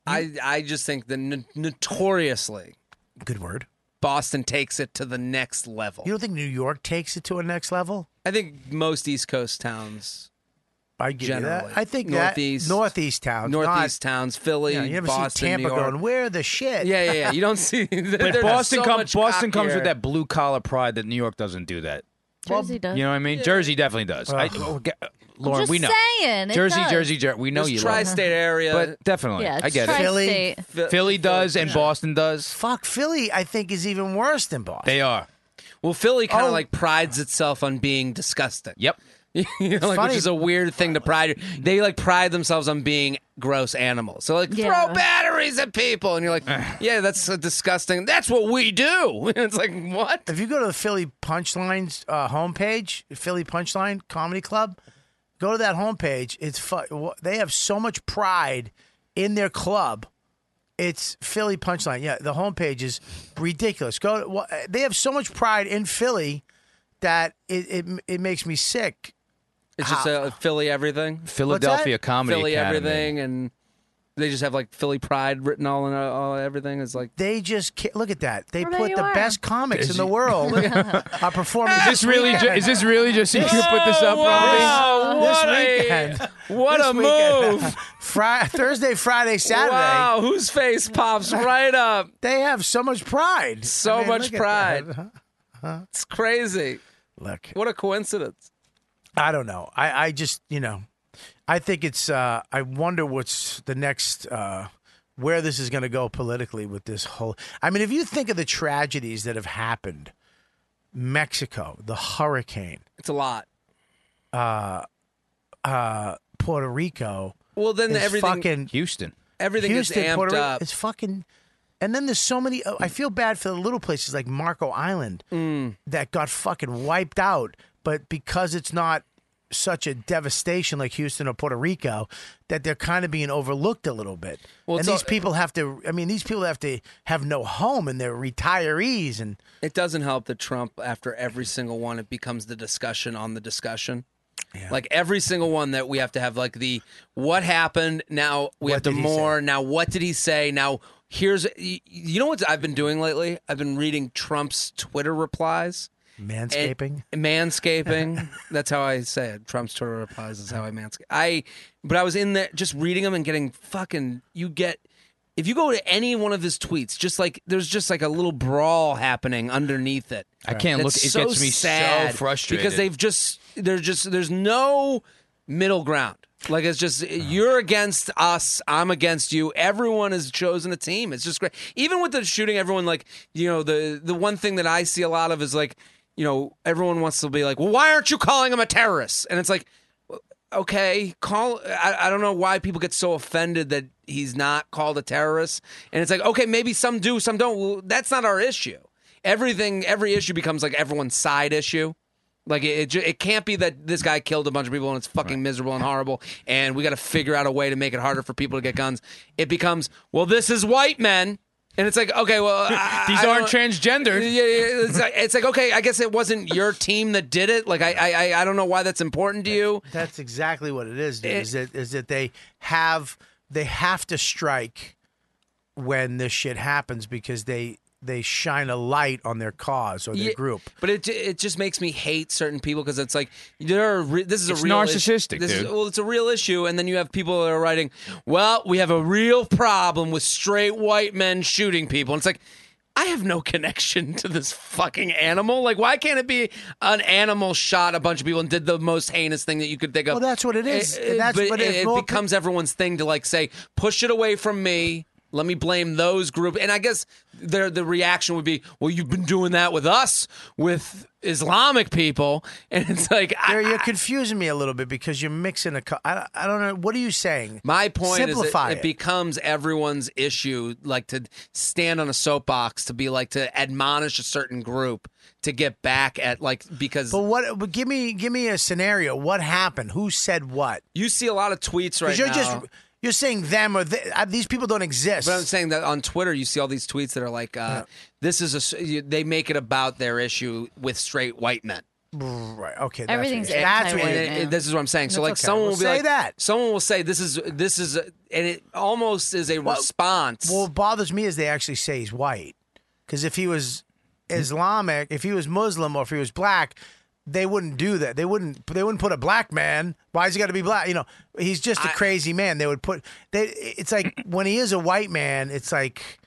I I just think that no- notoriously
Good word.
Boston takes it to the next level.
You don't think New York takes it to a next level?
I think most East Coast towns,
I give you
Generally.
that. I think
Northeast.
that northeast towns,
Northeast
not,
towns, Philly,
Yeah, you never
Boston,
see Tampa
New York.
going where the shit.
Yeah, yeah, yeah. You don't see.
But Boston,
so
comes.
much
Boston comes with
cockier.
that blue collar pride that New York doesn't do that.
Jersey does.
You know what I mean? Jersey definitely does. I, well, ge- Lauren,
just
we know.
saying, it
Jersey,
does.
Jersey, Jersey. We know
This
you. love it.
tri-state area.
But definitely,
Yeah,
I
it's
get it.
Philly.
tri-state.
Phil-
Philly does, and Boston does.
Fuck Philly, I think is even worse than Boston.
They are.
Well, Philly kind of
Oh.
like prides itself on being disgusting.
Yep.
You know, like,
funny.
which is a weird thing to pride. They like pride themselves on being gross animals. So like
Yeah.
throw batteries at people, and you're like, yeah, that's a disgusting. That's what we do. it's like what?
if you go to the Philly Punchlines uh, homepage, Philly Punchline Comedy Club, go to that homepage. It's fu- they have so much pride in their club. It's Philly Punchline. Yeah, the homepage is ridiculous. Go. wha- They have so much pride in Philly that it it, it makes me sick.
It's just a Philly everything,
Philadelphia Comedy
Philly
Academy.
everything, and They just have like Philly pride written all in uh, all everything. It's like
they just ca- look at that. They
Well, there
put
you
the
are.
best comics in
There's
the
you-
world are performing.
Is this really ju- is this really just- you put this up,
Wow,
Robbie?
this
What a-
weekend.
Oh, what
This
a
weekend.
move.
Fri- Thursday, Friday, Saturday.
Wow, Oh, whose face pops right up?
They have so much pride.
So
I mean,
much
look at
pride.
that.
It's crazy.
Look.
What a coincidence.
I don't know. I, I just, you know, I think it's, uh, I wonder what's the next, uh, where this is going to go politically with this whole. I mean, if you think of the tragedies that have happened, Mexico, the hurricane,
It's a lot.
uh, uh, Puerto Rico.
Well, then
is
everything-
fucking
Houston.
Everything gets
Houston, Puerto
amped
Rico,
up.
It's fucking. And then there's so many. oh, I feel bad for the little places like Marco Island that got fucking wiped out. But because it's not such a devastation like Houston or Puerto Rico, that they're kind of being overlooked a little bit.
Well,
and
it's
these
all-
people have to. I mean, these people have to have no home, and they're retirees. And
It doesn't help that Trump, after every single one, it becomes the discussion on the discussion. Like every single one that we have to have, like the what happened. Now we have to
did he say?
more. Now what did he say? Now here's y- you know what I've been doing lately. I've been reading Trump's Twitter replies.
Manscaping?
And- manscaping. That's how I say it. Trump's Twitter replies is how I manscape. I, but I was in there just reading them and getting fucking. You get if you go to any one of his tweets, just like there's just like a little brawl happening underneath it.
I can't
That's
look- it
so
gets me so
sad
frustrated.
because they've just there's just there's no middle ground. Like it's just
Uh-huh.
you're against us, I'm against you. Everyone has chosen a team. It's just great. Even with the shooting, everyone like you know the the one thing that I see a lot of is like you know everyone wants to be like, well, why aren't you calling him a terrorist? And it's like, okay, call. I, I don't know why people get so offended that he's not called a terrorist. And it's like, okay, maybe some do, some don't. Well, that's not our issue. Everything, every issue becomes like everyone's side issue. Like it, it, ju- it can't be that this guy killed a bunch of people and it's fucking miserable and horrible, and we got to figure out a way to make it harder for people to get guns. It becomes, well, this is white men, and it's like, okay, well, I-
These
I don't-
aren't transgendered.
Yeah, yeah, yeah. It's like, it's like, okay, I guess it wasn't your team that did it. Like, I, I, I- I don't know why that's important to you.
That's exactly what it is, dude. Is that is that they have they have to strike when this shit happens because they they shine a light on their cause or their
Yeah,
group.
But it it just makes me hate certain people because it's like there are re- this is
It's
a real ish-
narcissistic,
this Is,
dude.
well, it's a real issue, and then you have people that are writing, "Well, we have a real problem with straight white men shooting people." And it's like. I have no connection to this fucking animal. Like, why can't it be an animal shot a bunch of people and did the most heinous thing that you could think
Well,
of?
that's what it is.
Eh, eh,
That's
but
what
it,
it-
it
more pe-
becomes everyone's thing to like say, push it away from me. Let me blame those group. And I guess their the reaction would be, well, you've been doing that with us, with Islamic people, and it's like I,
You're confusing me a little bit because you're mixing a. Co- I, I don't know. What are you saying?
My point
Simplify
is it, it becomes everyone's issue, like to stand on a soapbox, to be like to admonish a certain group to get back at like because
but what? But give me give me a scenario. What happened? Who said what?
you see a lot of tweets
'Cause
right
you're
now.
just you're saying them or they, uh, these people don't exist.
But I'm saying that on Twitter, you see all these tweets that are like, uh, "This is a." s- you- They make it about their issue with straight white men.
Right. Okay.
that's
Everything's what you're- that's what
and
you're-
it- it- This is what I'm saying. So
That's
like,
okay.
someone
Well,
will be
say
like,
that.
Someone will say, "This is this is," a, and it almost is a
Well-
response.
Well, what bothers me is they actually say he's white. Because if he was Islamic, if he was Muslim, or if he was black, they wouldn't do that. They wouldn't. They wouldn't put a black man. Why is he got to be black? You know, he's just a crazy man. They would put. They. It's like when he is a white man, it's like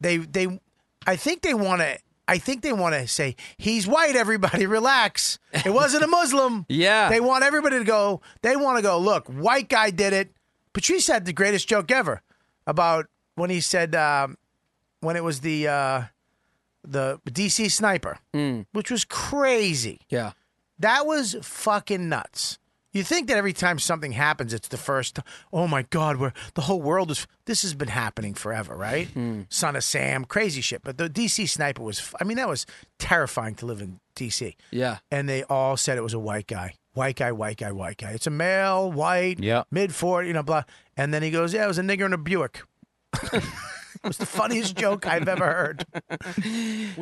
they. They. I think they want to. I think they want to say he's white. Everybody relax. It wasn't a Muslim.
Yeah.
They want everybody to go. They want to go. Look, white guy did it. Patrice had the greatest joke ever about when he said um, when it was the uh, the DC sniper, which was crazy.
Yeah,
that was fucking nuts. You think that every time something happens, it's the first. Oh my God, where the whole world is. This has been happening forever, right?
Hmm.
Son of Sam, crazy shit. But the DC sniper was. I mean, that was terrifying to live in DC
Yeah.
and they all said it was a white guy. White guy, white guy, white guy. It's a male, white,
Yeah.
mid 40, you know, blah. And then he goes, Yeah, it was a nigger in a Buick. it was the funniest joke I've ever heard.
We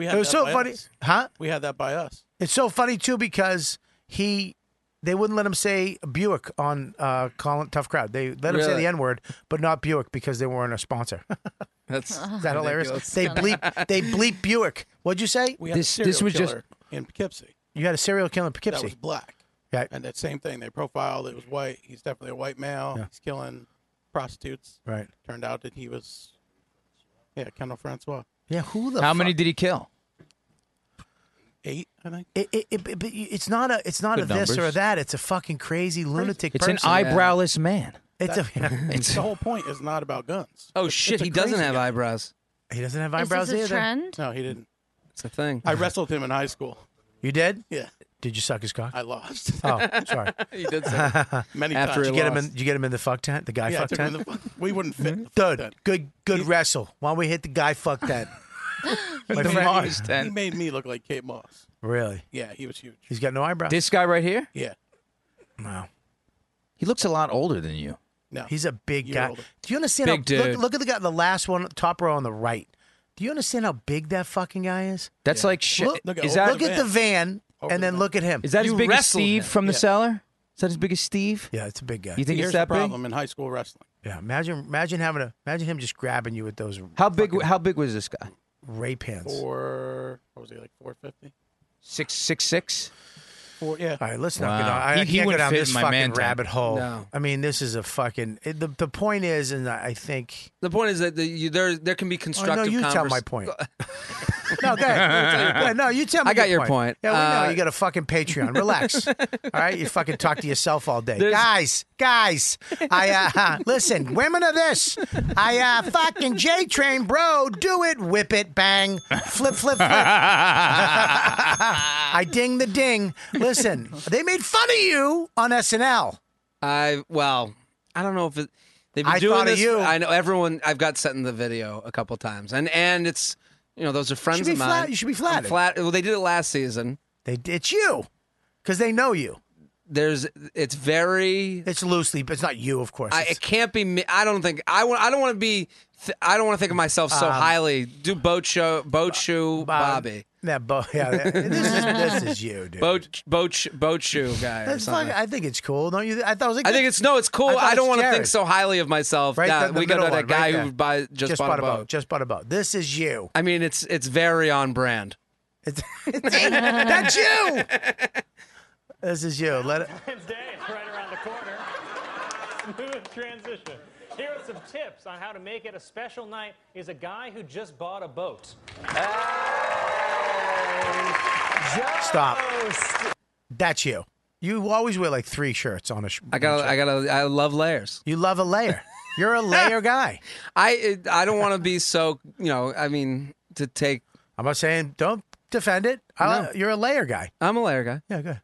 It
had
was
that
so
by
funny.
us.
Huh?
We had that by us.
It's so funny, too, because he They wouldn't let him say Buick on uh, Colin Tough Crowd. They let him say
Really?
the N word, but not Buick because they weren't a sponsor.
That's
Is that hilarious? They bleep. They bleep Buick. What'd you say?
We had a This- this serial was just- killer in Poughkeepsie.
You had a serial killer in Poughkeepsie.
That was black.
Yeah.
And that same thing. They profiled it was white. He's definitely a white male.
Yeah.
He's killing prostitutes.
Right.
Turned out that he was, yeah, Kendall Francois.
Yeah. Who the?
How
fuck?
many did he kill?
Eight, I think.
It, it, it, but you- it's not a. It's not
Good
a this or a
numbers.
that. It's a fucking crazy lunatic.
It's an
person.
eyebrowless man.
It's a.
It's the whole point is not about guns.
Oh
It's-
shit,
it's a
he doesn't
crazy
have
guy.
eyebrows.
He doesn't have
Is this
eyebrows
a
either.
trend?
No, he didn't.
It's a thing.
I wrestled him in high school.
You did?
Yeah.
Did you suck his cock?
I lost.
Oh, sorry.
He did suck it. Many times.
Did you get him in? Did you get him in the fuck tent? The guy
Yeah, I
fuck
took him
tent.
in the fu- we wouldn't
Mm-hmm.
fit. in the
Dude,
tent.
good, good wrestle. Why don't we hit the guy fuck tent? My friend-
he, he made me look like Kate Moss.
Really?
Yeah, he was huge.
He's got no eyebrows.
This guy right here?
Yeah.
Wow.
He looks a lot older than you.
No.
He's a big
You're
guy.
older.
Do you understand?
Big
how,
dude.
Look, look at the guy, the last one, top row on the right. Do you understand how big that fucking guy is?
That's like shit.
Look,
Look
look,
at- Is that-
at the van,
Over
and
the
then look at him.
Is that
You
as big as
wrestled
Steve
him.
from the cellar? Is that as big as Steve?
Yeah, it's a big guy.
You think
Here's
it's that
the
big?
problem in high school wrestling.
Yeah, imagine, imagine having a, imagine him just grabbing you with those
How big? How big was this guy?
ray pants.
Four, what was he like? Four fifty.
Six six six.
Four, yeah.
All right, let's not get
Wow.
down. I, I
He- he
can't go
wouldn't
down
fit
this
in my
fucking
man tab.
rabbit hole.
No.
I mean, this is a fucking. It, the the point is, and I I think.
The point is that the, you, there there can
Oh,
be
no,
constructive.
you tell
convers-
my point. no, go ahead. Go ahead, No, you tell me.
I got your point.
Yeah, we
Uh,
know you got a fucking Patreon. Relax. all right, you fucking talk to yourself all day,
There's-
guys. Guys, I uh, listen. Women of this, I uh, fucking J train, bro. Do it, whip it, bang, flip, flip, flip. I ding the ding. Listen, they made fun of you on SNL.
I well, I don't know if it. They've been
I
doing
thought of
this.
you.
I know everyone. I've got sent in the video a couple times, and and it's you know those are friends
should be
of mine.
flat- you should be
I'm
flattered.
Flat. Well, they did it last season.
They it's you because they know you.
There's it's very.
It's loosely, but it's not you, of course.
I,
It's-
it can't be me. I don't think I want. I don't want to be. Th- I don't want to think of myself so
Um,
highly. Do boat show, boat shoe, Bobby,
Yeah, bo- yeah, that- this is this is you, dude.
boat, boat, sh- boat shoe guy. Or
That's
something.
fucking, I think it's cool, don't you? I thought it was. A
I think it's no, it's cool.
thought
I, don't
it's
want to think
Jared.
so highly of myself.
Right,
Yeah,
the- the
we got
middle
that
one,
guy
right
who
there.
buy, just, bought, a boat.
Just bought a boat. This is you.
I mean, it's it's very on brand.
It's, that's you. This is you. Let it.
Day is right around the corner. Smooth transition. Here are some tips on how to make it a special night is a guy who just bought a boat.
Stop. That's you. You always wear like three shirts on a. Sh-
I got I got I love layers.
You love a layer. You're a layer guy.
I it- I don't want to be so you know. I mean, to take.
I'm not saying don't defend it. I,
No.
You're a layer guy.
I'm a layer guy.
Yeah, good.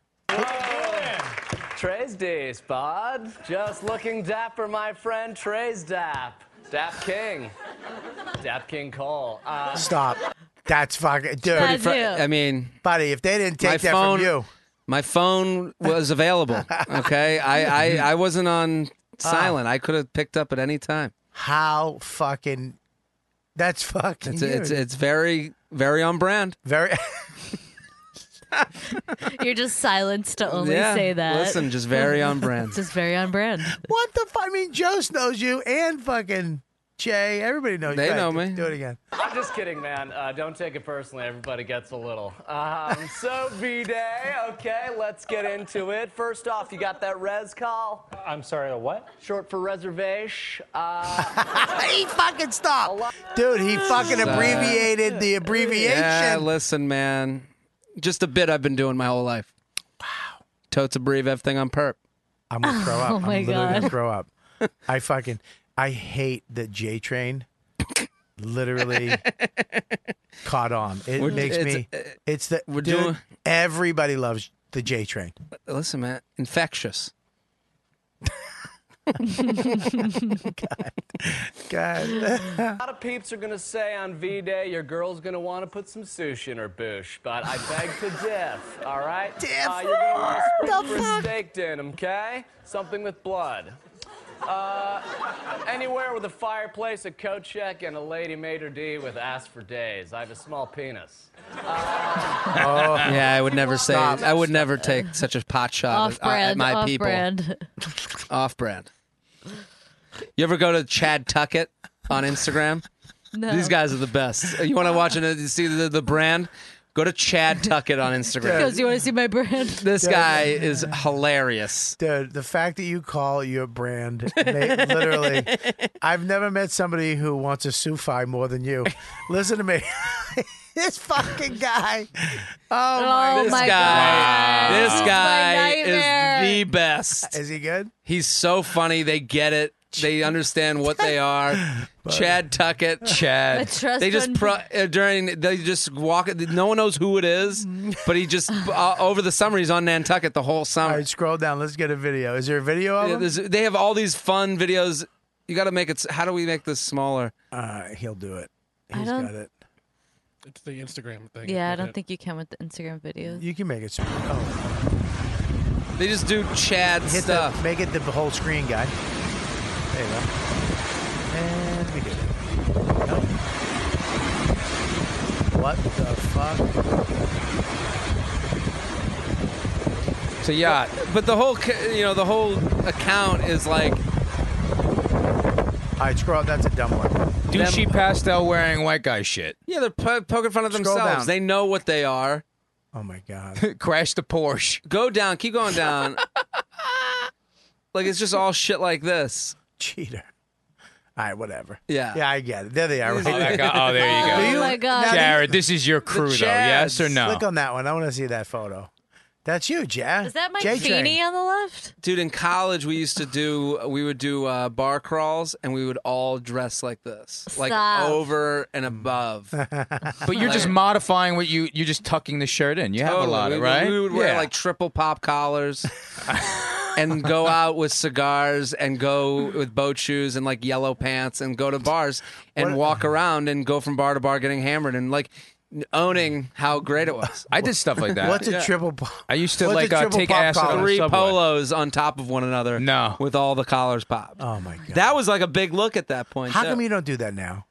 Trey's days, bud. Just looking dapper, my friend. Trey's dap. Dap King. Dap King Cole. Uh,
Stop. That's fucking dude.
That's Pretty fr- you.
I mean,
buddy, if they didn't
my
take that
phone,
from you,
My phone was available. Okay, I I, I wasn't on
Ah.
silent. I could have picked up at any time.
how fucking? That's fucking.
It's
you.
it's it's very very on brand.
Very.
You're just silenced to only
Yeah,
say that.
listen, just very on brand.
just very on brand.
what the fuck? I mean, Jost knows you and fucking Jay. Everybody knows
They
you. Go
know
ahead,
me.
Do it again.
I'm just kidding, man. Uh, don't take it personally. Everybody gets a little. Um, so, B Day, okay, let's get into it. First off, you got that res call?
I'm sorry, a what?
Short for reservation. Uh,
he fucking stopped. Dude, he fucking abbreviated the abbreviation.
Yeah, listen, man. Just a bit I've been doing my whole life. Wow. Totes a brief everything on perp.
I'm gonna throw up.
Oh my
I'm literally
God.
gonna throw up. I fucking I hate that J Train literally caught on. It
We're-
makes
it's-
me it's the
we're
dude,
doing-
everybody loves the J Train.
Listen, man, infectious.
God.
A lot of peeps are gonna say on V Day your girl's gonna wanna put some sushi in her boosh, but I beg to diff, all right?
Diff.
Uh, you're gonna wanna
The
sprinkle a
fuck?
steak denim, okay? Something with blood. Uh, anywhere with a fireplace, a coat check, and a lady maitre d with ass for days. I have a small penis.
Oh.
yeah, I would never say. I would never take such a pot shot at,
Off-brand,
at uh, my people.
off-brand.
Off brand. You ever go to Chad Tuckett on Instagram?
No.
These guys are the best. You want to watch and uh, see the, the brand? Go to Chad Tuckett on Instagram.
Because you want to see my brand.
This guy is hilarious.
Dude, the fact that you call your brand ma- literally, I've never met somebody who wants a Sufi more than you. Listen to me. this fucking guy. Oh, my,
Oh, This my guy- God. this
Wow.
guy is nightmare. the best.
Is he good?
He's so funny. They get it. They understand what they are. Chad Tuckett.
I
Chad.
trust
They just
when-
pro- uh, during they just walk. No one knows who it is, but he just uh, over the summer he's on Nantucket the whole summer.
All right, scroll down. Let's get a video. Is there a video of
Yeah,
him?
there's- they have all these fun videos. You got to make it. s- How do we make this smaller?
Uh, he'll do it.
I He's don't- got
it.
It's the Instagram thing.
Yeah, I
Like
don't
it.
think you can with the Instagram videos.
You can make it. smaller. Oh.
They just do Chad
Hit
stuff.
The, make it the whole screen, guy. There you go. And we did it. Nope. What the fuck?
So yeah, but the whole ca- you know the whole account is like
All right, scroll. That's a dumb one.
Douchey pastel wearing white guy shit.
yeah they're po- poking fun at
Scroll
themselves.
down.
They know what they are.
Oh my god.
Crash the Porsche. Go down. Keep going down. like it's just all shit like this.
Cheater. All right, whatever.
Yeah.
Yeah, I get it. There they are. Right
Oh, that guy- oh, there you go.
Do
my God. Jared, this is your crew, though, yes or no?
Click on that one. I want to see that photo. That's you, Jared.
Is that Mike
J Train.
Feeney on the left?
Dude, in college we used to do we would do uh, bar crawls and we would all dress like this, like
Stop.
over and above.
But you're just modifying what you you're just tucking the shirt in. You
Oh,
have a lot
we,
of
would-
right.
We would wear
Yeah.
like triple pop collars. and go out with cigars and go with boat shoes and like yellow pants and go to bars and walk around and go from bar to bar getting hammered and like owning how great it was.
I did stuff like that.
What's a triple pop?
I used to
what's a
like uh,
triple
take
pop
acid on the
three
subway.
polos on top of one another. No, with all the collars popped.
Oh my god,
that was like a big look at that point.
How
too.
come you don't do that now?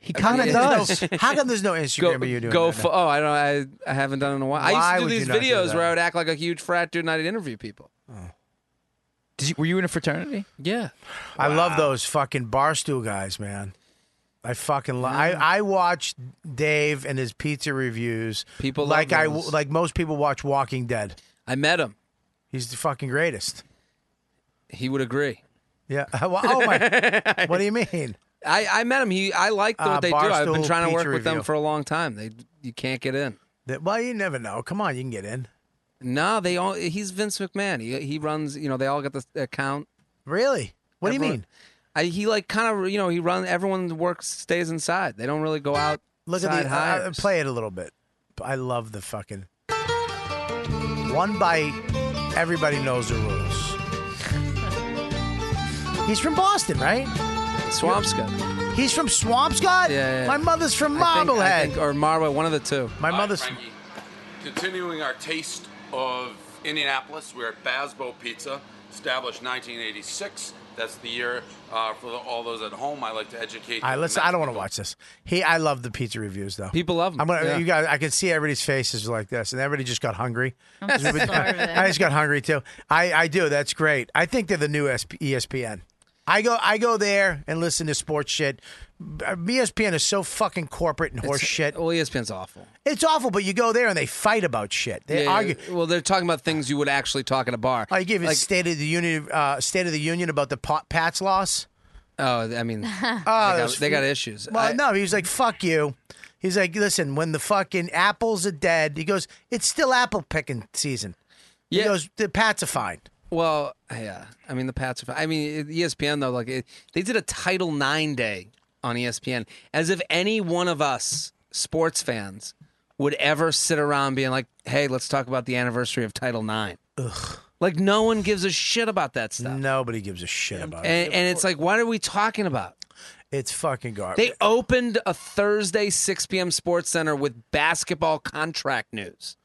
He
kinda does.
how come there's no Instagram of you doing
go
that?
for? Oh, I don't. I, I haven't done it in a while.
Why
I
would
used to do
you
these
not do
videos
that?
where I would act like a huge frat dude and I'd interview people.
Did you, were you in a fraternity?
Yeah.
I love those fucking barstool guys, man. I fucking love. I, I watch Dave and his pizza reviews.
People love
like I
those.
like most people watch Walking Dead.
I met him.
He's the fucking greatest.
He would agree.
Yeah. Well, oh my. what do you mean?
I, I met him. He I like
Uh,
what they do. I've been
Barstool
trying to work
Pizza
with them
Review.
for a long time. They you can't get in.
That, well, you never know. Come on, you can get in.
No, they all. He's Vince McMahon. He he runs. You know, they all got the account.
Really? What do you mean?
I, he like kind of you know he run. Everyone works stays inside. They don't really go out.
Look at the
high.
uh, play it a little bit. I love the fucking one bite. Everybody knows the rules. He's from Boston, right?
Swampscott.
He's from Swampscott.
Yeah, yeah.
My mother's from
I think- I
Marblehead.
think- or Marble, one of the two.
My mother's.
Frankie. Continuing our taste of Indianapolis, we're at Basbo Pizza, established 1986. That's the year uh, for the, all those at home. I like to educate.
All right, let's. I don't want to watch this. He, I love the pizza reviews though.
People love 'em,
I'm gonna.
yeah.
You guys, I can see everybody's faces like this, and everybody just got hungry.
I'm
That's what we-
starving.
I just got hungry too. I, I do. That's great. I think they're the new E SP, ESPN. I go I go there and listen to sports shit. B- E ESPN is so fucking corporate and horse shit.
Well, E ESPN's awful.
It's awful, but you go there and they fight about shit. They
Yeah,
argue.
Well, they're talking about things you would actually talk at a bar.
I gave you
Like-
State of the Union. Uh, State of the Union about the pot, Pats loss.
Oh, I mean,
Oh,
they, got,
that's-
they got issues.
Well,
I-
no, he was like, "Fuck you." He's like, "Listen, when the fucking apples are dead," he goes, "It's still apple picking season." He
Yeah.
goes, "The Pats are fine."
Well, yeah. I mean, the Pats are. I mean, ESPN though, like it, they did a Title Nine day on E ESPN, as if any one of us sports fans would ever sit around being like, "Hey, let's talk about the anniversary of Title Nine. Ugh. Like no one gives a shit about that stuff.
Nobody gives a shit about it.
And, and it's like, what are we talking about?
It's fucking garbage.
They opened a Thursday 6 p.m. Sports Center with basketball contract news.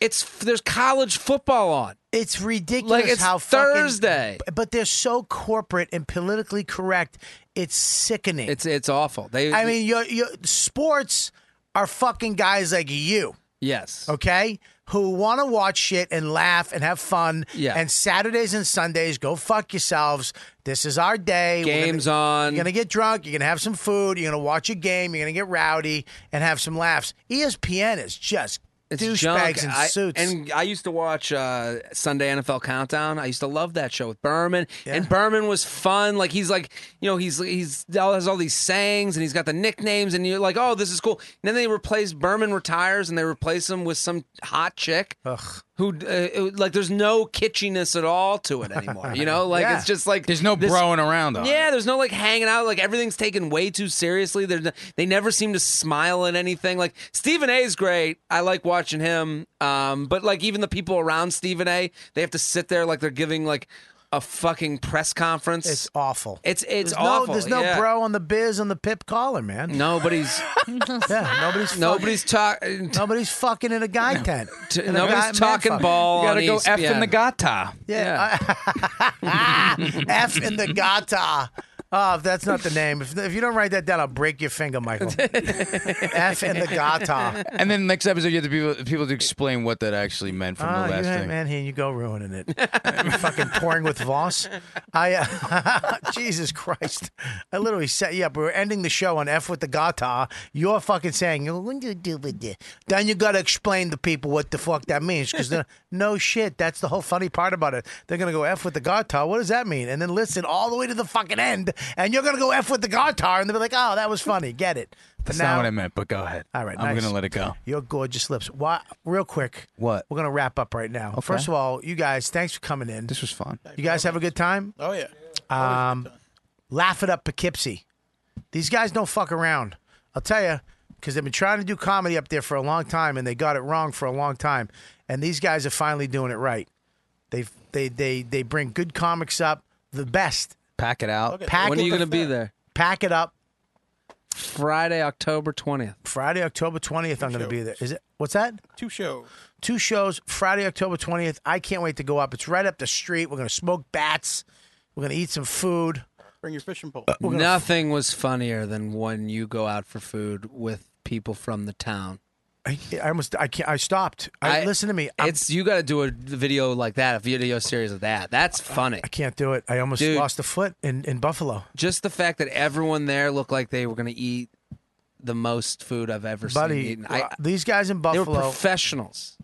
It's there's college football on.
It's ridiculous
Like it's
how fucking-
Thursday.
b- but they're so corporate and politically correct. It's sickening.
It's it's awful. They
I mean, your your sports are fucking guys like you.
Yes.
Okay. Who want to watch shit and laugh and have fun?
Yeah.
And Saturdays and Sundays, go fuck yourselves. This is our day. We're
Games
gonna,
on.
You're gonna get drunk. You're gonna have some food. You're gonna watch a game. You're gonna get rowdy and have some laughs. E ESPN is just douchebags in
I-
suits.
and I used to watch uh, Sunday NFL Countdown. I used to love that show with Berman, and Berman was fun. Like he's like, you know, he's he's all has all these sayings, and he's got the nicknames, and you're like, oh, this is cool. And then they replace Berman retires, and they replace him with some hot chick who, uh, it- like, there's no kitschiness at all to it anymore. You know, like
Yeah.
it's just like
There's no
this-
broing around on it.
Yeah, there's no like hanging out. Like everything's taken way too seriously. They're, n- they never seem to smile at anything. Like Stephen A. is great. I like watching him. Um, but like even the people around Stephen A. They have to sit there like they're giving like a fucking press conference. It's
awful.
It's
there's
it's awful.
No, there's no
yeah.
bro on the biz on the pip collar, man.
Nobody's
yeah, nobody's fucking,
nobody's talking.
Nobody's fucking in a guy tent.
T-
In a guy- man
nobody's talking
fuck.
ball.
You gotta
on
go
ESPN.
F in the gata.
Yeah. F in the gata. Oh, if that's not the name. If, if you don't write that down, I'll break your finger, Michael. F in the gata.
And then next episode, you have to people people to explain what that actually meant from
Ah,
the
you
last
had-
thing.
man, here you go ruining it. You're fucking pouring with Voss. I uh, Jesus Christ! I literally set you up. We were ending the show on F with the gata. You're fucking saying, "Oh, what do you do with this?" Then you got to explain to people what the fuck that means because no shit. That's the whole funny part about it. They're gonna go F with the gata. What does that mean? And then listen all the way to the fucking end, and you're gonna go F with the gata, and they'll be like, "Oh, that was funny. Get it." But
That's
now-
not what I meant, but go ahead.
All right,
I'm
nice.
gonna let it go.
Your gorgeous lips. Why? Real quick.
What?
We're gonna wrap up right now.
Okay.
First of all, you guys, thanks for coming in. This
was fun.
You guys have a good time.
Oh yeah.
Um, laugh it up, Poughkeepsie. These guys don't fuck around. I'll tell you, because they've been trying to do comedy up there for a long time, and they got it wrong for a long time. And these guys are finally doing it right. They they they they bring good comics up, the best.
Pack it out.
Pack
when
it
are you
the
gonna be
fuck-
there?
Pack it up.
Friday, October twentieth.
Friday, October 20th, I'm going to be there. Is it? What's that?
Two shows.
Two shows, Friday, October 20th. I can't wait to go up. It's right up the street. We're going to smoke bats. We're going to eat some food.
Bring your fishing pole.
Nothing was funnier than when you go out for food with people from the town.
I, I almost, I can't, I stopped. I, listen to me. I'm,
It's you got to do a video like that, a video series of that. That's funny.
I can't do it. I almost
Dude.
lost a foot in, in Buffalo.
Just the fact that everyone there looked like they were going to eat the most food I've ever
Buddy,
seen. eaten. I,
uh, these guys in Buffalo.
were professionals.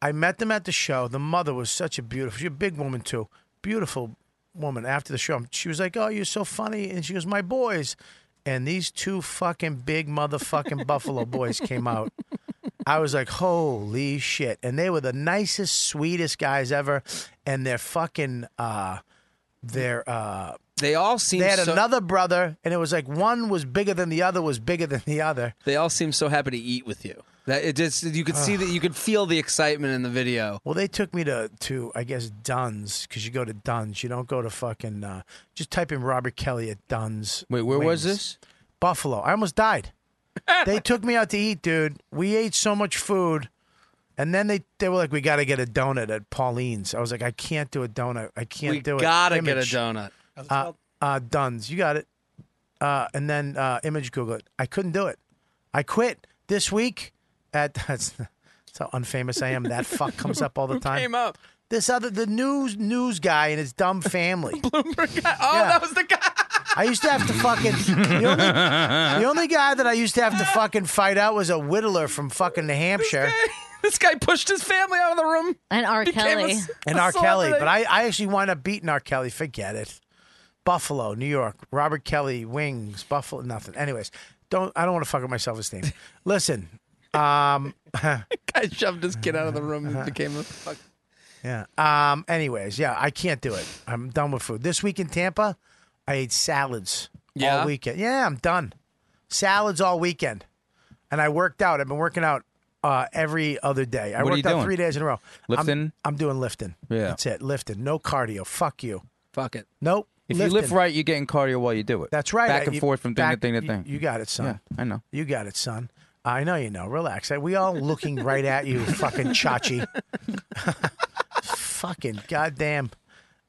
I met them at the show. The mother was such a beautiful, she's a big woman too. Beautiful woman. After the show, she was like, "Oh, you're so funny," and she goes, "My boys," and these two fucking big motherfucking Buffalo boys came out. I was like, "Holy shit!" And they were the nicest, sweetest guys ever, and their fucking uh, their uh.
they all seemed
They had
so,
another brother, and it was like one was bigger than the other was bigger than the other.
They all seemed so happy to eat with you. That it just you could see that you could feel the excitement in the video.
Well, they took me to to I guess Dunn's because you go to Dunn's. You don't go to fucking. Uh, just type in Robert Kelly at Dunn's.
Wait, where was this?
Buffalo. I almost died. they took me out to eat, dude. We ate so much food, and then they they were like, "We got to get a donut at Pauline's." I was like, "I can't do a donut. I can't
We
do it."
gotta get a
Image.
donut.
Uh, uh, Dunn's. You got it. Uh, and then uh, image Google it. I couldn't do it. I quit this week. At that's, that's how unfamous I am. That fuck comes up all the time.
Came up.
This other the news news guy and his dumb family.
Bloomberg guy. Oh,
Yeah.
that was the guy.
I used to have to fucking the only, the only guy that I used to have to fucking fight out was a whittler from fucking New Hampshire
This guy pushed his family out of the room.
And R.
Became a
Kelly.
s-
and
a
R. Kelly. But
celebrity.
I, I actually wound up beating R. Kelly. Forget it. Buffalo, New York, Robert Kelly, Wings, Buffalo, nothing. Anyways, don't I don't want to fuck up my self esteem. Listen, um,
guy shoved his kid out of the room and became a fuck.
Yeah. Um. Anyways, yeah, I can't do it. I'm done with food. This week in Tampa, I ate salads
Yeah?
all weekend. Yeah, I'm done. Salads all weekend, and I worked out. I've been working out uh, every other day. I
What are
worked
you
out
doing?
three days in a row.
Lifting?
I'm, I'm doing lifting.
Yeah.
That's it. Lifting. No cardio. Fuck you.
Fuck it.
Nope.
If you lift
Lifting.
right, you're getting cardio while you do it.
That's right.
Back
I-
and
you-
forth from thing
back-
to thing to
you-
thing.
You got it, son.
Yeah, I know.
You got it, son. I know you know. Relax. We all looking right at you, fucking chachi. fucking goddamn,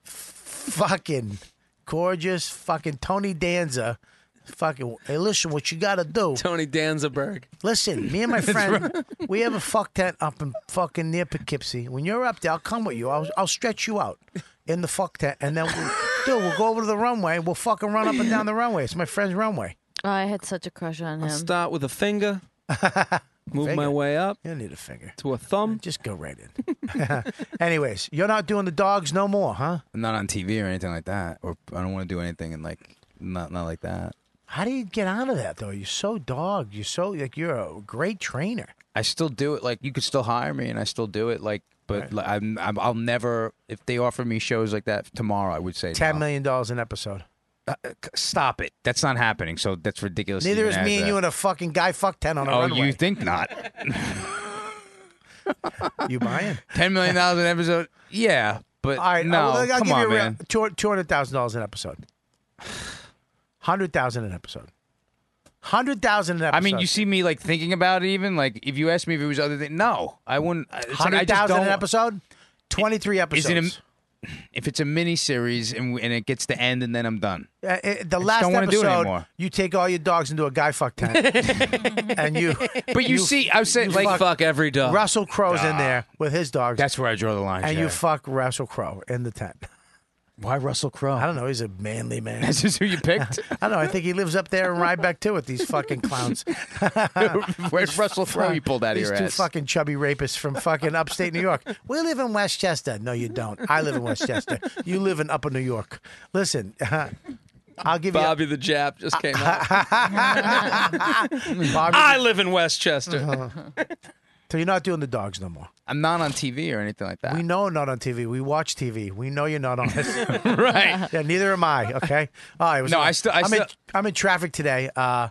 fucking gorgeous, fucking Tony Danza. Fucking hey, listen, what you gotta do?
Tony Danzaberg.
Listen, me and my
That's
friend, we have a fuck tent up in fucking near Poughkeepsie. When you're up there, I'll come with you. I'll, I'll stretch you out in the fuck tent, and then we'll, dude, we'll go over to the runway. We'll fucking run up and down the runway. It's my friend's runway.
Oh, I had such a crush on him.
I'll start with a finger. Move my way up.
You need a finger.
To a thumb.
Just go right in. Anyways, you're not doing the dogs no more, huh?
I'm not on TV or anything like that. Or I don't want to do anything and like not not like that.
How do you get out of that though? You're so dog. You're so like you're a great trainer.
I still do it. Like you could still hire me, and I still do it. Like, but
Right.
like, I'm, I'm I'll never. If they offer me shows like that tomorrow, I would say
Ten
no.
million dollars an episode.
Uh, uh, c- stop it. That's not happening. So that's ridiculous.
Neither is me and you and a fucking guy fuck ten on a
Oh,
runway.
you think not?
you buying?
Ten million dollars an episode? Yeah, but
All right, uh,
no,
I'll, I'll
come
give
on,
you
man.
a real, two hundred thousand dollars an episode. Hundred thousand an episode. Hundred thousand an episode.
I mean, you see me like thinking about it. Even like if you asked me if it was other thing, no, I wouldn't. I- it's like, I
hundred
just
thousand
don't-
an episode. Twenty three
Is
episodes.
it a, if it's a mini series and we- and it gets to end and then I'm done.
Uh, it- the
just
last
don't wanna do it
episode,
anymore.
you take all your dogs into a guy fuck tent, and you.
But you see, I was saying,
you
like, fuck
every dog.
Russell Crowe's in
Duh.
there with his dogs.
That's where I draw the line.
and you
Jay.
fuck Russell Crowe in the tent.
Why Russell Crowe?
I don't know. He's a manly man.
That's just who you picked.
I don't know. I think he lives up there in Rhinebeck too with these fucking clowns.
Where's Russell Crowe you pulled out of
these
your
two
ass?
fucking chubby rapists from fucking upstate New York. We live in Westchester. No, you don't. I live in Westchester. You live in Upper New York. Listen, I'll give
Bobby the Jap just came out.
you.
I live in Westchester.
Uh-huh. So you're not doing the dogs no more.
I'm not on TV or anything like that.
We know not on TV. We watch TV. We know you're not on it.
right.
Yeah, neither am I. Okay. All right. it was-
No, I still- I
I'm, in,
still-
I'm in traffic today. Uh,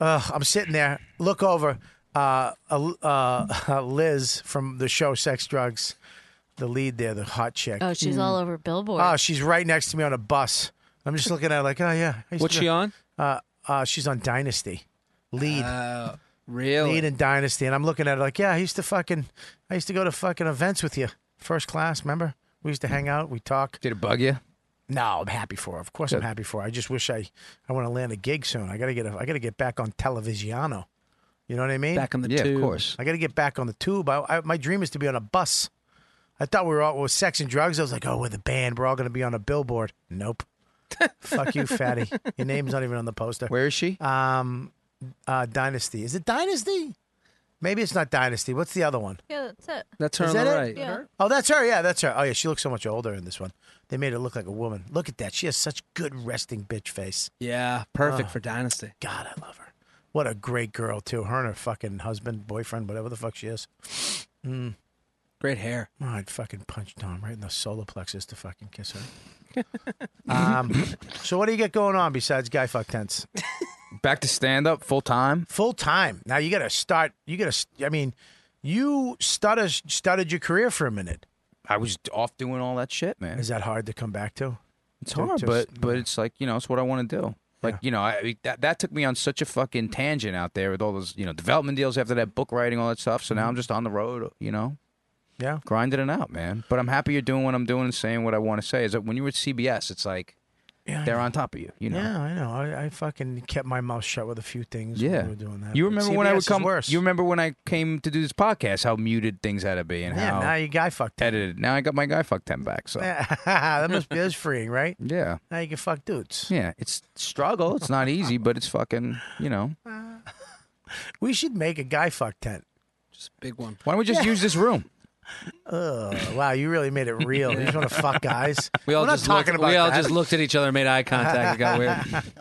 uh, I'm sitting there. Look over. Uh, uh, uh, Liz from the show Sex Drugs, the lead there, the hot chick.
Oh, she's all over Billboard.
Oh, she's right next to me on a bus. I'm just looking at her like, oh yeah. I used
What's
to-
she on?
Uh, uh, she's on Dynasty, lead.
Oh,
really?
Lead in Dynasty, and I'm looking at her like, yeah, I used to fucking, I used to go to fucking events with you, first class. Remember? We used to hang out. We talk.
Did it bug you?
No, I'm happy for her. Of course, I'm happy for her. I just wish I, I want to land a gig soon. I gotta get, a, I gotta get back on Televisiano. You know what I mean?
Back on the
Yeah, of
tube.
course.
I got to get back on the tube. I, I, my dream is to be on a bus. I thought we were all with sex and drugs. I was like, oh, we're the band. We're all going to be on a billboard. Nope. Fuck you, fatty. Your name's not even on the poster.
Where is she?
Um, uh, Dynasty. Is it Dynasty? Maybe it's not Dynasty. What's the other one?
yeah, that's it.
That's her
Is
on
that
the
it?
right.
Yeah.
Oh, that's her. Yeah, that's her. Oh, yeah. She looks so much older in this one. They made her look like a woman. Look at that. She has such good resting bitch face.
Yeah, perfect
Oh.
for Dynasty.
God, I love her. What a great girl, too. Her and her fucking husband, boyfriend, whatever the fuck she is. Mm.
Great hair.
Oh, I'd fucking punch Tom right in the solar plexus to fucking kiss her. um, so what do you get going on besides guy fuck tents?
Back to stand up full time.
Full time. Now you got to start. You got to. I mean, you stutter, started your career for a minute.
I was off doing all that shit, man.
Is that hard to come back to?
It's
To
hard,
just-
but but it's like you know, it's what I want to do. Like you know, I that that took me on such a fucking tangent out there with all those you know development deals after that book writing all that stuff. So
Mm-hmm.
now I'm just on the road, you know,
yeah,
grinding it out, man. But I'm happy you're doing what I'm doing and saying what I want to say. Is that when you were at CBS, it's like
Yeah, I
they're
know.
on top of you, you know.
Yeah, I know. I, I fucking kept my mouth shut with a few things.
Yeah.
when we were doing that.
You
but
remember when I
CBS
would
is
come?
Worse.
You remember when I came to do this podcast? How muted things had to be, and
Yeah,
how
now you guy fucked.
edited. Now I got my guy fuck ten back. So yeah,
that must be that's freeing, right?
yeah,
Now you can fuck dudes.
It's struggle. It's not easy, but it's fucking. You know,
We should make a guy fuck tent.
Big one.
why don't we just
Yeah.
use this room?
Oh, wow, you really made it real. You just want to fuck guys.
We all
We're not
just
talking
looked,
about
we all
that.
just looked at each other, and made eye contact. It got weird.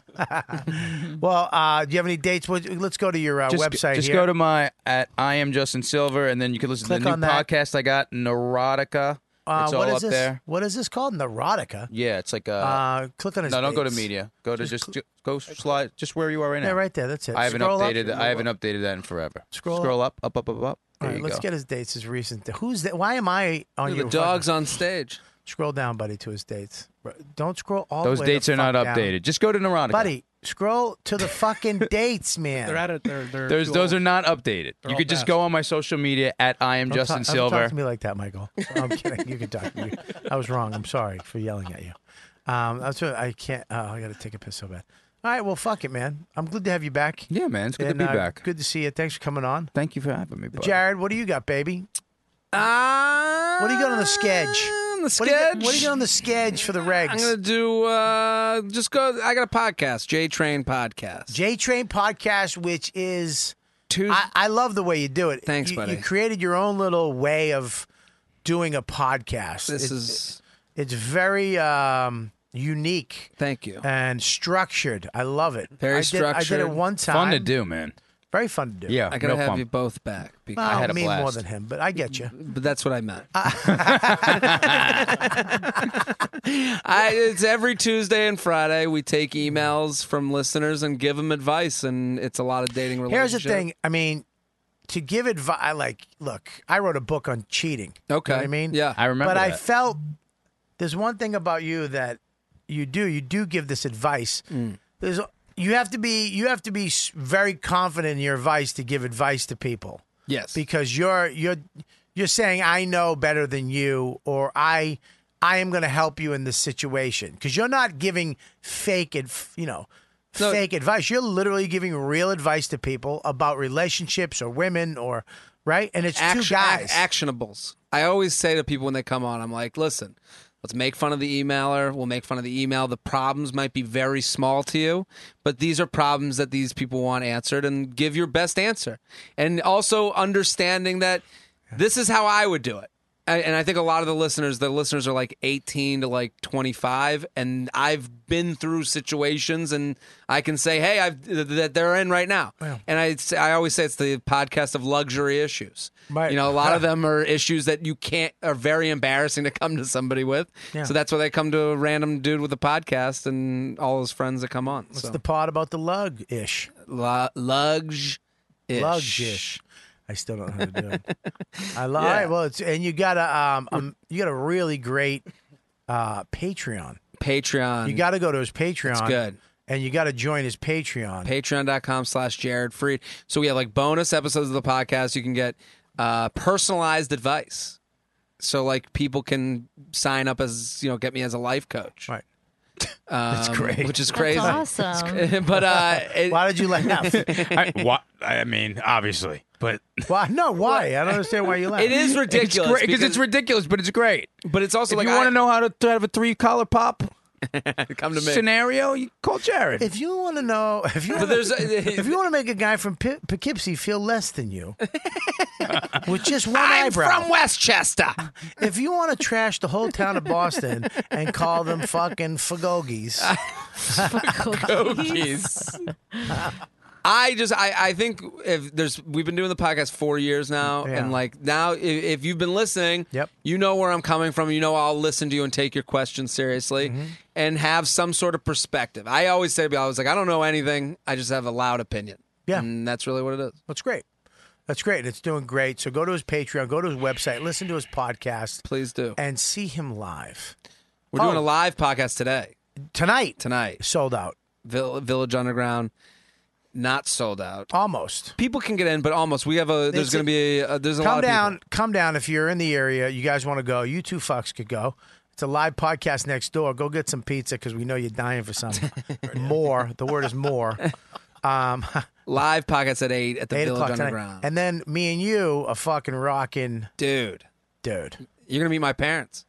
Well, uh, do you have any dates? What- Let's go to your uh,
just,
website.
Just
here.
go to my at I am Justin Silver, and then you can listen
Click
to the
on
new
that.
podcast I got, Neurotica.
Uh,
it's all
what is
up
this?
there.
What is this called? Neurotica.
Yeah, it's like a.
Uh, click on
no,
his
don't go to
dates.
media. Go to just, ju- go slide just where you are right now.
Yeah, right there. That's it.
I haven't
Scroll up.
updated. I haven't updated that in forever.
Scroll
up, up, up, up, up.
All
There
right,
you
let's
go.
get his dates. His recent. Who's that? Why am I on
The
your
dog's on stage.
Scroll down, buddy, to his dates. Right- Don't scroll all.
Those
the way the
dates are
fuck
not
down.
updated. Just go to Neurotica.
buddy. Scroll to the fucking dates, man.
They're at it. They're, they're
Those,
too
those
old.
are not updated.
They're
you
all
could just
fast.
go on my social media at I am
Don't
Justin
talk, Don't
Silver.
talk to me like that, Michael. I'm kidding. You can talk to me. I was wrong. I'm sorry for yelling at you. Um, that's what I can't. Oh, I got to take a piss so bad. All right, well, fuck it, man. I'm glad to have you back.
Yeah, man, it's good to
And,
be
uh,
back.
Good to see you. Thanks for coming on.
Thank you for having me, buddy.
Jared, what do you got, baby? Uh, what do you got on the
Uh,
sketch? What do you got, what do you got on the sketch for the regs?
I'm gonna do uh just go I got a podcast, J Train Podcast.
J Train Podcast, which is I, I love the way you do it.
Thanks,
you,
buddy.
You created your own little way of doing a podcast. is
This is-
it's very um, unique.
Thank you.
And structured. I love it.
Very
I did,
structured.
I did it one time.
Fun to do, man.
Very fun to do.
Yeah,
I gotta
real
have
fun.
you both back because
Well, me more than him, but I get you.
But that's what I meant. I, it's every Tuesday and Friday. We take emails from listeners and give them advice, and it's a lot of dating
Here's
relationships.
the thing. I mean, to give advice, I like, look, I wrote a book on cheating.
Okay.
You know what I mean?
Yeah. I remember
But I
that.
felt there's one thing about you that you do. You do give this advice.
Mm.
There's you have to be you have to be s- very confident in your advice to give advice to people.
Yes.
Because you're you're you're saying I know better than you or I I am going to help you in this situation because you're not giving fake adv- you know fake advice. You're literally giving real advice to people about relationships or women or right? And it's two
Action-
guys.
a- actionables. I always say to people when they come on, I'm like, listen, let's make fun of the emailer. We'll make fun of the email. The problems might be very small to you, but these are problems that these people want answered, and give your best answer. And also understanding that this is how I would do it. I- And I think a lot of the listeners, the listeners are like 18 to like 25, and I've been through situations, and I can say, hey, I've th- that they're in right now. And I, say- I always say it's the podcast of luxury issues.
Right.
You know, a lot of them are issues that you can't are very embarrassing to come to somebody with.
Yeah.
So that's why they come to a random dude with a podcast and all his friends that come on.
What's
so.
the part about the lug ish?
Lugs ish.
Lugs ish. I still don't know how to do it. I love. All right, well, it's, and you got a um, um, you got a really great uh, Patreon.
Patreon.
You got to go to his Patreon.
It's good.
And you got to join his Patreon.
Patreon.com slash Jared Freed. So we have like bonus episodes of the podcast. You can get uh, personalized advice. So like people can sign up as you know, get me as a life coach.
Right.
That's
Um,
great.
Which is
That's
crazy.
awesome.
It's cra- but uh,
why did you laugh?
I, wha- I mean, obviously, but
Why? No, why? I don't understand why you laugh.
It is ridiculous
because it's,
because-
ridiculous, but it's great.
But it's also
if
like
you
I-
want to know how to th- have a three collar pop
Come to me.
scenario, you call Jared.
If you want to know, if you
But
wanna,
there's a-
if you want to make a guy from P- Poughkeepsie feel less than you, with just one
I'm
eyebrow,
from Westchester.
if you want to trash the whole town of Boston and call them fucking fagogies,
Fagogies. I just I, I think if there's we've been doing the podcast four years now
Yeah.
and like now if, if you've been listening yep. you know where I'm coming from you know I'll listen to you and take your questions seriously
Mm-hmm.
and have some sort of perspective I always say to people, I was like I don't know anything I just have a loud opinion
Yeah.
and that's really what it is
that's great. That's great. and It's doing great. So go to his Patreon, go to his website, listen to his podcast.
Please do.
And see him live. Oh,
we're doing a live podcast today
Tonight.
tonight
sold out
Vill- Village Underground not sold out
almost
people can get in but almost we have a
It's-
there's going to be a, there's a lot
come
of people.
down, come down if you're in the area. You guys want to go? You two fucks could go. It's a live podcast next door. Go get some pizza because we know you're dying for something. more. The word is more. Um,
Live pockets at eight at the
eight
Village
o'clock tonight,
Underground.
and then me and you are fucking rocking,
dude.
Dude,
You're gonna meet my parents.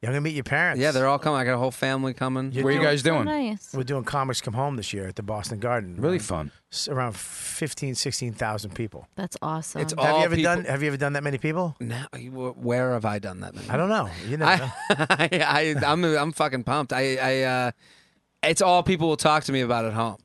You're gonna meet your parents.
Yeah, they're all coming. I got a whole family coming.
You're
Where you guys doing?
Nice.
We're doing comics come home this year at the Boston Garden. Really
fun.
Around 15, 16,000 people.
That's awesome.
It's
have
all
you ever
people-
done? Have you ever done that many people?
No. Where have I done that? Many?
I don't know. You never know.
I, I, I'm, I'm fucking pumped. I, I, uh, it's all people will talk to me about at home.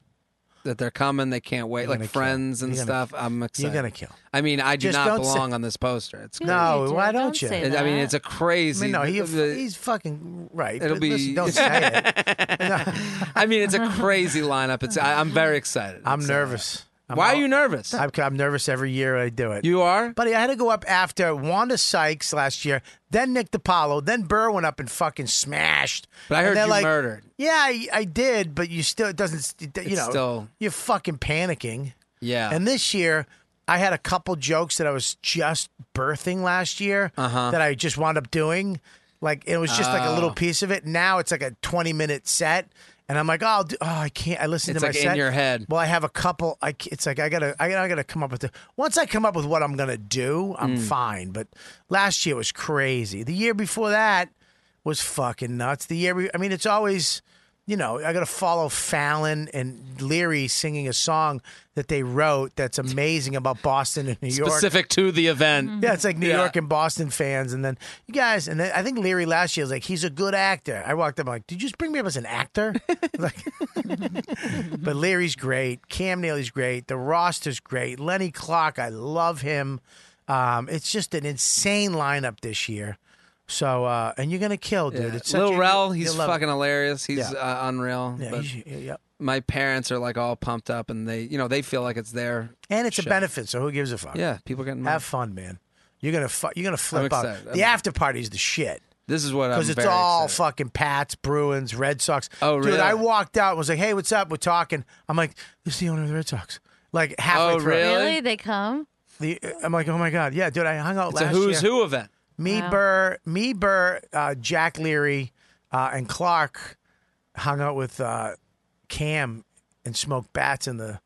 That they're coming, they can't wait.
You're
like
gonna
friends
kill.
and
You're gonna-
stuff. I'm excited.
gonna kill.
I mean, I do
Just
not
don't say-
belong on this poster. It's crazy.
No, why don't, you?
I mean, it's a crazy.
I mean, no,
the-
he, he's fucking right.
It'll
but
be-
Listen, don't say it.
I mean, it's a crazy lineup. It's I, I'm very excited.
I'm
It's, uh,
nervous.
Why are you nervous?
I'm, I'm nervous every year I do it.
You are,
buddy. I had to go up after Wanda Sykes last year, then Nick DiPaolo, then Burr went up and fucking smashed.
But I
And
heard
they're
you
like,
murdered.
Yeah, I, I did, but you still it doesn't. You
It's
know,
still-
you're fucking panicking.
Yeah.
And this year, I had a couple jokes that I was just birthing last year
Uh-huh.
that I just wound up doing. Like it was just like a little
Oh.
piece of it. Now it's like a 20 minute set. And I'm like, oh, do, oh, I can't. I listen
It's
to my
like in
set.
your head.
Well, I have a couple. I, c- it's like I gotta, I, I gotta come up with. The, once I come up with what I'm gonna do, I'm
Mm.
fine. But last year was crazy. The year before that was fucking nuts. The year, be- I mean, it's always, you know, I gotta follow Fallon and Leary singing a song that they wrote that's amazing about Boston and New York.
specific to the event.
Yeah, it's like New
Yeah.
York and Boston fans, and then you guys, and then I think Leary last year was like, he's a good actor. I walked up, I'm like, did you just bring me up as an actor? like, but Leary's great. Cam Neely's great. The roster's great. Lenny Clark, I love him. Um, it's just an insane lineup this year. So, uh, and you're gonna kill, dude. It's such
Lil
a-
Rel,
you'll
he's
love it.
fucking hilarious. He's uh, unreal.
Yeah,
But
he's- yeah, yeah.
My parents are like all pumped up, and they, you know, they feel like it's their
And it's
show.
a benefit, so who gives a fuck?
Yeah, people getting money.
have fun, man. You're gonna fu- you're gonna flip out.
excited.
The
I'm-
after party's the shit.
This is what I'm
because it's
very
all fucking Pats, Bruins, Red Sox.
Oh,
Dude,
really?
I walked out and was like, "Hey, what's up? We're talking." I'm like, "This is the owner of the Red Sox." Like halfway
Oh,
through.
Really? They come?
The, I'm like, "Oh my god, yeah, dude!" I hung out
It's a
last
who's
year.
who event.
Me
Wow.
Burr, me Burr, uh, Jack Leary, uh, and Clark hung out with uh, Cam and smoked bats in the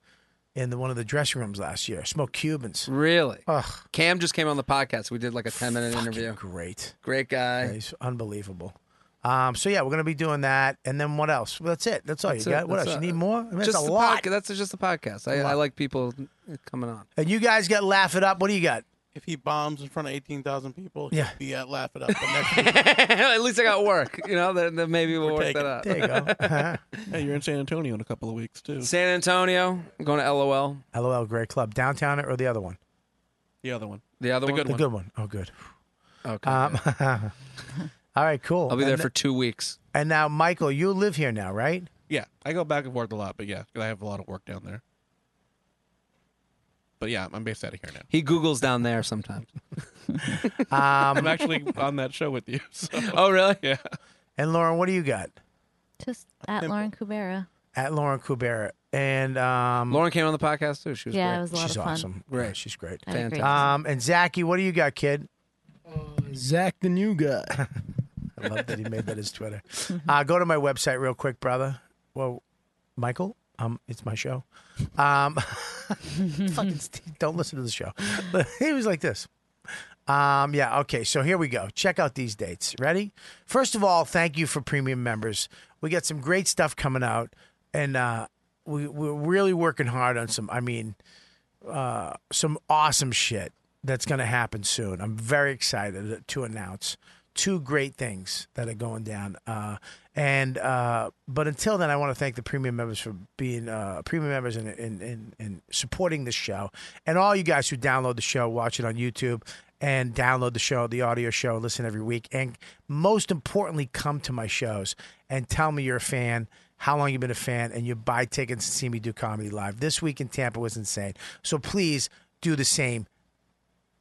in the, one of the dressing rooms last year. Smoked Cubans.
Really?
Ugh.
Cam just came on the podcast. We did like a 10 minute interview.
Great.
Great guy.
Yeah, he's unbelievable. Um, so yeah, we're gonna be doing that, and then what else? Well, that's it. That's all
That's
you
it.
got. What
That's
else?
it.
You need more? I mean, that's
just
a
the
lot.
Podca- that's just the podcast. I,
A lot.
I like people coming on.
And you guys got laugh it up. What do you got?
If he bombs in front of eighteen thousand people, he'll
Yeah.
be at laugh it up. the next week.
At least I got work. You know, then, then maybe we'll work
taking
that out.
There Uh-huh.
you go. hey, you're in San Antonio in a couple of weeks too.
San Antonio. I'm going to LOL.
LOL, great club. Downtown or the other one?
The other one.
The other
The
one.
good
the good one. Oh, good.
Okay.
Um, all right, cool.
I'll be there
And-
for two weeks.
And now, Michael, you live here now, right?
Yeah, I go back and forth a lot, but yeah, 'cause I have a lot of work down there. But yeah, I'm based out of here now.
He Googles down there sometimes.
I'm actually on that show with you. So.
Oh, really?
Yeah.
And Lauren, what do you got?
Just at Lauren Kubera.
At Lauren Kubera. And um,
Lauren came on the podcast too. She was
Yeah,
great.
it was a lot
she's
of fun.
awesome.
Great.
Yeah, she's great.
I agree.
Um, and Zachy, what do you got, kid?
Uh, Zach, the new guy.
I love that he made that his Twitter. Uh, go to my website real quick, brother. Well, Michael, um, it's my show. Um, fucking Steve, don't listen to the show. But he was like this. Um, yeah, okay, so here we go. Check out these dates. Ready? First of all, thank you for premium members. We got some great stuff coming out, and uh, we, we're really working hard on some, I mean, uh, some awesome shit that's going to happen soon. I'm very excited to announce two great things that are going down. Uh, and uh, but until then, I want to thank the premium members for being uh, premium members and and, and and supporting this show, and all you guys who download the show, watch it on YouTube. And download the show, the audio show, listen every week. And most importantly, come to my shows and tell me you're a fan how long you've been a fan, and you buy tickets to see me do comedy live. This week in Tampa was insane. So please do the same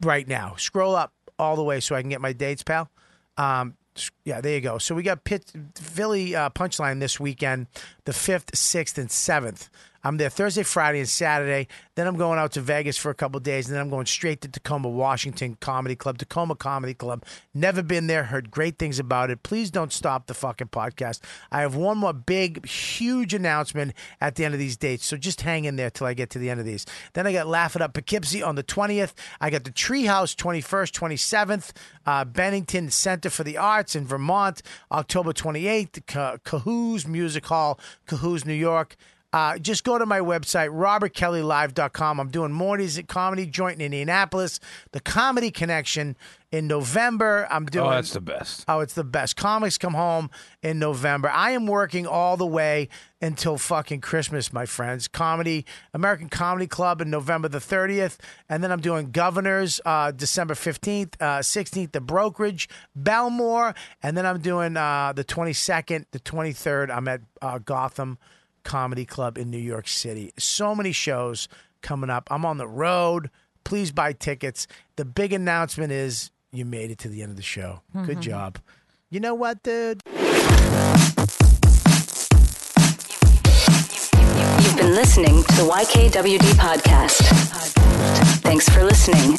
right now. Scroll up all the way so I can get my dates, pal. Um, s- yeah, there you go. So we got Pitt, Philly uh, Punchline this weekend, the 5th, 6th, and 7th. I'm there Thursday, Friday, and Saturday. Then I'm going out to Vegas for a couple days, and then I'm going straight to Tacoma, Washington Comedy Club, Tacoma Comedy Club. Never been there, heard great things about it. Please don't stop the fucking podcast. I have one more big, huge announcement at the end of these dates, so just hang in there till I get to the end of these. Then I got Laugh It Up Poughkeepsie on the 20th. I got the Treehouse 21st, 27th, uh, Bennington Center for the Arts in Vermont, October 28th, Ca- Cahoos Music Hall, Cahoos, New York. Uh, just go to my website, robertkellylive.com. I'm doing Morty's at Comedy Joint in Indianapolis, the Comedy Connection in November. I'm doing.
Oh, that's the best.
Oh, it's the best. Comics come home in November. I am working all the way until fucking Christmas, my friends. Comedy, American Comedy Club in November the 30th. And then I'm doing Governors uh, December 15th, uh, 16th, The Brokerage, Belmore. And then I'm doing uh, the 22nd, the 23rd. I'm at uh, Gotham Comedy Club in New York City. So many shows coming up. I'm on the road. Please buy tickets. The big announcement is you made it to the end of the show. Good
Mhm.
job. You know what, dude?
You've been listening to the YKWD podcast. Thanks for listening.